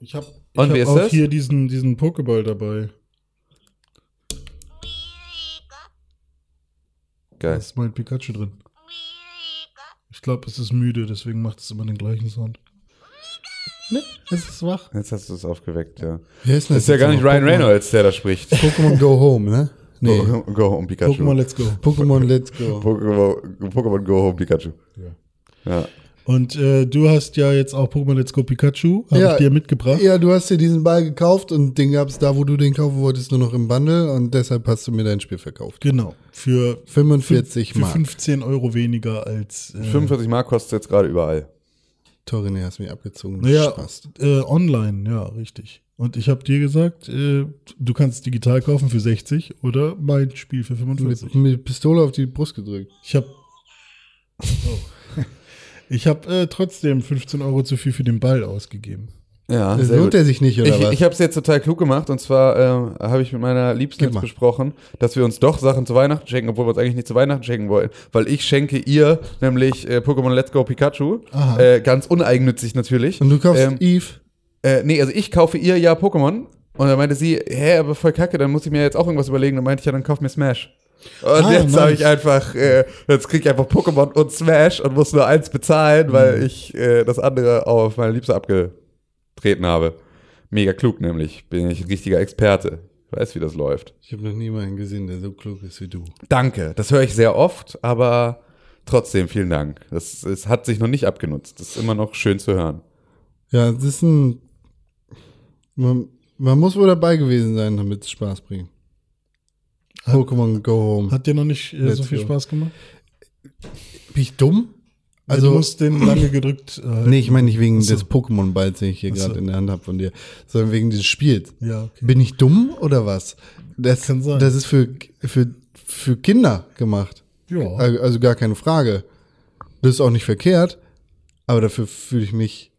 Speaker 2: Ich habe ich
Speaker 3: Und wie
Speaker 2: hab
Speaker 3: ist
Speaker 2: auch
Speaker 3: das?
Speaker 2: hier diesen, diesen Pokéball dabei. Da
Speaker 3: Geil.
Speaker 2: ist mein Pikachu drin. Ich glaube, es ist müde, deswegen macht es immer den gleichen Sound. Ne, es ist wach.
Speaker 3: Jetzt hast du es aufgeweckt, ja.
Speaker 1: Wer ist denn
Speaker 3: Das ist ja
Speaker 1: jetzt
Speaker 3: gar
Speaker 1: noch?
Speaker 3: nicht Ryan Reynolds, der da spricht.
Speaker 1: Pokémon Go Home, ne? Nee.
Speaker 3: Go, go Home Pikachu.
Speaker 2: Pokémon Let's Go.
Speaker 1: Pokémon Let's Go.
Speaker 3: Pokémon, Pokémon Go Home Pikachu. Ja.
Speaker 2: Und äh, du hast ja jetzt auch Pokémon Let's Go Pikachu, habe
Speaker 1: Ja.
Speaker 2: ich dir mitgebracht.
Speaker 1: Ja, du hast dir diesen Ball gekauft und den gab's da, wo du den kaufen wolltest, nur noch im Bundle und deshalb hast du mir dein Spiel verkauft.
Speaker 2: Genau. Für,
Speaker 1: 45
Speaker 2: für
Speaker 1: Mark.
Speaker 2: 15 Euro weniger als
Speaker 3: Ähm.
Speaker 2: äh,
Speaker 3: 45 Mark kostet jetzt gerade überall.
Speaker 1: Torine hast mich abgezogen. du
Speaker 2: naja,
Speaker 1: Spaß.
Speaker 2: äh, online, ja, richtig. Und ich habe dir gesagt, äh, du kannst es digital kaufen für 60 oder mein Spiel für 45.
Speaker 1: Mit, mit Pistole auf die Brust gedrückt.
Speaker 2: Ich habe ich habe äh, trotzdem 15 Euro zu viel für den Ball ausgegeben.
Speaker 3: Ja,
Speaker 1: Das
Speaker 3: sehr
Speaker 1: lohnt
Speaker 3: gut.
Speaker 1: er sich nicht, oder
Speaker 3: ich,
Speaker 1: was?
Speaker 3: Ich habe es jetzt total klug gemacht und zwar ähm, habe ich mit meiner Liebsten
Speaker 1: Gib
Speaker 3: jetzt
Speaker 1: mal.
Speaker 3: besprochen, dass wir uns doch Sachen zu Weihnachten schenken, obwohl wir uns eigentlich nicht zu Weihnachten schenken wollen, weil ich schenke ihr nämlich äh, Pokémon Let's Go Pikachu,
Speaker 2: Aha.
Speaker 3: äh, ganz uneigennützig natürlich.
Speaker 1: und du kaufst
Speaker 3: Ähm,
Speaker 1: Eve.
Speaker 3: äh, nee, also ich kaufe ihr ja Pokémon und dann meinte sie, hä, aber voll kacke, dann muss ich mir jetzt auch irgendwas überlegen. Dann meinte ich ja, dann kauf mir Smash. Und
Speaker 2: Ah,
Speaker 3: jetzt
Speaker 2: nice.
Speaker 3: habe ich einfach, äh, jetzt krieg ich einfach Pokémon und Smash und muss nur eins bezahlen, weil
Speaker 2: Mhm.
Speaker 3: ich äh, das andere auf meine Liebste abgetreten habe. Mega klug nämlich, bin ich ein richtiger Experte. Ich weiß, wie das läuft.
Speaker 1: Ich habe noch niemanden gesehen, der so klug ist wie du.
Speaker 3: Danke, das höre ich sehr oft, aber trotzdem vielen Dank. Das, es hat sich noch nicht abgenutzt. Das ist immer noch schön zu hören.
Speaker 1: Ja, das ist ein. Man, man muss wohl dabei gewesen sein, damit es Spaß bringt. Pokémon Go Home.
Speaker 2: Hat dir noch nicht äh, so
Speaker 1: Let's
Speaker 2: viel
Speaker 1: go.
Speaker 2: Spaß gemacht?
Speaker 1: bin ich dumm?
Speaker 2: Also
Speaker 1: Also-
Speaker 2: du musst den lange gedrückt. Äh,
Speaker 1: Nee, ich meine nicht wegen
Speaker 2: Achso.
Speaker 1: des Pokémon-Balls, den ich hier
Speaker 2: Achso.
Speaker 1: gerade in der Hand habe von dir, sondern wegen des Spiels.
Speaker 2: Ja, okay.
Speaker 1: Bin ich dumm oder was? Das,
Speaker 2: Kann sein.
Speaker 1: das ist für, für, für Kinder gemacht.
Speaker 2: Ja.
Speaker 1: Also also gar keine Frage. Das ist auch nicht verkehrt, aber dafür fühle ich mich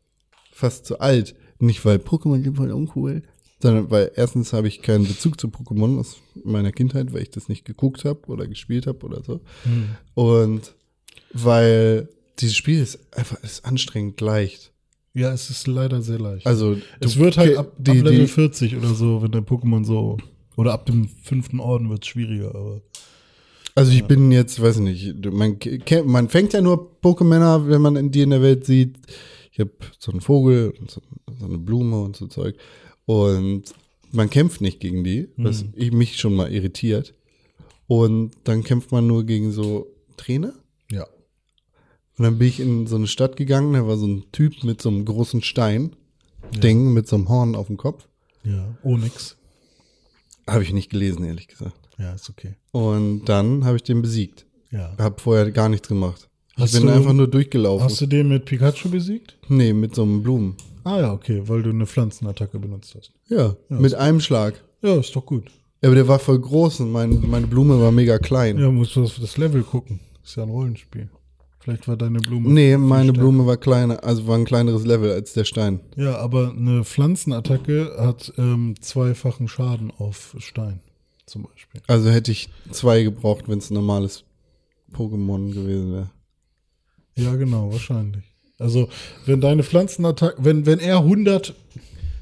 Speaker 1: fast zu alt. Nicht, weil Pokémon sind voll uncool, sondern weil erstens habe ich keinen Bezug zu Pokémon aus meiner Kindheit, weil ich das nicht geguckt habe oder gespielt habe oder so.
Speaker 2: Hm.
Speaker 1: Und weil dieses Spiel ist einfach ist anstrengend leicht.
Speaker 2: ja, es ist leider sehr leicht.
Speaker 1: Also
Speaker 2: es
Speaker 1: du-
Speaker 2: wird halt
Speaker 1: ke-
Speaker 2: ab,
Speaker 1: die,
Speaker 2: ab Level
Speaker 1: die,
Speaker 2: 40 oder so, wenn der Pokémon so oder ab dem fünften Orden wird es schwieriger. Aber
Speaker 1: Also ich bin jetzt, weiß nicht, du- man, ke- man fängt ja nur Pokémänner, wenn man in die in der Welt sieht. Ich habe so einen Vogel und so, so eine Blume und so Zeug. Und man kämpft nicht gegen die, was
Speaker 2: Mhm.
Speaker 1: ich, mich schon mal irritiert. Und dann kämpft man nur gegen so Trainer.
Speaker 2: ja,
Speaker 1: Und dann bin ich in so eine Stadt gegangen, da war so ein Typ mit so einem großen Stein, Ding, mit so einem Horn auf dem Kopf.
Speaker 2: ja, oh, Onyx.
Speaker 1: Habe ich nicht gelesen, ehrlich gesagt.
Speaker 2: Ja, ist okay.
Speaker 1: Und dann habe ich den besiegt.
Speaker 2: Ja,
Speaker 1: Habe vorher gar nichts gemacht. Ich
Speaker 2: Hast
Speaker 1: bin
Speaker 2: du-
Speaker 1: einfach nur durchgelaufen.
Speaker 2: Hast du den mit Pikachu besiegt?
Speaker 1: Nee, mit so einem Blumen.
Speaker 2: Ah ja, okay, weil du eine Pflanzenattacke benutzt hast.
Speaker 1: Ja, mit einem Schlag.
Speaker 2: Ja, ist doch gut.
Speaker 1: Ja, aber der war voll groß und mein, meine Blume war mega klein.
Speaker 2: Ja, musst du auf das Level gucken. Ist ja ein Rollenspiel. Vielleicht war deine Blume.
Speaker 1: Nee, meine Blume war kleiner, also war ein kleineres Level als der Stein.
Speaker 2: Ja, aber eine Pflanzenattacke hat ähm, zweifachen Schaden auf Stein, zum Beispiel.
Speaker 1: Also hätte ich zwei gebraucht, wenn es ein normales Pokémon gewesen wäre.
Speaker 2: Ja, genau, wahrscheinlich. Also, wenn deine Pflanzenattacke, wenn, wenn er 100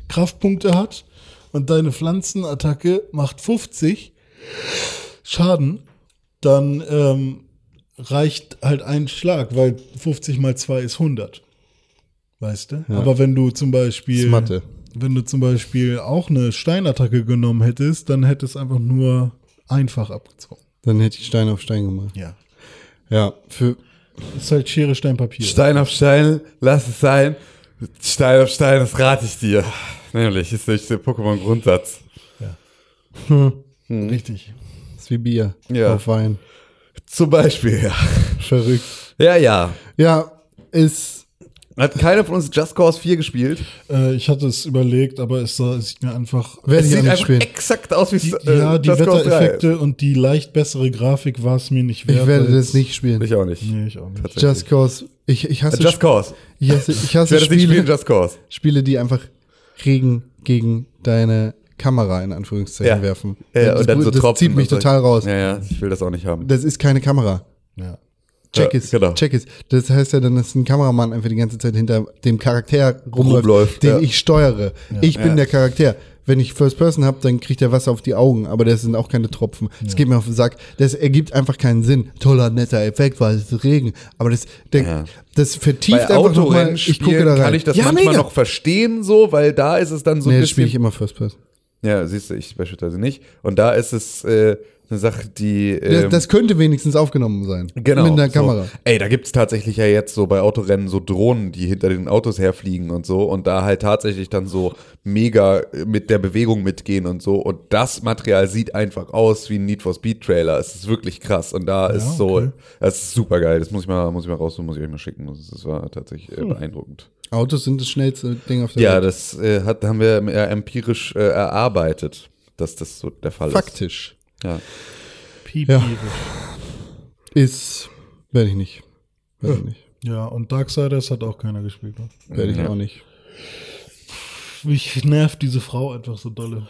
Speaker 2: Kraftpunkte hat und deine Pflanzenattacke macht 50 Schaden, dann ähm, reicht halt ein Schlag, weil 50 mal 2 ist 100. Weißt du? Aber wenn du zum Beispiel.
Speaker 1: Ist Mathe.
Speaker 2: Wenn du zum Beispiel auch eine Steinattacke genommen hättest, dann hätte es einfach nur einfach abgezogen.
Speaker 1: Dann hätte ich Stein auf Stein gemacht.
Speaker 2: Ja.
Speaker 1: Ja, für
Speaker 2: Ist halt Schere, Stein, Papier.
Speaker 3: Stein auf Stein, lass es sein. Stein auf Stein, das rate ich dir. Nämlich ist durch den Pokémon-Grundsatz.
Speaker 2: Richtig.
Speaker 1: ist wie Bier
Speaker 3: Ja.
Speaker 1: auf Wein.
Speaker 3: Zum Beispiel, ja.
Speaker 1: Verrückt.
Speaker 3: Ja, ja.
Speaker 1: Ja, ist
Speaker 3: Hat keiner von uns Just Cause 4 gespielt?
Speaker 2: Äh, ich hatte es überlegt, aber es sah- es sieht mir einfach. also
Speaker 1: werde ich auch
Speaker 3: Es sieht
Speaker 1: nicht
Speaker 3: einfach
Speaker 1: spielen.
Speaker 3: exakt aus wie
Speaker 2: Die,
Speaker 3: äh,
Speaker 2: ja, die
Speaker 3: Just Cause 3.
Speaker 2: Wettereffekte und die leicht bessere Grafik war es mir nicht wert.
Speaker 1: Ich werde
Speaker 2: weil-
Speaker 1: das nicht spielen.
Speaker 3: Ich auch nicht.
Speaker 2: Nee, ich auch nicht.
Speaker 3: Tatsächlich.
Speaker 1: Just Cause. Ich, ich hasse,
Speaker 3: Just Cause.
Speaker 1: ich hasse, ich
Speaker 3: Ich werde
Speaker 1: hasse
Speaker 3: das nicht spielen,
Speaker 1: Spiele,
Speaker 3: Just Cause.
Speaker 1: Spiele, die einfach Regen gegen deine Kamera in Anführungszeichen
Speaker 3: Ja.
Speaker 1: werfen.
Speaker 3: Ja,
Speaker 1: das
Speaker 3: und dann so
Speaker 1: das
Speaker 3: Tropfen
Speaker 1: zieht
Speaker 3: und
Speaker 1: mich
Speaker 3: so.
Speaker 1: total raus.
Speaker 3: Ja, ja, ich will das auch nicht haben.
Speaker 1: Das ist keine Kamera.
Speaker 2: Ja.
Speaker 1: Check
Speaker 3: Ja,
Speaker 1: ist,
Speaker 3: genau.
Speaker 1: check ist. Das heißt ja dann, dass ein Kameramann einfach die ganze Zeit hinter dem Charakter rumläuft,
Speaker 3: Rumläuft,
Speaker 1: den
Speaker 3: ja.
Speaker 1: ich steuere. Ich bin
Speaker 3: Ja.
Speaker 1: der Charakter. Wenn ich First Person habe, dann kriegt er Wasser auf die Augen, aber das sind auch keine Tropfen. Das geht mir auf den Sack. Das ergibt einfach keinen Sinn. Toller, netter Effekt, weil es ist Regen. Aber das, der,
Speaker 3: Ja.
Speaker 1: das vertieft
Speaker 3: Bei
Speaker 1: einfach nochmal.
Speaker 3: Autorennen
Speaker 1: Ich gucke da rein.
Speaker 3: kann ich das manchmal noch verstehen, so, weil da ist es dann so
Speaker 1: nee,
Speaker 3: ein
Speaker 1: das spiele ich
Speaker 3: bisschen.
Speaker 1: immer First Person.
Speaker 3: Ja, siehst du, ich beispielsweise nicht. Und da ist es äh, eine Sache, die.
Speaker 1: Das,
Speaker 3: ähm,
Speaker 1: das könnte wenigstens aufgenommen sein.
Speaker 3: Genau.
Speaker 1: Mit einer
Speaker 3: so.
Speaker 1: Kamera.
Speaker 3: Ey, da gibt's tatsächlich ja jetzt so bei Autorennen so Drohnen, die hinter den Autos herfliegen und so und da halt tatsächlich dann so mega äh, mit der Bewegung mitgehen und so. Und das Material sieht einfach aus wie ein Need for Speed Trailer. Es ist wirklich krass. Und da ist so,
Speaker 2: okay.
Speaker 3: das ist super geil. Das muss ich mal, muss ich mal raussuchen, muss ich euch mal schicken. Das, das war tatsächlich äh,
Speaker 1: Hm.
Speaker 3: beeindruckend.
Speaker 1: Autos sind das schnellste Ding auf der
Speaker 3: Ja,
Speaker 1: Welt.
Speaker 3: das äh, hat, haben wir ja empirisch äh, erarbeitet, dass das so der Fall
Speaker 1: Faktisch
Speaker 3: ist. Ja.
Speaker 2: Piep,
Speaker 1: Ja.
Speaker 2: piep.
Speaker 1: ist, werde ich nicht. Werde ich nicht.
Speaker 2: ja, und Darksiders hat auch keiner gespielt. ne?
Speaker 1: Werde ich auch nicht.
Speaker 2: Mich nervt diese Frau einfach so dolle.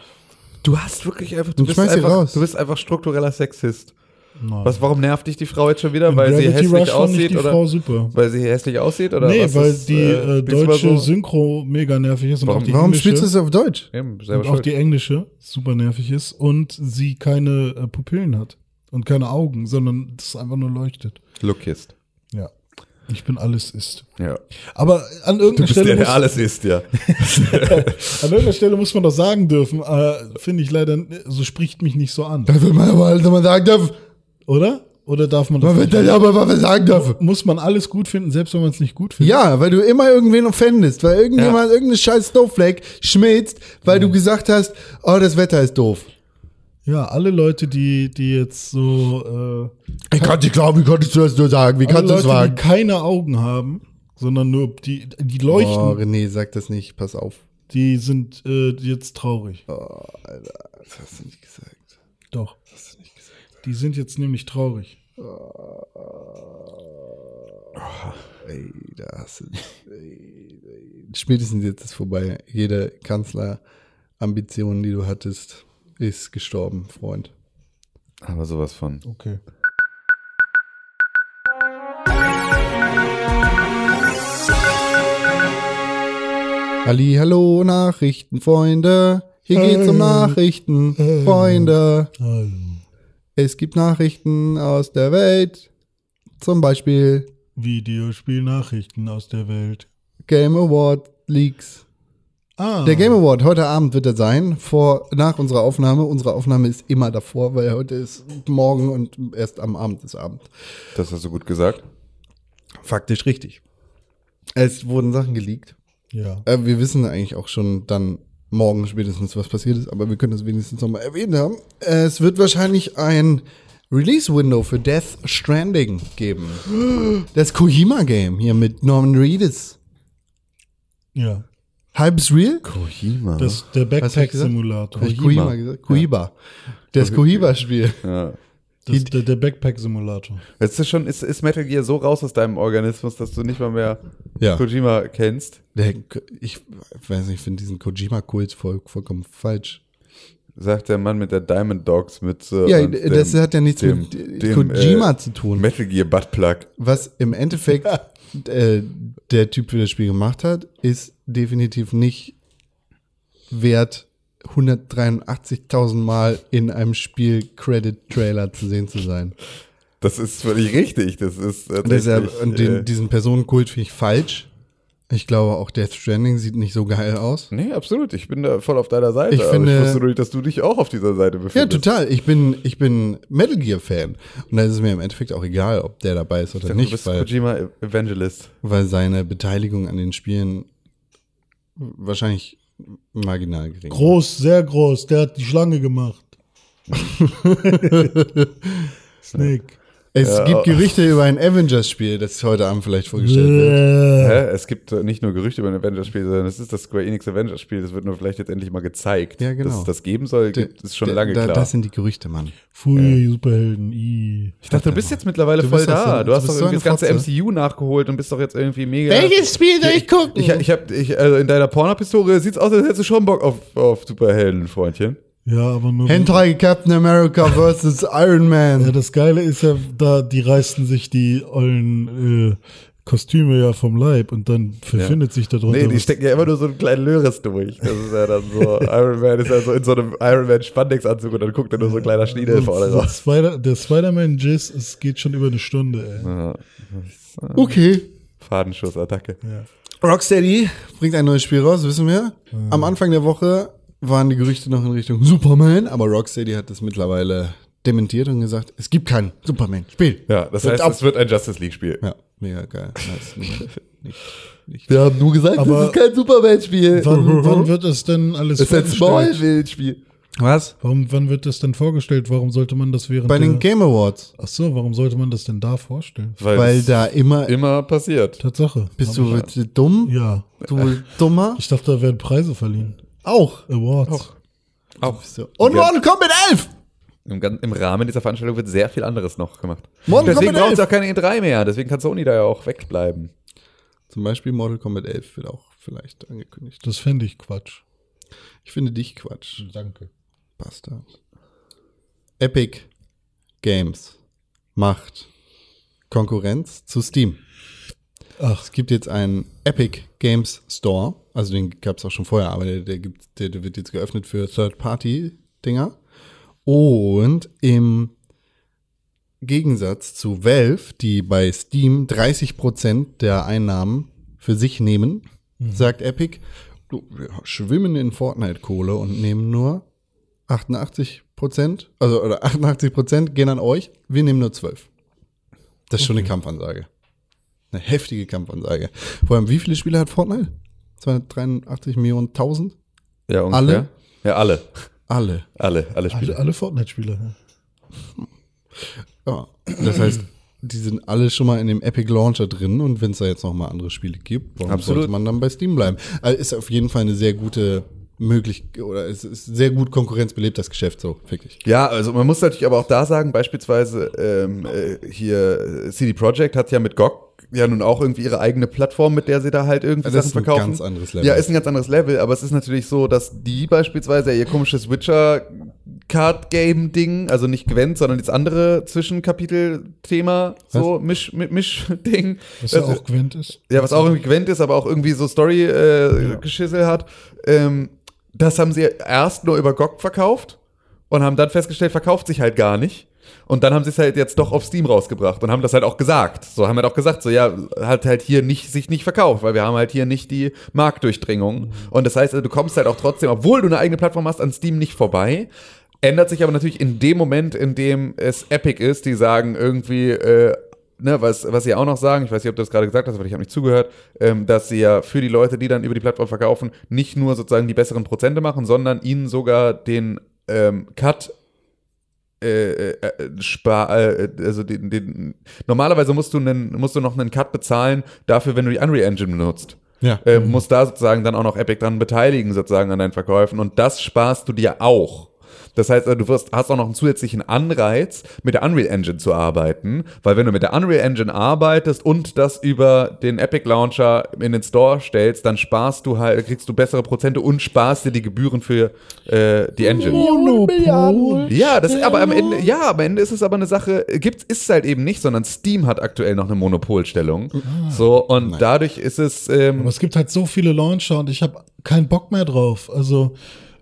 Speaker 3: Du hast wirklich einfach,
Speaker 1: Dann
Speaker 3: du bist
Speaker 1: schmeiß sie
Speaker 3: einfach,
Speaker 1: raus.
Speaker 3: du bist einfach struktureller Sexist.
Speaker 2: Nein.
Speaker 3: Was, warum nervt dich die Frau jetzt schon wieder?
Speaker 2: In
Speaker 3: weil sie
Speaker 2: Gravity
Speaker 3: hässlich
Speaker 2: Rush fand ich
Speaker 3: aussieht
Speaker 2: die
Speaker 3: oder
Speaker 2: Frau super.
Speaker 3: weil sie hässlich aussieht oder
Speaker 2: nee,
Speaker 3: was
Speaker 2: weil
Speaker 3: ist,
Speaker 2: die äh,
Speaker 3: diesmal
Speaker 2: deutsche
Speaker 3: so?
Speaker 2: Synchro mega nervig ist und
Speaker 3: Warum-
Speaker 2: auch die
Speaker 1: Warum
Speaker 2: englische,
Speaker 1: spielst du es auf Deutsch?
Speaker 3: Eben, selber
Speaker 2: und auch
Speaker 3: schuld.
Speaker 2: die englische super nervig ist und sie keine äh, Pupillen hat und keine Augen, sondern das einfach nur leuchtet.
Speaker 3: Lookist.
Speaker 2: Ja. Ich bin alles ist.
Speaker 3: Ja.
Speaker 2: Aber an irgendeiner,
Speaker 3: Du bist
Speaker 2: Stelle
Speaker 3: der, der
Speaker 2: muss,
Speaker 3: alles ist, ja.
Speaker 2: an irgendeiner Stelle muss man doch sagen dürfen, äh, finde ich leider, so spricht mich nicht so an.
Speaker 1: Da will man aber alles mal sagen darf.
Speaker 2: Oder? Oder darf man das
Speaker 1: Man
Speaker 2: nicht?
Speaker 1: wird dann aber was sagen darf.
Speaker 2: Muss man alles gut finden, selbst wenn man es nicht gut findet?
Speaker 1: Ja, weil du immer irgendwen offendest, weil irgendjemand irgendeine scheiß Snowflake schmilzt, weil du gesagt hast, oh, das Wetter ist doof.
Speaker 2: Ja, alle Leute, die, die jetzt so, äh,
Speaker 1: Ich kann nicht glauben, wie konntest du das nur sagen? Wie
Speaker 2: alle
Speaker 1: kannst du das
Speaker 2: Leute, die
Speaker 1: wagen?
Speaker 2: keine Augen haben, sondern nur die, die
Speaker 1: Oh,
Speaker 2: leuchten,
Speaker 1: René, sag das nicht, pass auf.
Speaker 2: die sind äh, jetzt traurig.
Speaker 1: Oh, Das hast du nicht gesagt.
Speaker 2: Doch. Die sind jetzt nämlich traurig.
Speaker 1: Ey, da hast du nicht. Ey, ey. Spätestens jetzt ist vorbei. Jede Kanzlerambition, die du hattest, ist gestorben, Freund.
Speaker 3: Aber sowas von.
Speaker 2: Okay.
Speaker 1: Ali, hallo, Nachrichtenfreunde. Hier geht's um Nachrichten, Freunde.
Speaker 2: Also.
Speaker 1: Es gibt Nachrichten aus der Welt. Zum Beispiel
Speaker 2: Videospielnachrichten aus der Welt.
Speaker 1: Game Award Leaks.
Speaker 2: Ah,
Speaker 1: Der Game Award, heute Abend wird er sein, vor, nach unserer Aufnahme. Unsere Aufnahme ist immer davor, weil heute ist morgen und erst am Abend ist Abend.
Speaker 3: Das hast du gut gesagt.
Speaker 1: Faktisch richtig. Es wurden Sachen geleakt.
Speaker 2: ja.
Speaker 1: Äh, wir wissen eigentlich auch schon dann morgen spätestens, was passiert ist, aber wir können das wenigstens nochmal erwähnt haben. Es wird wahrscheinlich ein Release-Window für Death Stranding geben. Das Kojima-Game hier mit Norman Reedus.
Speaker 2: Ja.
Speaker 1: Halb's real?
Speaker 3: Kojima.
Speaker 2: Das ist der
Speaker 1: Was hab ich gesagt?
Speaker 2: Backpack-Simulator.
Speaker 1: Hab ich Kojima gesagt? Kojiba. Das Kojiba-Spiel.
Speaker 3: ja.
Speaker 2: Das ist der, der Backpack-Simulator.
Speaker 3: Ist, das schon, ist, ist Metal Gear so raus aus deinem Organismus, dass du nicht mal mehr
Speaker 1: Ja.
Speaker 3: Kojima kennst?
Speaker 1: Der, ich weiß nicht, ich finde diesen Kojima-Kult voll, vollkommen falsch.
Speaker 3: Sagt der Mann mit der Diamond Dogs Mütze.
Speaker 1: Ja,
Speaker 3: und
Speaker 1: das
Speaker 3: dem-
Speaker 1: hat ja nichts
Speaker 3: dem-
Speaker 1: mit äh,
Speaker 3: dem,
Speaker 1: Kojima
Speaker 3: äh,
Speaker 1: zu tun.
Speaker 3: Metal Gear Buttplug.
Speaker 1: Was im Endeffekt äh, der Typ für das Spiel gemacht hat, ist definitiv nicht wert, 183.000 Mal in einem Spiel Credit Trailer zu sehen zu sein.
Speaker 3: Das ist völlig richtig. Das ist
Speaker 1: Und Deshalb,
Speaker 3: tatsächlich,
Speaker 1: und den,
Speaker 3: äh,
Speaker 1: diesen Personenkult finde ich falsch. Ich glaube, auch Death Stranding sieht nicht so geil aus.
Speaker 3: Nee, absolut. Ich bin da voll auf deiner Seite.
Speaker 1: Ich
Speaker 3: aber
Speaker 1: finde-
Speaker 3: ich wusste nur nicht, dass du dich auch auf dieser Seite befindest.
Speaker 1: Ja, total. Ich bin, ich bin Metal Gear Fan. Und da ist es mir im Endeffekt auch egal, ob der dabei ist oder
Speaker 3: Du
Speaker 1: nicht,
Speaker 3: bist
Speaker 1: weil,
Speaker 3: Kojima Evangelist.
Speaker 1: weil seine Beteiligung an den Spielen wahrscheinlich marginal gering ist.
Speaker 2: Groß, sehr groß. Der hat die Schlange gemacht. Snake.
Speaker 1: Es
Speaker 3: Ja.
Speaker 1: gibt Gerüchte über ein Avengers-Spiel, das heute Abend vielleicht vorgestellt wird.
Speaker 2: Äh,
Speaker 3: Hä? Es gibt äh, nicht nur Gerüchte über ein Avengers-Spiel, sondern es ist das Square Enix Avengers-Spiel. Das wird nur vielleicht jetzt endlich mal gezeigt.
Speaker 1: Ja, genau.
Speaker 3: Dass es das geben soll, gibt, ist schon
Speaker 1: Da-
Speaker 3: lange
Speaker 1: da,
Speaker 3: klar.
Speaker 1: Das sind die Gerüchte, Mann.
Speaker 2: Frühe Superhelden. I.
Speaker 3: ich dachte, du bist jetzt mittlerweile
Speaker 1: Du
Speaker 3: voll
Speaker 1: bist das
Speaker 3: da.
Speaker 1: so-
Speaker 3: du hast
Speaker 1: du
Speaker 3: doch
Speaker 1: bist
Speaker 3: irgendwie das
Speaker 1: so eine
Speaker 3: ganze
Speaker 1: Fotze.
Speaker 3: MCU nachgeholt und bist doch jetzt irgendwie mega.
Speaker 1: Spiel soll
Speaker 3: Ich, ich hab, ich, also in deiner Pornopistole sieht's aus, als hättest du schon Bock auf, auf Superhelden, Freundchen.
Speaker 2: Ja, aber nur.
Speaker 1: Hentai Captain America vs. Iron
Speaker 2: Ja,
Speaker 1: Man.
Speaker 2: das Geile ist ja, da die reißen sich die ollen äh, Kostüme ja vom Leib und dann verschwindet sich da drunter.
Speaker 3: Nee, die
Speaker 2: was.
Speaker 3: stecken ja immer nur so einen kleinen Löres durch. Das ist ja dann so. Iron Man ist ja so in so einem Iron Man Spandex-Anzug und dann guckt er nur so ein kleiner Schniedel vorne
Speaker 2: Und
Speaker 3: raus.
Speaker 2: Spider, der Spider-Man-Jizz, es geht schon über eine Stunde, ey.
Speaker 1: Okay.
Speaker 3: Fadenschussattacke.
Speaker 1: Rocksteady bringt ein neues Spiel raus, wissen wir. Am Anfang der Woche waren die Gerüchte noch in Richtung Superman, aber Rocksteady hat das mittlerweile dementiert und gesagt, es gibt kein Superman-Spiel.
Speaker 3: Ja, das
Speaker 1: Wird
Speaker 3: heißt,
Speaker 1: ab-
Speaker 3: es wird ein Justice League-Spiel.
Speaker 1: Ja, mega geil. Nice. Nicht- nicht- nicht.
Speaker 3: Wir haben nur gesagt,
Speaker 2: Aber-
Speaker 3: es ist kein Superman-Spiel. Mhm.
Speaker 2: Wann, wann wird das denn alles
Speaker 3: Es ist ein
Speaker 2: vorgestellt?
Speaker 3: Smallville-Spiel.
Speaker 1: Was?
Speaker 2: Warum, wann wird das denn vorgestellt? Warum sollte man das während
Speaker 1: Bei den
Speaker 2: der,
Speaker 1: Game Awards,
Speaker 2: Ach so, warum sollte man das denn da vorstellen?
Speaker 1: weil
Speaker 3: es
Speaker 1: da immer,
Speaker 3: immer passiert.
Speaker 2: Tatsache.
Speaker 1: bist du dumm?
Speaker 2: Ja.
Speaker 1: Du dummer?
Speaker 2: Ich dachte, da werden Preise verliehen.
Speaker 1: Auch.
Speaker 2: Awards.
Speaker 3: Auch.
Speaker 1: So. Und Mortal Kombat 11!
Speaker 3: Im, gan- Im Rahmen dieser Veranstaltung wird sehr viel anderes noch gemacht.
Speaker 1: Morgen
Speaker 3: Deswegen
Speaker 1: kommen wir
Speaker 3: braucht es
Speaker 1: elf.
Speaker 3: auch keine E3 mehr. Deswegen kann Sony da ja auch wegbleiben.
Speaker 1: Zum Beispiel Mortal Kombat 11 wird auch vielleicht angekündigt.
Speaker 2: Das fände ich Quatsch.
Speaker 1: Ich finde dich Quatsch.
Speaker 2: Danke.
Speaker 1: Bastard. Epic Games macht Konkurrenz zu Steam.
Speaker 2: Ach,
Speaker 1: Es gibt jetzt einen Epic Games Store. Also den gab es auch schon vorher, aber der, der, gibt, der, der wird jetzt geöffnet für Third-Party-Dinger. Und im Gegensatz zu Valve, die bei Steam 30% der Einnahmen für sich nehmen, sagt Epic, du, wir schwimmen in Fortnite-Kohle und nehmen nur 88%, also oder 88% gehen an euch, wir nehmen nur 12. Das ist schon eine Kampfansage. Eine heftige Kampfansage. Vor allem, wie viele Spieler hat Fortnite? 283 Millionen, 1000?
Speaker 3: Ja, ungefähr.
Speaker 1: Alle?
Speaker 3: Ja,
Speaker 1: Alle.
Speaker 3: alle. Alle, alle
Speaker 2: alle,
Speaker 3: Spiele.
Speaker 2: alle Fortnite-Spieler. ne?
Speaker 1: Ja. Das heißt, die sind alle schon mal in dem Epic Launcher drin und wenn es da jetzt noch mal andere Spiele gibt, warum
Speaker 3: Absolut.
Speaker 1: sollte man dann bei Steam bleiben? Also ist auf jeden Fall eine sehr gute Möglichkeit oder es ist sehr gut konkurrenzbelebt das Geschäft so, wirklich.
Speaker 3: Ja, also man muss natürlich aber auch da sagen, beispielsweise ähm, äh, hier äh, CD Projekt hat ja mit GOG ja nun auch irgendwie ihre eigene Plattform, mit der sie da halt irgendwie
Speaker 1: Also das
Speaker 3: Sachen
Speaker 1: ist ein
Speaker 3: verkaufen.
Speaker 1: ganz anderes Level.
Speaker 3: Ja, ist ein ganz anderes Level, aber es ist natürlich so, dass die beispielsweise ihr komisches Witcher Card Game Ding, also nicht Gwent, sondern das andere Zwischenkapitel Thema, so Misch Mi- Misch Ding.
Speaker 2: Was ja
Speaker 3: Das-
Speaker 2: auch Gwent ist.
Speaker 3: ja, was auch irgendwie Gwent ist, aber auch irgendwie so Story-Geschissel hat. Ähm, das haben sie erst nur über GOG verkauft und haben dann festgestellt, verkauft sich halt gar nicht. Und dann haben sie es halt jetzt doch auf Steam rausgebracht und haben das halt auch gesagt. So haben halt auch gesagt, so ja, hat halt hier nicht sich nicht verkauft, weil wir haben halt hier nicht die Marktdurchdringung. Und das heißt, also, du kommst halt auch trotzdem, obwohl du eine eigene Plattform hast, an Steam nicht vorbei. Ändert sich aber natürlich in dem Moment, in dem es Epic ist, die sagen irgendwie, äh, ne, was, was sie auch noch sagen, ich weiß nicht, ob du das gerade gesagt hast, weil ich habe nicht zugehört, ähm, dass sie ja für die Leute, die dann über die Plattform verkaufen, nicht nur sozusagen die besseren Prozente machen, sondern ihnen sogar den ähm, Cut äh, äh, Spar, äh, also den, den, normalerweise musst du, einen, musst du noch einen Cut bezahlen dafür, wenn du die Unreal Engine benutzt.
Speaker 2: Ja.
Speaker 3: Äh, musst da sozusagen dann auch noch Epic dran beteiligen, sozusagen an deinen Verkäufen. Und das sparst du dir auch. Das heißt, äh, du wirst, hast auch noch einen zusätzlichen Anreiz, mit der Unreal Engine zu arbeiten, weil wenn du mit der Unreal Engine arbeitest und das über den Epic Launcher in den Store stellst, dann sparst du halt, kriegst du bessere Prozente und sparst dir die Gebühren für äh, die Engine.
Speaker 4: Monopol.
Speaker 3: Ja, das, aber am Ende, ja, am Ende ist es aber eine Sache, äh, gibt's, ist es halt eben nicht, sondern Steam hat aktuell noch eine Monopolstellung. so, und dadurch ist es,
Speaker 2: Aber
Speaker 3: ähm,
Speaker 2: es gibt halt so viele Launcher und ich habe
Speaker 4: Kein Bock mehr drauf. Also,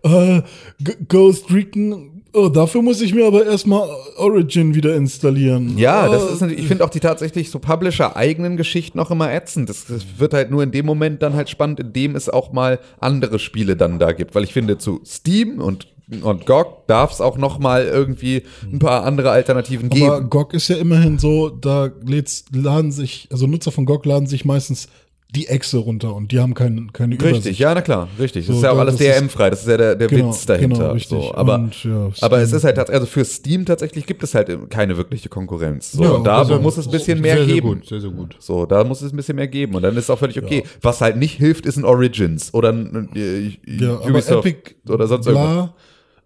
Speaker 4: äh, G- Ghost Recon, oh, dafür muss ich mir aber erstmal Origin wieder installieren.
Speaker 2: Oh.
Speaker 3: ja, das ist, natürlich- ich finde auch die tatsächlich so Publisher-eigenen Geschichten auch immer ätzend. Das, das wird halt nur in dem Moment dann halt spannend, in dem es auch mal andere Spiele dann da gibt, weil ich finde zu Steam und und GOG darf es auch noch mal irgendwie ein paar andere Alternativen
Speaker 2: Äh, Aber
Speaker 3: geben.
Speaker 2: GOG ist ja immerhin so, da lädst- laden sich, also Nutzer von GOG laden sich meistens die Echse runter und die haben kein, keine
Speaker 3: Richtig, ja, na klar, richtig. Das
Speaker 2: So,
Speaker 3: ist ja auch
Speaker 2: da-
Speaker 3: alles
Speaker 2: das ist-
Speaker 3: DRM-frei, das ist ja der, der
Speaker 2: Genau,
Speaker 3: Witz dahinter.
Speaker 2: genau, richtig.
Speaker 3: So, aber
Speaker 2: Und, ja,
Speaker 3: aber es
Speaker 2: Steam-
Speaker 3: ist halt, tats- also für Steam tatsächlich gibt es halt keine wirkliche Konkurrenz. So,
Speaker 2: Ja,
Speaker 3: und da
Speaker 2: also-
Speaker 3: muss es ein bisschen mehr
Speaker 1: sehr, sehr
Speaker 3: geben.
Speaker 1: gut, sehr, sehr gut.
Speaker 3: So, da muss es ein bisschen mehr geben. Und dann ist es auch völlig okay. Was halt nicht hilft, ist ein Origins oder ein äh,
Speaker 2: Ja, aber
Speaker 3: Ubisoft
Speaker 2: Epic
Speaker 3: oder sonst irgendwas.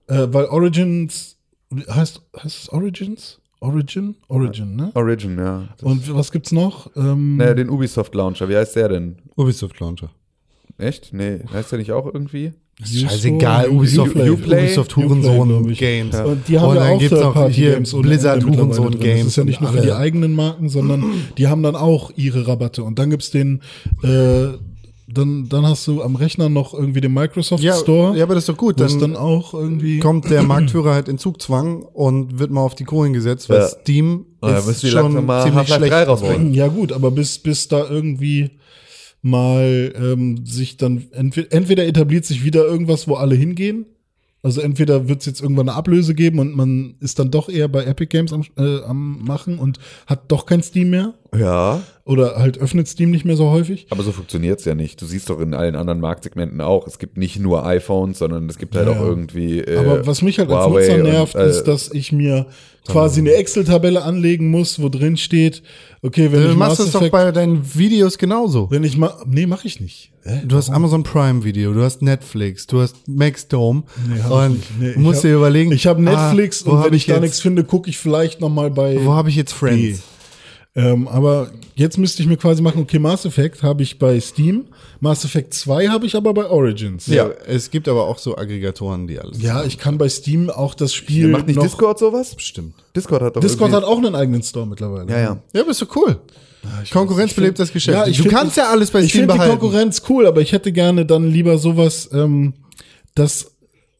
Speaker 2: bla, äh, weil Origins, wie heißt, heißt es Origins? Origin? Origin, ne?
Speaker 3: Origin, ja.
Speaker 2: Und was gibt's noch? Ähm,
Speaker 3: Naja, den Ubisoft-Launcher, wie heißt der denn?
Speaker 1: Ubisoft Launcher.
Speaker 3: Echt? Nee, heißt der nicht auch irgendwie?
Speaker 1: Scheißegal, Ubisoft,
Speaker 2: Uplay.
Speaker 1: Uplay, Ubisoft Hurensohn
Speaker 2: Uplay, glaub ich.
Speaker 1: Games.
Speaker 4: Und die haben ja
Speaker 1: dann
Speaker 4: auch
Speaker 1: gibt's noch hier
Speaker 4: Third-Party-Games
Speaker 1: Blizzard Hurensohn Games.
Speaker 2: Das ist ja nicht nur
Speaker 1: und
Speaker 2: für die
Speaker 1: alle.
Speaker 2: eigenen Marken, sondern die haben dann auch ihre Rabatte. Und dann gibt's den, äh, dann, dann hast du am Rechner noch irgendwie den Microsoft
Speaker 1: ja,
Speaker 2: Store.
Speaker 1: ja, aber das ist doch gut.
Speaker 2: wo es
Speaker 1: Dann,
Speaker 2: dann auch irgendwie.
Speaker 1: kommt der Marktführer halt in Zugzwang und wird mal auf die Kohlen gesetzt, weil
Speaker 3: Ja.
Speaker 1: Steam
Speaker 2: Äh,
Speaker 3: Oder
Speaker 1: ist
Speaker 3: müssen die
Speaker 1: schon
Speaker 3: langsam mal
Speaker 1: ziemlich
Speaker 3: Half-Life
Speaker 1: schlecht Äh,
Speaker 3: 3 rausbringen?
Speaker 2: Ja, gut, aber bis, bis da irgendwie mal ähm, sich dann entweder, entweder etabliert sich wieder irgendwas, wo alle hingehen. Also entweder wird es jetzt irgendwann eine Ablöse geben und man ist dann doch eher bei Epic Games am, äh, am machen und hat doch kein Steam mehr
Speaker 3: Ja.
Speaker 2: oder halt öffnet Steam nicht mehr so häufig.
Speaker 3: Aber so funktioniert's ja nicht. Du siehst doch in allen anderen Marktsegmenten auch. Es gibt nicht nur iPhones, sondern es gibt halt
Speaker 2: Ja,
Speaker 3: auch
Speaker 2: ja.
Speaker 3: irgendwie. Äh,
Speaker 2: Aber was mich halt als
Speaker 3: Huawei
Speaker 2: Nutzer
Speaker 3: und,
Speaker 2: nervt,
Speaker 3: äh,
Speaker 2: ist, dass ich mir quasi eine Excel-Tabelle anlegen muss, wo drin steht, okay, wenn
Speaker 1: Du
Speaker 2: ich
Speaker 1: machst
Speaker 2: Mass
Speaker 1: es doch
Speaker 2: Effect,
Speaker 1: bei deinen Videos genauso.
Speaker 2: wenn ich ma nee, mache ich nicht. Hä?
Speaker 1: Du hast Amazon Prime Video, du hast Netflix, du hast Maxdome
Speaker 2: Nee, hab ich
Speaker 1: und
Speaker 2: nicht. Nee, ich
Speaker 1: musst
Speaker 2: hab-
Speaker 1: dir überlegen.
Speaker 2: Ich habe Netflix
Speaker 1: ah, wo
Speaker 2: und
Speaker 1: hab
Speaker 2: wenn ich da
Speaker 1: jetzt-
Speaker 2: nichts finde, gucke ich vielleicht noch mal bei.
Speaker 1: Wo habe ich jetzt Friends?
Speaker 2: Ähm, aber jetzt müsste ich mir quasi machen, okay, Mass Effect habe ich bei Steam, Mass Effect 2 habe ich aber bei Origins.
Speaker 1: Ja, es gibt aber auch so Aggregatoren, die alles.
Speaker 2: Ja, ich kann bei Steam auch das Spiel
Speaker 3: macht nicht
Speaker 2: Hm, noch
Speaker 3: Discord sowas?
Speaker 1: stimmt.
Speaker 3: Discord hat doch.
Speaker 2: Discord
Speaker 3: irgendwie-
Speaker 2: hat auch einen eigenen Store mittlerweile.
Speaker 3: Ja, ja.
Speaker 1: Ja, bist du cool. Konkurrenz belebt das Geschäft.
Speaker 2: ich
Speaker 1: du
Speaker 2: find-
Speaker 1: kannst ja alles bei
Speaker 2: ich
Speaker 1: Steam
Speaker 2: find
Speaker 1: behalten.
Speaker 2: die Konkurrenz cool, aber ich hätte gerne dann lieber sowas, ähm, das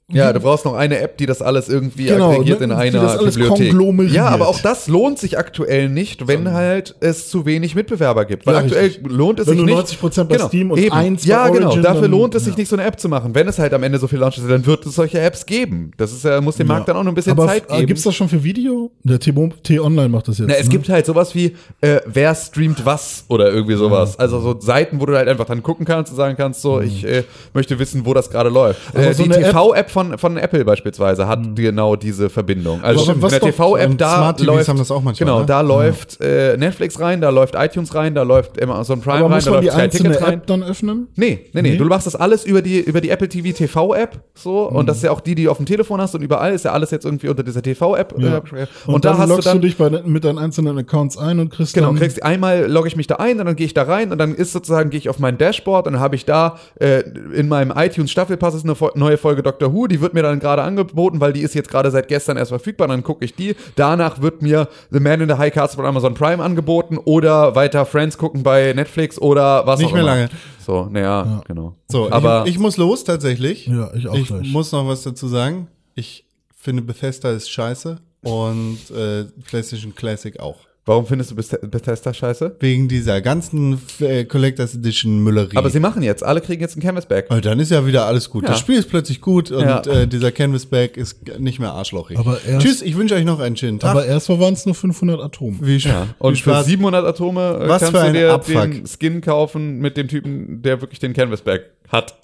Speaker 3: Ja, du brauchst noch eine App, die das alles irgendwie
Speaker 2: Genau,
Speaker 3: aggregiert
Speaker 2: ne,
Speaker 3: in
Speaker 2: die
Speaker 3: einer
Speaker 2: das alles
Speaker 3: Bibliothek.
Speaker 2: konglomeriert.
Speaker 3: Ja, aber auch das lohnt sich aktuell nicht, wenn halt es zu wenig Mitbewerber gibt. Weil
Speaker 2: Ja,
Speaker 3: aktuell
Speaker 2: richtig.
Speaker 3: lohnt es
Speaker 2: Wenn du
Speaker 3: sich nicht. Genau,
Speaker 2: 90% bei Steam und
Speaker 3: eben.
Speaker 2: 1 bei
Speaker 3: Ja, genau.
Speaker 2: Origin,
Speaker 3: Dafür
Speaker 2: dann-
Speaker 3: lohnt es sich
Speaker 2: ja.
Speaker 3: nicht, so eine App zu machen. Wenn es halt am Ende so viel Launches sind, dann wird es solche Apps geben. Das ist ja, muss dem Markt dann auch noch ein bisschen
Speaker 2: aber
Speaker 3: Zeit geben.
Speaker 2: Gibt es das schon für Video? Der T-Mo- T-Online macht das jetzt.
Speaker 3: Na, es
Speaker 2: ne?
Speaker 3: gibt halt sowas wie, äh, wer streamt was oder irgendwie sowas. Also so Seiten, wo du halt einfach dann gucken kannst und sagen kannst, so, ich äh, möchte wissen, wo das gerade läuft. Äh,
Speaker 2: Mhm. so
Speaker 3: die
Speaker 2: eine App- Mhm.
Speaker 3: TV-App von, von Apple beispielsweise hat genau diese Verbindung. Also
Speaker 2: Aber
Speaker 3: in
Speaker 2: was
Speaker 3: der
Speaker 2: doch- ähm,
Speaker 3: TV-App
Speaker 1: und
Speaker 3: da
Speaker 1: Smart TVs
Speaker 3: läuft,
Speaker 1: haben das auch manchmal,
Speaker 3: Genau,
Speaker 1: ne?
Speaker 3: da läuft äh, Netflix rein, da läuft iTunes rein, da läuft Amazon Prime
Speaker 2: aber
Speaker 3: rein,
Speaker 2: muss
Speaker 3: da
Speaker 2: man die
Speaker 3: läuft Sky
Speaker 2: einzelne
Speaker 3: Ticket rein.
Speaker 2: App dann öffnen?
Speaker 3: Nee, nee, nee,
Speaker 2: Nee?
Speaker 3: Du machst das alles über die, über die Apple TV TV-App so. Und
Speaker 2: Mhm.
Speaker 3: das ist ja auch die, die du auf dem Telefon hast und überall ist ja alles jetzt irgendwie unter dieser TV-App. äh, abgespeichert.
Speaker 2: Und, dann
Speaker 3: da hast
Speaker 2: loggst
Speaker 3: du dann
Speaker 2: dich bei, de- mit deinen einzelnen Accounts ein und kriegst
Speaker 1: Ähm,
Speaker 3: Genau,
Speaker 2: dann
Speaker 3: kriegst einmal logge ich mich da ein und dann gehe ich da rein und dann ist sozusagen gehe ich auf mein Dashboard und dann habe ich da äh, in meinem iTunes Staffelpass ist eine Fol- neue Folge Doctor Who, die wird mir dann gerade angeboten, weil die ist jetzt gerade seit gestern erst verfügbar, dann gucke ich die. Danach wird mir The Man in the High Castle von Amazon Prime angeboten oder weiter Friends gucken bei Netflix oder was
Speaker 1: Nicht
Speaker 3: auch
Speaker 1: mehr
Speaker 3: immer.
Speaker 1: lange.
Speaker 3: So, naja, ja. genau.
Speaker 1: So,
Speaker 3: aber
Speaker 1: ich, ich muss los tatsächlich.
Speaker 2: Ja, ich auch
Speaker 1: Ich
Speaker 2: gleich.
Speaker 1: muss noch was dazu sagen. Ich finde Bethesda ist scheiße und äh, PlayStation Classic auch.
Speaker 3: warum findest du Beth- Bethesda scheiße?
Speaker 1: Wegen dieser ganzen äh, Collectors Edition Müllerie.
Speaker 3: Aber sie machen jetzt, alle kriegen jetzt ein Canvasback.
Speaker 1: Äh, dann ist ja wieder alles gut.
Speaker 3: Ja.
Speaker 1: Das Spiel ist plötzlich gut und
Speaker 3: Ja.
Speaker 1: äh, dieser Canvasback ist g- nicht mehr arschlochig.
Speaker 2: Aber erst-
Speaker 1: Tschüss, ich wünsche euch noch einen schönen Tag.
Speaker 2: aber erstmal waren es nur 500 Atome.
Speaker 1: wie sch- wie
Speaker 3: Und für
Speaker 1: Spaß.
Speaker 3: 700 Atome äh,
Speaker 1: Was
Speaker 3: kannst
Speaker 1: für
Speaker 3: du
Speaker 1: ein
Speaker 3: dir
Speaker 1: Abfuck.
Speaker 3: den Skin kaufen mit dem Typen, der wirklich den Canvasback hat.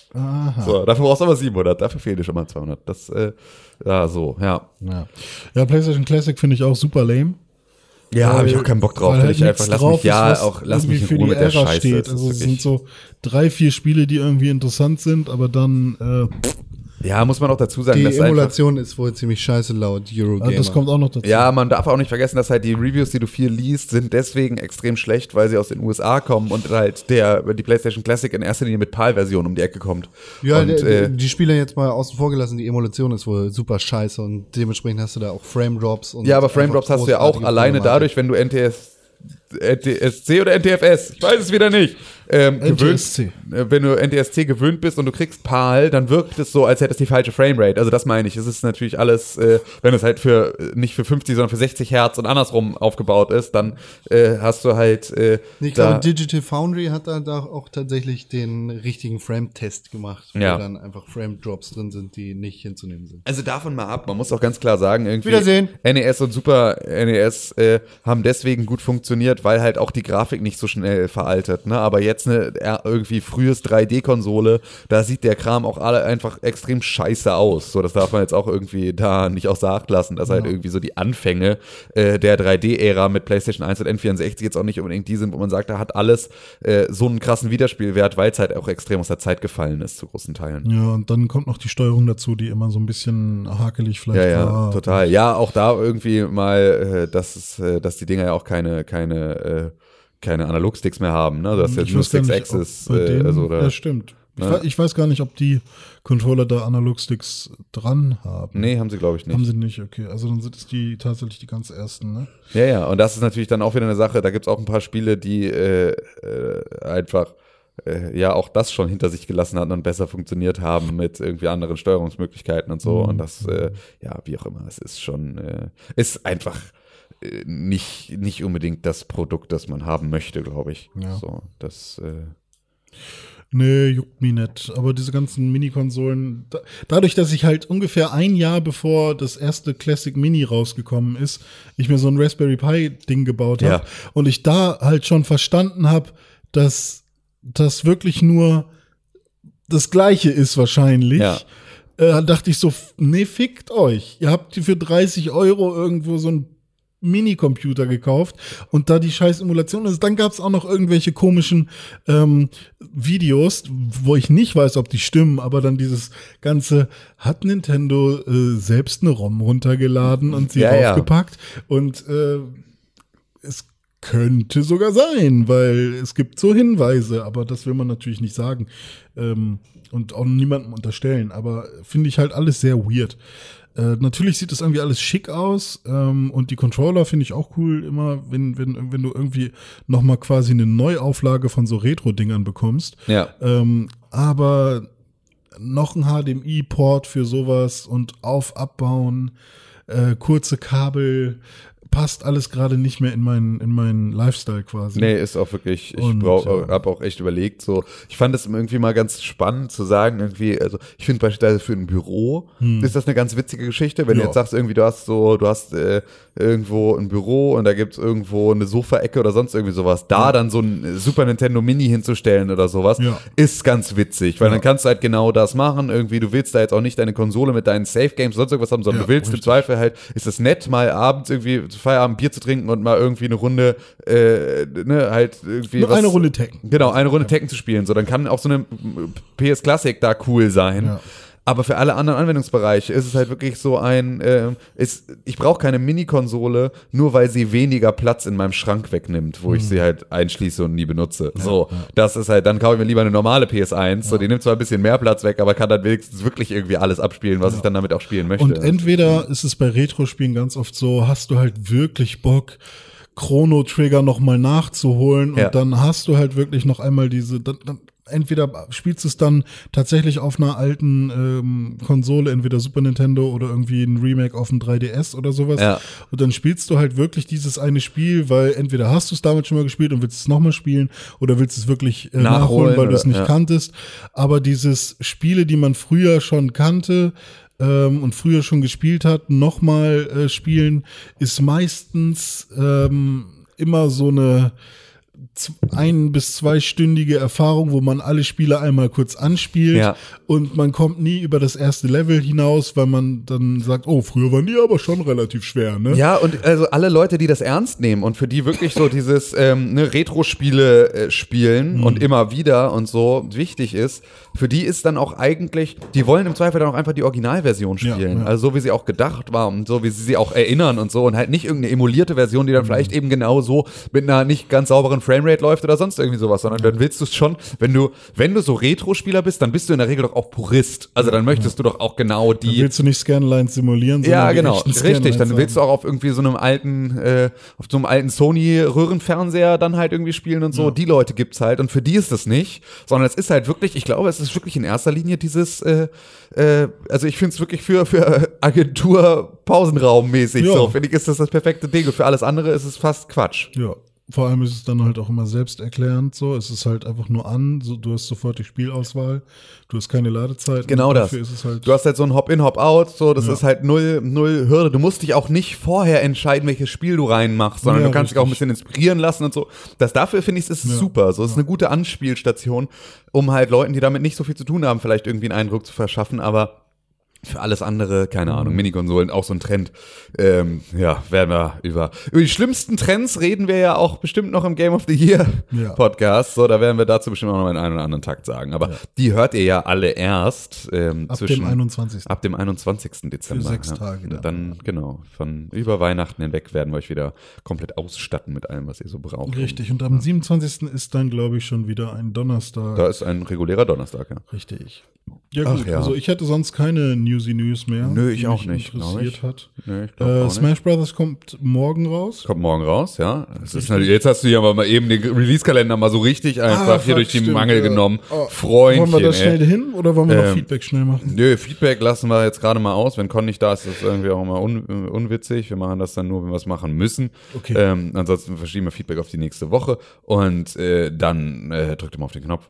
Speaker 3: So, dafür brauchst du aber 700, dafür fehlen dir schon mal 200. Das, äh, ja, so, ja.
Speaker 2: Ja, ja PlayStation Classic finde ich auch super lame.
Speaker 3: Ja,
Speaker 2: Weil-
Speaker 3: habe ich auch keinen Bock drauf.
Speaker 2: weil
Speaker 3: Bin
Speaker 2: halt
Speaker 3: ich
Speaker 2: nichts
Speaker 3: einfach, lass
Speaker 2: drauf
Speaker 3: mich,
Speaker 2: ist,
Speaker 3: ja,
Speaker 2: was
Speaker 3: auch, lass
Speaker 2: irgendwie
Speaker 3: mich
Speaker 2: für
Speaker 3: in Ruhe
Speaker 2: die
Speaker 3: mit der
Speaker 2: Ära
Speaker 3: Scheiße.
Speaker 2: Steht.
Speaker 3: Das
Speaker 2: Also es
Speaker 3: ist
Speaker 2: sind
Speaker 3: wirklich-
Speaker 2: so drei, vier Spiele, die irgendwie interessant sind, aber dann, äh,
Speaker 3: ja, muss man auch dazu sagen,
Speaker 1: Die
Speaker 3: dass einfach,
Speaker 1: Emulation ist wohl ziemlich scheiße laut Eurogamer.
Speaker 2: ah, das kommt auch noch dazu.
Speaker 3: Ja, man darf auch nicht vergessen, dass halt die Reviews, die du viel liest, sind deswegen extrem schlecht, weil sie aus den USA kommen und halt der die PlayStation Classic in erster Linie mit PAL-Version um die Ecke kommt.
Speaker 1: Ja,
Speaker 3: und,
Speaker 1: der-
Speaker 3: äh,
Speaker 1: die Spiele jetzt mal außen vor gelassen, die Emulation ist wohl super scheiße und dementsprechend hast du da auch Frame Drops und
Speaker 3: ja aber Frame
Speaker 1: einfach
Speaker 3: Drops hast du ja auch
Speaker 1: großartige
Speaker 3: alleine dadurch,
Speaker 1: Problematik.
Speaker 3: wenn du NTS, NTSC oder NTFS, ich weiß es wieder nicht, ähm, gewöhnt,
Speaker 2: NTSC.
Speaker 3: äh, wenn du NTSC gewöhnt bist und du kriegst PAL, dann wirkt es so, als hättest du die falsche Framerate. Also das meine ich. Es ist natürlich alles, äh, wenn es halt für äh, nicht für 50, sondern für 60 Hertz und andersrum aufgebaut ist, dann äh, hast du halt äh,
Speaker 1: Ich glaube,
Speaker 3: da-
Speaker 1: Digital Foundry hat da, da auch tatsächlich den richtigen Frame-Test gemacht, wo
Speaker 3: Ja.
Speaker 1: dann einfach Frame-Drops drin sind, die nicht hinzunehmen sind.
Speaker 3: Also davon mal ab, man muss auch ganz klar sagen, irgendwie
Speaker 1: Wiedersehen.
Speaker 3: NES und Super NES äh, haben deswegen gut funktioniert, weil halt auch die Grafik nicht so schnell veraltet. Ne? Aber jetzt eine äh, irgendwie frühes 3D-Konsole, da sieht der Kram auch alle einfach extrem scheiße aus. So, das darf man jetzt auch irgendwie da nicht außer Acht lassen, dass halt irgendwie so die Anfänge äh, der 3D-Ära mit PlayStation 1 und N64 jetzt auch nicht unbedingt die sind, wo man sagt, da hat alles äh, so einen krassen Widerspielwert, weil es halt auch extrem aus der Zeit gefallen ist zu großen Teilen.
Speaker 2: Ja, und dann kommt noch die Steuerung dazu, die immer so ein bisschen hakelig
Speaker 3: Ja,
Speaker 2: vielleicht
Speaker 3: ja,
Speaker 2: war.
Speaker 3: total. Ja, auch da irgendwie mal, äh, dass, es, äh, dass die Dinger ja auch keine, keine, äh, keine Analogsticks mehr haben. Ne? Du hast jetzt
Speaker 2: Hm, Ich
Speaker 3: nur
Speaker 2: weiß gar nicht, ob
Speaker 3: Six-Axis.
Speaker 2: bei
Speaker 3: Äh,
Speaker 2: denen-
Speaker 3: also, oder,
Speaker 2: ja, stimmt. Ich,
Speaker 3: Ne?
Speaker 2: wei- ich weiß gar nicht, ob die Controller da Analogsticks dran haben.
Speaker 3: nee, haben sie, glaube ich, nicht.
Speaker 2: Haben sie nicht, okay. Also dann sind es die tatsächlich die ganz ersten, ne?
Speaker 3: Ja, ja, und das ist natürlich dann auch wieder eine Sache. Da gibt's auch ein paar Spiele, die äh, äh, einfach äh, ja auch das schon hinter sich gelassen hatten und besser funktioniert haben mit irgendwie anderen Steuerungsmöglichkeiten und so. Und das, äh, ja, wie auch immer, es ist schon, äh, ist einfach äh, nicht, nicht unbedingt das Produkt, das man haben möchte, glaube ich.
Speaker 2: Ja.
Speaker 3: So, das, äh,
Speaker 2: Nee, juckt mich nicht. Aber diese ganzen Mini-Konsolen, da, dadurch, dass ich halt ungefähr ein Jahr bevor das erste Classic Mini rausgekommen ist, ich mir so ein Raspberry Pi-Ding gebaut habe
Speaker 3: Ja.
Speaker 2: und ich da halt schon verstanden habe, dass das wirklich nur das Gleiche ist wahrscheinlich.
Speaker 3: Ja.
Speaker 2: Äh, dachte ich so, f- nee, fickt euch. Ihr habt für 30 Euro irgendwo so ein Minicomputer gekauft und da die scheiß Emulation ist, dann gab es auch noch irgendwelche komischen ähm, Videos, wo ich nicht weiß, ob die stimmen, aber dann dieses ganze, hat Nintendo äh, selbst eine ROM runtergeladen und sie
Speaker 3: Ja, ja.
Speaker 2: draufgepackt und äh, es könnte sogar sein, weil es gibt so Hinweise, aber das will man natürlich nicht sagen ähm, und auch niemandem unterstellen, aber finde ich halt alles sehr weird. Äh, natürlich sieht das irgendwie alles schick aus ähm, und die Controller finde ich auch cool immer, wenn, wenn, wenn du irgendwie nochmal quasi eine Neuauflage von so Retro-Dingern bekommst.
Speaker 3: ja.
Speaker 2: Ähm, aber noch ein HDMI-Port für sowas und auf, abbauen, äh, kurze Kabel, passt alles gerade nicht mehr in meinen, in meinen Lifestyle quasi.
Speaker 3: Nee, ist auch wirklich, ich
Speaker 2: Und,
Speaker 3: brauch,
Speaker 2: ja.
Speaker 3: hab auch echt überlegt, so, ich fand es irgendwie mal ganz spannend zu sagen, irgendwie, also ich finde beispielsweise für ein Büro ist das eine ganz witzige Geschichte, wenn
Speaker 2: Hm.
Speaker 3: du
Speaker 2: Ja.
Speaker 3: jetzt sagst, irgendwie, du hast so, du hast äh, irgendwo ein Büro und da gibt's irgendwo eine Sofaecke oder sonst irgendwie sowas, da dann so ein äh, Super Nintendo Mini hinzustellen oder sowas,
Speaker 2: Ja.
Speaker 3: ist ganz witzig, weil dann kannst du halt genau das machen, irgendwie, du willst da jetzt auch nicht deine Konsole mit deinen Safe Games sonst irgendwas haben, sondern
Speaker 2: Ja,
Speaker 3: du willst im
Speaker 2: richtig.
Speaker 3: Zweifel halt, ist es nett, mal abends irgendwie zu Feierabend Bier zu trinken und mal irgendwie eine Runde, äh, ne, halt irgendwie.
Speaker 2: Nur eine Runde Tekken.
Speaker 3: Genau, eine Runde Tekken zu spielen. So, dann kann auch so eine PS Classic da cool sein.
Speaker 2: Ja.
Speaker 3: Aber für alle anderen Anwendungsbereiche ist es halt wirklich so ein, äh, ist, ich brauche keine Mini-Konsole, nur weil sie weniger Platz in meinem Schrank wegnimmt, wo
Speaker 2: Hm.
Speaker 3: ich sie halt einschließe und nie benutze. so, das ist halt, dann kaufe ich mir lieber eine normale PS1, so, die nimmt zwar ein bisschen mehr Platz weg, aber kann dann wenigstens wirklich irgendwie alles abspielen, was ich dann damit auch spielen möchte.
Speaker 2: Und entweder ist es bei Retro-Spielen ganz oft so, hast du halt wirklich Bock, Chrono Trigger nochmal nachzuholen
Speaker 3: Ja.
Speaker 2: und dann hast du halt wirklich noch einmal diese, dann, dann, entweder spielst du es dann tatsächlich auf einer alten ähm, Konsole, entweder Super Nintendo oder irgendwie ein Remake auf dem 3DS oder sowas.
Speaker 3: Ja.
Speaker 2: Und dann spielst du halt wirklich dieses eine Spiel, weil entweder hast du es damals schon mal gespielt und willst es nochmal spielen oder willst es wirklich äh, nachholen,
Speaker 3: Nachholen
Speaker 2: weil du es
Speaker 3: oder-
Speaker 2: nicht
Speaker 3: ja.
Speaker 2: kannst kanntest, aber dieses Spiele, die man früher schon kannte ähm, und früher schon gespielt hat, nochmal äh, spielen, ist meistens ähm, immer so eine z- ein- bis zweistündige Erfahrung, wo man alle Spiele einmal kurz anspielt
Speaker 3: Ja.
Speaker 2: und man kommt nie über das erste Level hinaus, weil man dann sagt, oh, früher waren die aber schon relativ schwer, ne?
Speaker 3: Ja, und also alle Leute, die das ernst nehmen und für die wirklich so dieses ähm, ne, Retro-Spiele äh, spielen
Speaker 2: Mhm.
Speaker 3: und immer wieder und so wichtig ist, für die ist dann auch eigentlich, die wollen im Zweifel dann auch einfach die Originalversion spielen.
Speaker 2: ja.
Speaker 3: Also so wie sie auch gedacht war und so wie sie sie auch erinnern und so und halt nicht irgendeine emulierte Version,
Speaker 2: Mhm.
Speaker 3: die dann vielleicht eben genau so mit einer nicht ganz sauberen Framerate läuft oder sonst irgendwie sowas, sondern dann willst du es schon, wenn du, wenn du so Retro-Spieler bist, dann bist du in der Regel doch auch Purist. Also dann möchtest du doch auch genau die
Speaker 2: Willst du nicht Scanlines simulieren? sondern
Speaker 3: ja,
Speaker 2: die
Speaker 3: genau,
Speaker 2: echten Scanlines
Speaker 3: richtig. Dann willst du auch auf irgendwie so einem alten, äh, auf so einem alten Sony-Röhrenfernseher dann halt irgendwie spielen und so. Die Leute gibt's halt und für die ist das nicht, sondern es ist halt wirklich, ich glaube, es ist wirklich in erster Linie dieses, äh, äh, also ich finde es wirklich für, für Agentur Pausenraum-mäßig
Speaker 2: Ja.
Speaker 3: so. Finde ich, ist das das perfekte Ding. Und für alles andere ist es fast Quatsch.
Speaker 2: Ja, vor allem ist es dann halt auch immer selbsterklärend so. Es ist halt einfach nur an, so, du hast sofort die Spielauswahl, du hast keine Ladezeit.
Speaker 3: Genau das.
Speaker 2: Dafür ist es halt
Speaker 3: Du hast halt so ein Hop-in, Hop-out, so, das ist halt null, null Hürde. Du musst dich auch nicht vorher entscheiden, welches Spiel du reinmachst, sondern
Speaker 2: Ja,
Speaker 3: du kannst dich auch ein bisschen inspirieren lassen und so. Das dafür finde ich, ist es super. So, es ist eine gute Anspielstation, um halt Leuten, die damit nicht so viel zu tun haben, vielleicht irgendwie einen Eindruck zu verschaffen, aber für alles andere, keine
Speaker 2: Mhm.
Speaker 3: Ahnung, Minikonsolen, auch so ein Trend. Ähm, ja, werden wir über. Über die schlimmsten Trends reden wir ja auch bestimmt noch im Game of the Year
Speaker 2: Ja.
Speaker 3: Podcast. So, da werden wir dazu bestimmt auch noch einen, einen oder anderen Takt sagen. Aber die hört ihr ja alle erst ähm,
Speaker 2: ab
Speaker 3: zwischen
Speaker 2: dem 21.
Speaker 3: ab dem 21. Dezember.
Speaker 2: Für sechs
Speaker 3: ja.
Speaker 2: Tage
Speaker 3: Dann,
Speaker 2: dann.
Speaker 3: genau, von über Weihnachten hinweg werden wir euch wieder komplett ausstatten mit allem, was ihr so braucht.
Speaker 2: Richtig, und am 27. ist dann, glaube ich, schon wieder ein Donnerstag.
Speaker 3: Da ist ein regulärer Donnerstag, ja.
Speaker 2: Richtig. Ja,
Speaker 3: Ach
Speaker 2: gut.
Speaker 3: ja.
Speaker 2: Also, ich hatte sonst keine Newsy News mehr.
Speaker 3: Nö, ich
Speaker 2: die
Speaker 3: auch
Speaker 2: mich
Speaker 3: nicht, glaub
Speaker 2: interessiert
Speaker 3: ich.
Speaker 2: hat.
Speaker 3: Nee, ich glaub auch
Speaker 2: äh,
Speaker 3: nicht.
Speaker 2: Smash Brothers kommt morgen raus.
Speaker 3: Kommt morgen raus, ja. Das ist natürlich, jetzt hast du hier aber mal eben den Release-Kalender mal so richtig einfach hier
Speaker 2: fuck,
Speaker 3: durch den
Speaker 2: Ah, stimmt,
Speaker 3: Mangel
Speaker 2: ja.
Speaker 3: genommen.
Speaker 2: Oh,
Speaker 3: Freundchen,
Speaker 2: Wollen wir da schnell
Speaker 3: ey.
Speaker 2: hin oder wollen wir noch
Speaker 3: Ähm,
Speaker 2: Feedback schnell machen?
Speaker 3: Nö, Feedback lassen wir jetzt gerade mal aus. Wenn Con nicht da ist, ist das irgendwie auch immer un unwitzig. Wir machen das dann nur, wenn wir es machen müssen.
Speaker 2: Okay.
Speaker 3: Ähm, ansonsten verschieben wir Feedback auf die nächste Woche. Und äh, dann äh, drückt ihr mal auf den Knopf.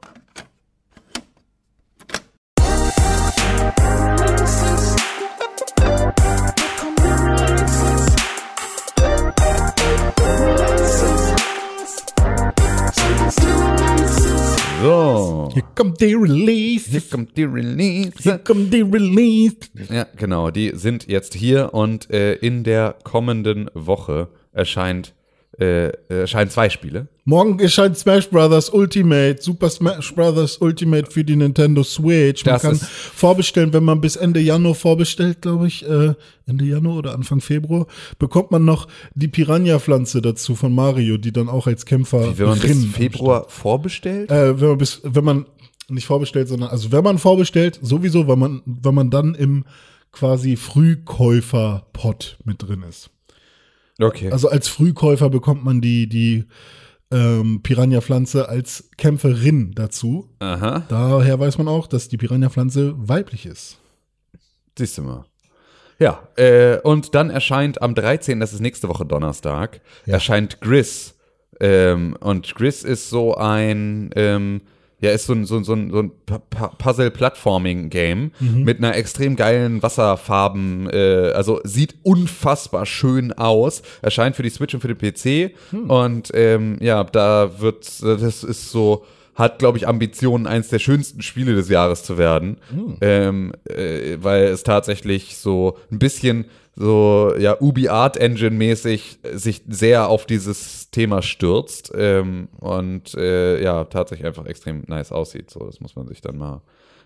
Speaker 3: So.
Speaker 2: Hier kommt die Release.
Speaker 3: Hier kommt die Release.
Speaker 2: Hier kommt die Release.
Speaker 3: Ja, genau. Die sind jetzt hier und äh, in der kommenden Woche erscheint, äh, erscheinen zwei Spiele.
Speaker 2: Morgen erscheint Smash Brothers Ultimate, Super Smash Brothers Ultimate für die Nintendo Switch. Man
Speaker 3: Das
Speaker 2: kann
Speaker 3: ist-
Speaker 2: vorbestellen, wenn man bis Ende Januar vorbestellt, glaube ich, äh, Ende Januar oder Anfang Februar, bekommt man noch die Piranha-Pflanze dazu von Mario, die dann auch als Kämpfer
Speaker 3: Wenn man bis
Speaker 2: drinnen am
Speaker 3: Februar vorbestellt?
Speaker 2: äh, wenn man bis, wenn man nicht vorbestellt, sondern also wenn man vorbestellt, sowieso, weil man, wenn man dann im quasi Frühkäufer-Pot mit drin ist.
Speaker 3: Okay.
Speaker 2: Also als Frühkäufer bekommt man die, die ähm, Piranha-Pflanze als Kämpferin dazu.
Speaker 3: Aha.
Speaker 2: Daher weiß man auch, dass die Piranha-Pflanze weiblich ist.
Speaker 3: Siehst du mal. Ja, äh, und dann erscheint am 13., das ist nächste Woche Donnerstag, erscheint Gris. Ähm, und Gris ist so ein, ähm, ja, ist so ein, so ein, so ein, so ein Pa- Pa- Puzzle-Plattforming-Game mit einer extrem geilen Wasserfarben, äh, also sieht unfassbar schön aus, erscheint für die Switch und für den PC und ähm, ja, da wird, das ist so, hat, glaube ich, Ambitionen, eins der schönsten Spiele des Jahres zu werden,
Speaker 2: Hm,
Speaker 3: ähm, äh, weil es tatsächlich so ein bisschen so, ja, Ubi Art Engine mäßig äh, sich sehr auf dieses Thema stürzt ähm, und äh, ja, tatsächlich einfach extrem nice aussieht. So, das muss man sich dann mal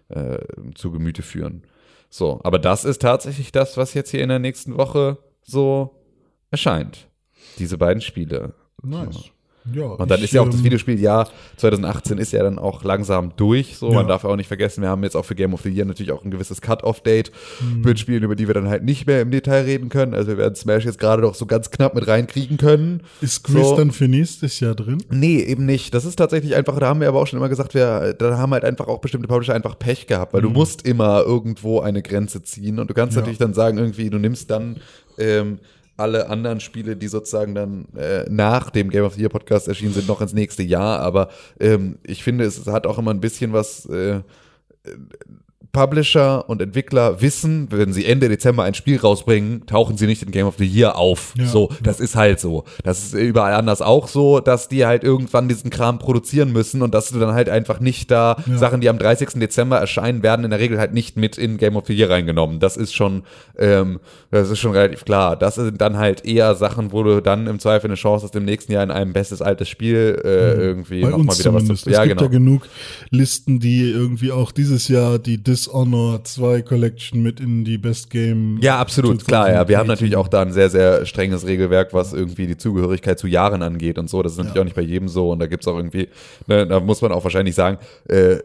Speaker 3: äh, zu Gemüte führen. So, aber das ist tatsächlich das, was jetzt hier in der nächsten Woche so erscheint. Diese beiden Spiele.
Speaker 2: Nice. Ja,
Speaker 3: Und dann
Speaker 2: ich,
Speaker 3: ist ja auch das
Speaker 2: ähm,
Speaker 3: Videospieljahr 2018 ist ja dann auch langsam durch. So,
Speaker 2: Ja.
Speaker 3: man darf auch nicht vergessen, wir haben jetzt auch für Game of the Year natürlich auch ein gewisses Cut-off-Date
Speaker 2: Mhm.
Speaker 3: mit Spielen, über die wir dann halt nicht mehr im Detail reden können. Also wir werden Smash jetzt gerade noch so ganz knapp mit reinkriegen können.
Speaker 2: Ist Chris
Speaker 3: so-
Speaker 2: dann für nächstes Jahr drin?
Speaker 3: Nee, eben nicht. Das ist tatsächlich einfach, da haben wir aber auch schon immer gesagt, wir da haben halt einfach auch bestimmte Publisher einfach Pech gehabt, weil du musst immer irgendwo eine Grenze ziehen und du kannst natürlich dann sagen, irgendwie, du nimmst dann ähm, alle anderen Spiele, die sozusagen dann äh, nach dem Game of the Year Podcast erschienen sind, noch ins nächste Jahr. Aber ähm, ich finde, es hat auch immer ein bisschen was. Äh, Publisher und Entwickler wissen, wenn sie Ende Dezember ein Spiel rausbringen, tauchen sie nicht in Game of the Year auf.
Speaker 2: Ja.
Speaker 3: so, das ist halt so. Das ist überall anders auch so, dass die halt irgendwann diesen Kram produzieren müssen und dass du dann halt einfach nicht da Sachen, die am 30. Dezember erscheinen, werden in der Regel halt nicht mit in Game of the Year reingenommen. Das ist schon, ähm, das ist schon relativ klar. Das sind dann halt eher Sachen, wo du dann im Zweifel eine Chance hast, im nächsten Jahr in einem bestes altes Spiel äh, irgendwie
Speaker 2: Hm. Bei
Speaker 3: nochmal
Speaker 2: uns
Speaker 3: wieder was
Speaker 2: zumindest.
Speaker 3: zu
Speaker 2: es
Speaker 3: Ja,
Speaker 2: gibt
Speaker 3: genau.
Speaker 2: ja genug Listen, die irgendwie auch dieses Jahr die Dishonor 2 Collection mit in die Best Game.
Speaker 3: Ja, absolut, klar, ja. Wir haben natürlich auch da ein sehr, sehr strenges Regelwerk, was irgendwie die Zugehörigkeit zu Jahren angeht und so. Das ist natürlich auch nicht bei jedem so. Und da gibt's auch irgendwie, ne, da muss man auch wahrscheinlich sagen, äh,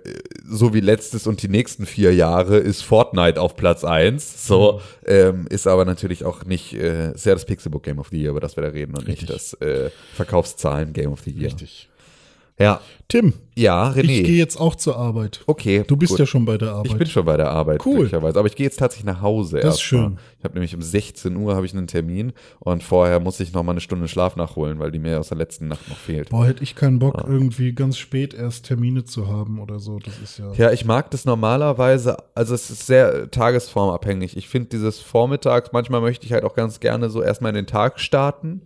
Speaker 3: so wie letztes und die nächsten vier Jahre ist Fortnite auf Platz eins. So,
Speaker 2: Mhm.
Speaker 3: ähm, ist aber natürlich auch nicht, äh, ist ja das Pixelbook Game of the Year, über das wir da reden und nicht das äh, Verkaufszahlen Game of the Year.
Speaker 2: Richtig.
Speaker 3: Ja,
Speaker 2: Tim,
Speaker 3: ja,
Speaker 2: ich gehe
Speaker 3: René.
Speaker 2: jetzt auch zur Arbeit.
Speaker 3: okay.
Speaker 2: Du bist
Speaker 3: gut.
Speaker 2: ja schon bei der Arbeit.
Speaker 3: Ich bin schon bei der Arbeit,
Speaker 2: Cool.
Speaker 3: glücklicherweise. Aber ich gehe jetzt tatsächlich nach Hause.
Speaker 2: Das ist
Speaker 3: erstmal.
Speaker 2: schön.
Speaker 3: Ich habe nämlich um 16 Uhr habe ich einen Termin und vorher muss ich noch mal eine Stunde Schlaf nachholen, weil die mir aus der letzten Nacht noch fehlt.
Speaker 2: Boah, hätte ich keinen Bock, irgendwie ganz spät erst Termine zu haben oder so. Das ist ja.
Speaker 3: Ja, ich mag das normalerweise, also es ist sehr äh, tagesformabhängig. Ich finde dieses Vormittags, manchmal möchte ich halt auch ganz gerne so erstmal in den Tag starten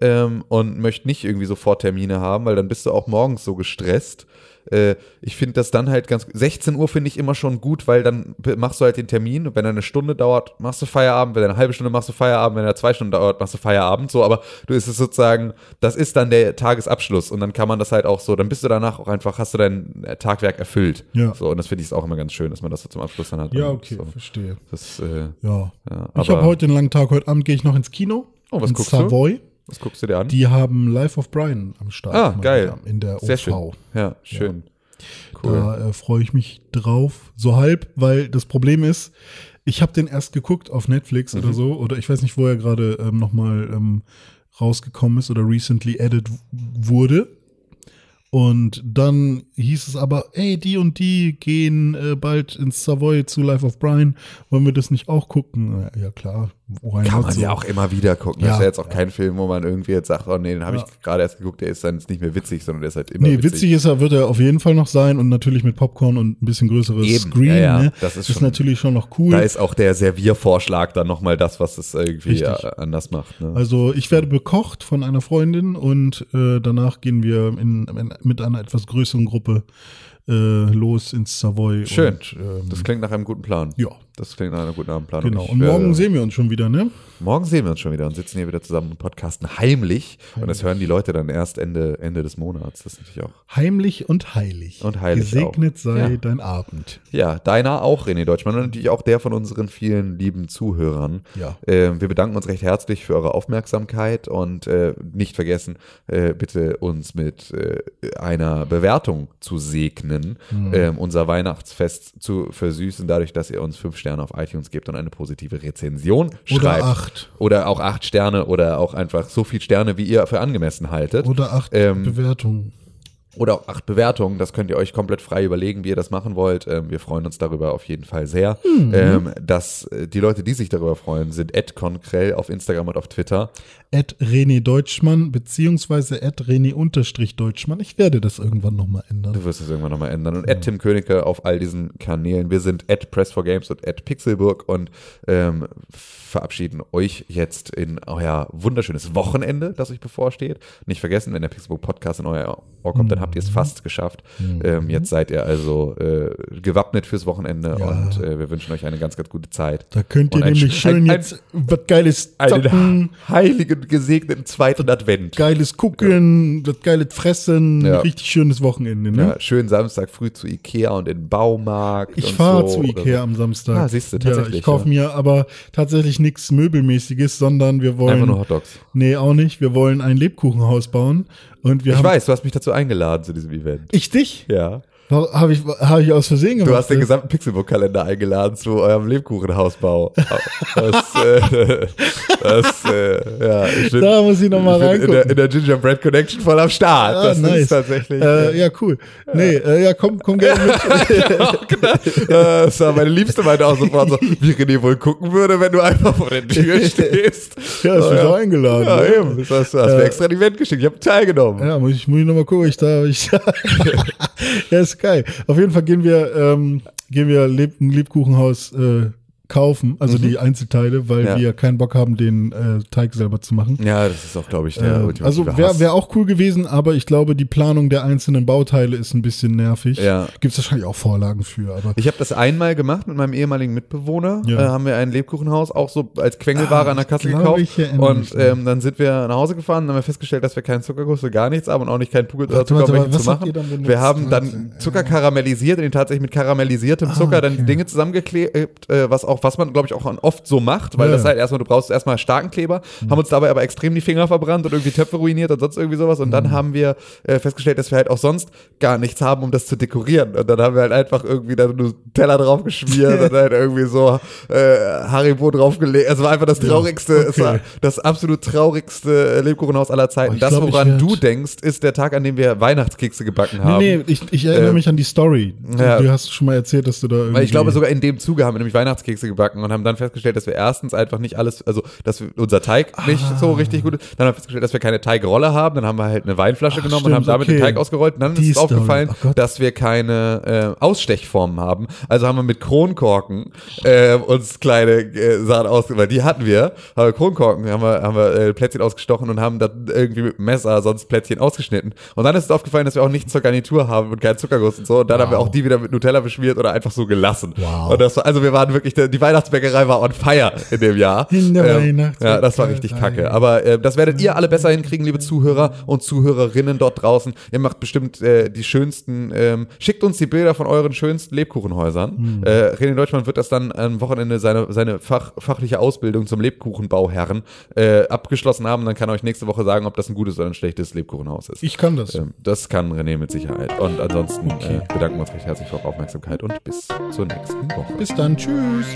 Speaker 3: ähm, und möchte nicht irgendwie sofort Termine haben, weil dann bist du auch morgens so gestresst. Äh, ich finde das dann halt ganz, 16 Uhr finde ich immer schon gut, weil dann b- machst du halt den Termin und wenn er eine Stunde dauert, machst du Feierabend, wenn er eine halbe Stunde machst du Feierabend, wenn er zwei Stunden dauert, machst du Feierabend, so, aber du ist es sozusagen, das ist dann der Tagesabschluss und dann kann man das halt auch so, dann bist du danach auch einfach, hast du dein äh, Tagwerk erfüllt.
Speaker 2: Ja.
Speaker 3: So, und das finde ich auch immer ganz schön, dass man das so zum Abschluss dann hat.
Speaker 2: Ja,
Speaker 3: Und
Speaker 2: okay,
Speaker 3: So,
Speaker 2: verstehe.
Speaker 3: das, äh,
Speaker 2: Ja.
Speaker 3: ja,
Speaker 2: ich
Speaker 3: aber-
Speaker 2: habe heute einen langen Tag. Heute Abend gehe ich noch ins Kino.
Speaker 3: Oh, was
Speaker 2: ins
Speaker 3: guckst du?
Speaker 2: Savoy.
Speaker 3: was guckst du dir an?
Speaker 2: Die haben Life of Brian am Start.
Speaker 3: ah,
Speaker 2: meine
Speaker 3: geil.
Speaker 2: Damen, In der OV.
Speaker 3: Sehr schön. Ja, schön.
Speaker 2: Da äh, freue ich mich drauf. So halb, weil das Problem ist, ich habe den erst geguckt auf Netflix
Speaker 3: Mhm.
Speaker 2: oder so. Oder ich weiß nicht, wo er gerade ähm, nochmal ähm, rausgekommen ist oder recently added w- wurde. Und dann hieß es aber, ey, die und die gehen äh, bald ins Savoy zu Life of Brian. Wollen wir das nicht auch gucken? Ja, Ja, klar. Why
Speaker 3: Kann
Speaker 2: not
Speaker 3: man
Speaker 2: so?
Speaker 3: ja auch immer wieder gucken. Das
Speaker 2: Ja.
Speaker 3: ist ja jetzt auch kein Film, wo man irgendwie jetzt sagt, oh nee, den habe
Speaker 2: Ja.
Speaker 3: ich gerade erst geguckt, der ist dann jetzt nicht mehr witzig, sondern der ist halt immer
Speaker 2: Nee, witzig ist er, wird er auf jeden Fall noch sein und natürlich mit Popcorn und ein bisschen größeres
Speaker 3: Eben,
Speaker 2: Screen.
Speaker 3: ja, ja,
Speaker 2: Ne?
Speaker 3: das ist
Speaker 2: ist
Speaker 3: schon-
Speaker 2: natürlich schon noch cool.
Speaker 3: Da ist auch der Serviervorschlag dann nochmal das, was es irgendwie
Speaker 2: Richtig.
Speaker 3: äh, anders macht. Ne?
Speaker 2: Also ich werde bekocht von einer Freundin und äh, danach gehen wir in, in, mit einer etwas größeren Gruppe äh, los ins Savoy.
Speaker 3: Schön.
Speaker 2: Und, ähm,
Speaker 3: das klingt nach einem guten Plan.
Speaker 2: ja,
Speaker 3: Das klingt nach einer guten Abendplanung.
Speaker 2: genau.
Speaker 3: Ich
Speaker 2: Und morgen
Speaker 3: werde-
Speaker 2: sehen wir uns schon wieder, ne?
Speaker 3: morgen sehen wir uns schon wieder und sitzen hier wieder zusammen und podcasten heimlich. Und das hören die Leute dann erst Ende, Ende des Monats. Das ist natürlich auch.
Speaker 2: Heimlich und heilig.
Speaker 3: Und heilig
Speaker 2: Gesegnet
Speaker 3: auch.
Speaker 2: sei
Speaker 3: Ja.
Speaker 2: dein Abend.
Speaker 3: Ja, deiner auch, René Deutschmann und natürlich auch der von unseren vielen lieben Zuhörern.
Speaker 2: Ja.
Speaker 3: Ähm, wir bedanken uns recht herzlich für eure Aufmerksamkeit und äh, nicht vergessen, äh, bitte uns mit äh, einer Bewertung zu segnen,
Speaker 2: Hm.
Speaker 3: ähm, unser Weihnachtsfest zu versüßen, dadurch, dass ihr uns fünf Sterne auf iTunes gebt und eine positive Rezension
Speaker 2: Oder
Speaker 3: schreibt.
Speaker 2: acht.
Speaker 3: Oder auch acht Sterne oder auch einfach so viel Sterne, wie ihr für angemessen haltet.
Speaker 2: Oder acht
Speaker 3: Ähm,
Speaker 2: Bewertungen.
Speaker 3: oder auch acht Bewertungen. Das könnt ihr euch komplett frei überlegen, wie ihr das machen wollt. Ähm, wir freuen uns darüber auf jeden Fall sehr. Ähm, dass äh, die Leute, die sich darüber freuen, sind @konkrell auf Instagram und auf Twitter.
Speaker 2: Ed René Deutschmann beziehungsweise Ed René unterstrich Deutschmann. Ich werde das irgendwann nochmal ändern.
Speaker 3: Du wirst es irgendwann nochmal ändern. Und Tim Königke auf all diesen Kanälen. Wir sind Press4Games und Pixelburg und ähm, verabschieden euch jetzt in euer wunderschönes Wochenende, das euch bevorsteht. Nicht vergessen, wenn der Pixelburg Podcast in euer Ohr kommt, dann habt
Speaker 2: Mhm.
Speaker 3: ihr es fast geschafft. Ähm, jetzt seid ihr also äh, gewappnet fürs Wochenende und äh, wir wünschen euch eine ganz, ganz gute Zeit.
Speaker 2: Da könnt ihr
Speaker 3: Und ein
Speaker 2: nämlich
Speaker 3: Sch-
Speaker 2: schön
Speaker 3: ein- ein-
Speaker 2: jetzt was Geiles zocken.
Speaker 3: einen heiligen, gesegneten zweiten Advent.
Speaker 2: geiles Gucken, das geile Fressen,
Speaker 3: Ja.
Speaker 2: richtig schönes Wochenende. Ne?
Speaker 3: Ja, schön Samstag früh zu Ikea und in den Baumarkt.
Speaker 2: Ich
Speaker 3: und
Speaker 2: fahre
Speaker 3: so
Speaker 2: zu Ikea am Samstag.
Speaker 3: Ah, siehst du, tatsächlich,
Speaker 2: Ja, ich kaufe
Speaker 3: ja.
Speaker 2: mir aber tatsächlich nichts Möbelmäßiges, sondern wir wollen.
Speaker 3: Einfach nur Hotdogs.
Speaker 2: Nee, auch nicht. Wir wollen ein Lebkuchenhaus bauen. Und wir
Speaker 3: Ich
Speaker 2: haben.
Speaker 3: weiß, du hast mich dazu eingeladen zu diesem Event.
Speaker 2: Ich dich?
Speaker 3: Ja.
Speaker 2: Habe ich, hab ich aus Versehen gemacht.
Speaker 3: Du hast den gesamten Pixelbook-Kalender eingeladen zu eurem Lebkuchenhausbau. Oh, Das, äh, das äh, ja, ja, ich bin,
Speaker 2: Da muss ich nochmal
Speaker 3: ich bin in,
Speaker 2: reingucken.
Speaker 3: der, in der Gingerbread Connection voll am Start.
Speaker 2: Ah,
Speaker 3: das
Speaker 2: nice.
Speaker 3: ist tatsächlich.
Speaker 2: Äh, ja, cool. Nee, äh, ja, komm, komm gerne mit.
Speaker 3: Äh, das war meine Liebste meinte auch sofort so, wie René wohl gucken würde, wenn du einfach vor der Tür stehst.
Speaker 2: Ja, hast mich doch eingeladen.
Speaker 3: Oh, Ja,
Speaker 2: ne?
Speaker 3: eben. Das hast, du- hast mir extra ein Event geschickt. Ich habe teilgenommen.
Speaker 2: Ja, muss ich, muss ich nochmal gucken, ob ich da, ob ich da. ja, ist geil. Auf jeden Fall gehen wir, ähm, gehen wir Leb ein Lebkuchenhaus äh, kaufen, also die Einzelteile, weil
Speaker 3: Mhm. Ja.
Speaker 2: wir keinen Bock haben, den äh, Teig selber zu machen.
Speaker 3: Ja, das ist auch, glaube ich, der
Speaker 2: Äh,
Speaker 3: ultimative
Speaker 2: also wäre
Speaker 3: Hass.
Speaker 2: wär auch cool gewesen, aber ich glaube, die Planung der einzelnen Bauteile ist ein bisschen nervig.
Speaker 3: Ja.
Speaker 2: Gibt es wahrscheinlich auch Vorlagen für, aber
Speaker 3: Ich habe das einmal gemacht mit meinem ehemaligen Mitbewohner.
Speaker 2: Ja. Ah,
Speaker 3: Äh, haben wir ein Lebkuchenhaus auch so als Quengelware an der Kasse
Speaker 2: glaub
Speaker 3: gekauft.
Speaker 2: ich, erinnere
Speaker 3: und
Speaker 2: mich noch.
Speaker 3: ähm, dann sind wir nach Hause gefahren und haben wir festgestellt, dass wir keinen Zuckerguss und gar nichts haben und auch nicht keinen Pugel dazu
Speaker 2: warte,
Speaker 3: kommen,
Speaker 2: aber
Speaker 3: welche zu
Speaker 2: was habt ihr
Speaker 3: machen.
Speaker 2: dann benutzt? äh.
Speaker 3: wir haben dann Zucker karamellisiert und ihn tatsächlich mit
Speaker 2: Ah,
Speaker 3: karamellisiertem Zucker dann die Dinge zusammengeklebt, äh, was auch, was man, glaube ich, auch oft so macht, weil
Speaker 2: Ja. Mhm.
Speaker 3: das halt erstmal, du brauchst erstmal starken Kleber, haben uns dabei aber extrem die Finger verbrannt und irgendwie Töpfe ruiniert und sonst irgendwie sowas. Und
Speaker 2: Mhm.
Speaker 3: dann haben wir äh, festgestellt, dass wir halt auch sonst gar nichts haben, um das zu dekorieren. Und dann haben wir halt einfach irgendwie da nur Teller drauf geschmiert und halt irgendwie so äh, Haribo draufgelegt. Es war einfach das traurigste, es war das absolut traurigste Lebkuchenhaus aller Zeiten.
Speaker 2: Oh, ich
Speaker 3: das,
Speaker 2: glaub, ich
Speaker 3: woran
Speaker 2: werd-
Speaker 3: du denkst, ist der Tag, an dem wir Weihnachtskekse gebacken haben.
Speaker 2: Nee, nee, ich, ich erinnere
Speaker 3: Äh,
Speaker 2: mich an die Story. Du,
Speaker 3: ja.
Speaker 2: du hast schon mal erzählt, dass du da irgendwie.
Speaker 3: Weil ich glaube, sogar in dem Zuge haben wir nämlich Weihnachtskekse gebacken und haben dann festgestellt, dass wir erstens einfach nicht alles, also dass wir, unser Teig nicht
Speaker 2: Ah.
Speaker 3: so richtig gut ist. Dann haben wir festgestellt, dass wir keine Teigrolle haben. Dann haben wir halt eine Weinflasche
Speaker 2: Ach,
Speaker 3: genommen und
Speaker 2: stimmt,
Speaker 3: haben damit den
Speaker 2: okay.
Speaker 3: Teig ausgerollt. Und dann
Speaker 2: Die
Speaker 3: ist es
Speaker 2: Story.
Speaker 3: aufgefallen,
Speaker 2: Oh Gott.
Speaker 3: dass wir keine äh, Ausstechformen haben. Also haben wir mit Kronkorken äh, uns kleine äh, Sachen ausge, weil die hatten wir, haben wir Kronkorken, haben wir, haben wir äh, Plätzchen ausgestochen und haben dann irgendwie mit dem Messer sonst Plätzchen ausgeschnitten. Und dann ist es aufgefallen, dass wir auch nichts zur Garnitur haben und keinen Zuckerguss und so. Und dann haben wir auch die wieder mit Nutella beschmiert oder einfach so gelassen.
Speaker 2: Wow.
Speaker 3: Und das war, also wir waren wirklich, die Weihnachtsbäckerei war on fire in dem Jahr. Ähm,
Speaker 2: In der Weihnachtsbäckerei.
Speaker 3: Ja, das war richtig kacke. Aber äh, das werdet ihr alle besser hinkriegen, liebe Zuhörer und Zuhörerinnen dort draußen. Ihr macht bestimmt äh, die schönsten, ähm, schickt uns die Bilder von euren schönsten
Speaker 2: Hm.
Speaker 3: Lebkuchenhäusern. Äh, René Deutschmann wird das dann am Wochenende seine, seine Fach, fachliche Ausbildung zum Lebkuchenbauherren äh, abgeschlossen haben. Dann kann er euch nächste Woche sagen, ob das ein gutes oder ein schlechtes Lebkuchenhaus ist.
Speaker 2: Ich kann das.
Speaker 3: Ähm, Das kann René mit Sicherheit. Und ansonsten äh, bedanken wir uns recht herzlich für eure Aufmerksamkeit und bis zur nächsten Woche.
Speaker 2: Bis dann. Tschüss.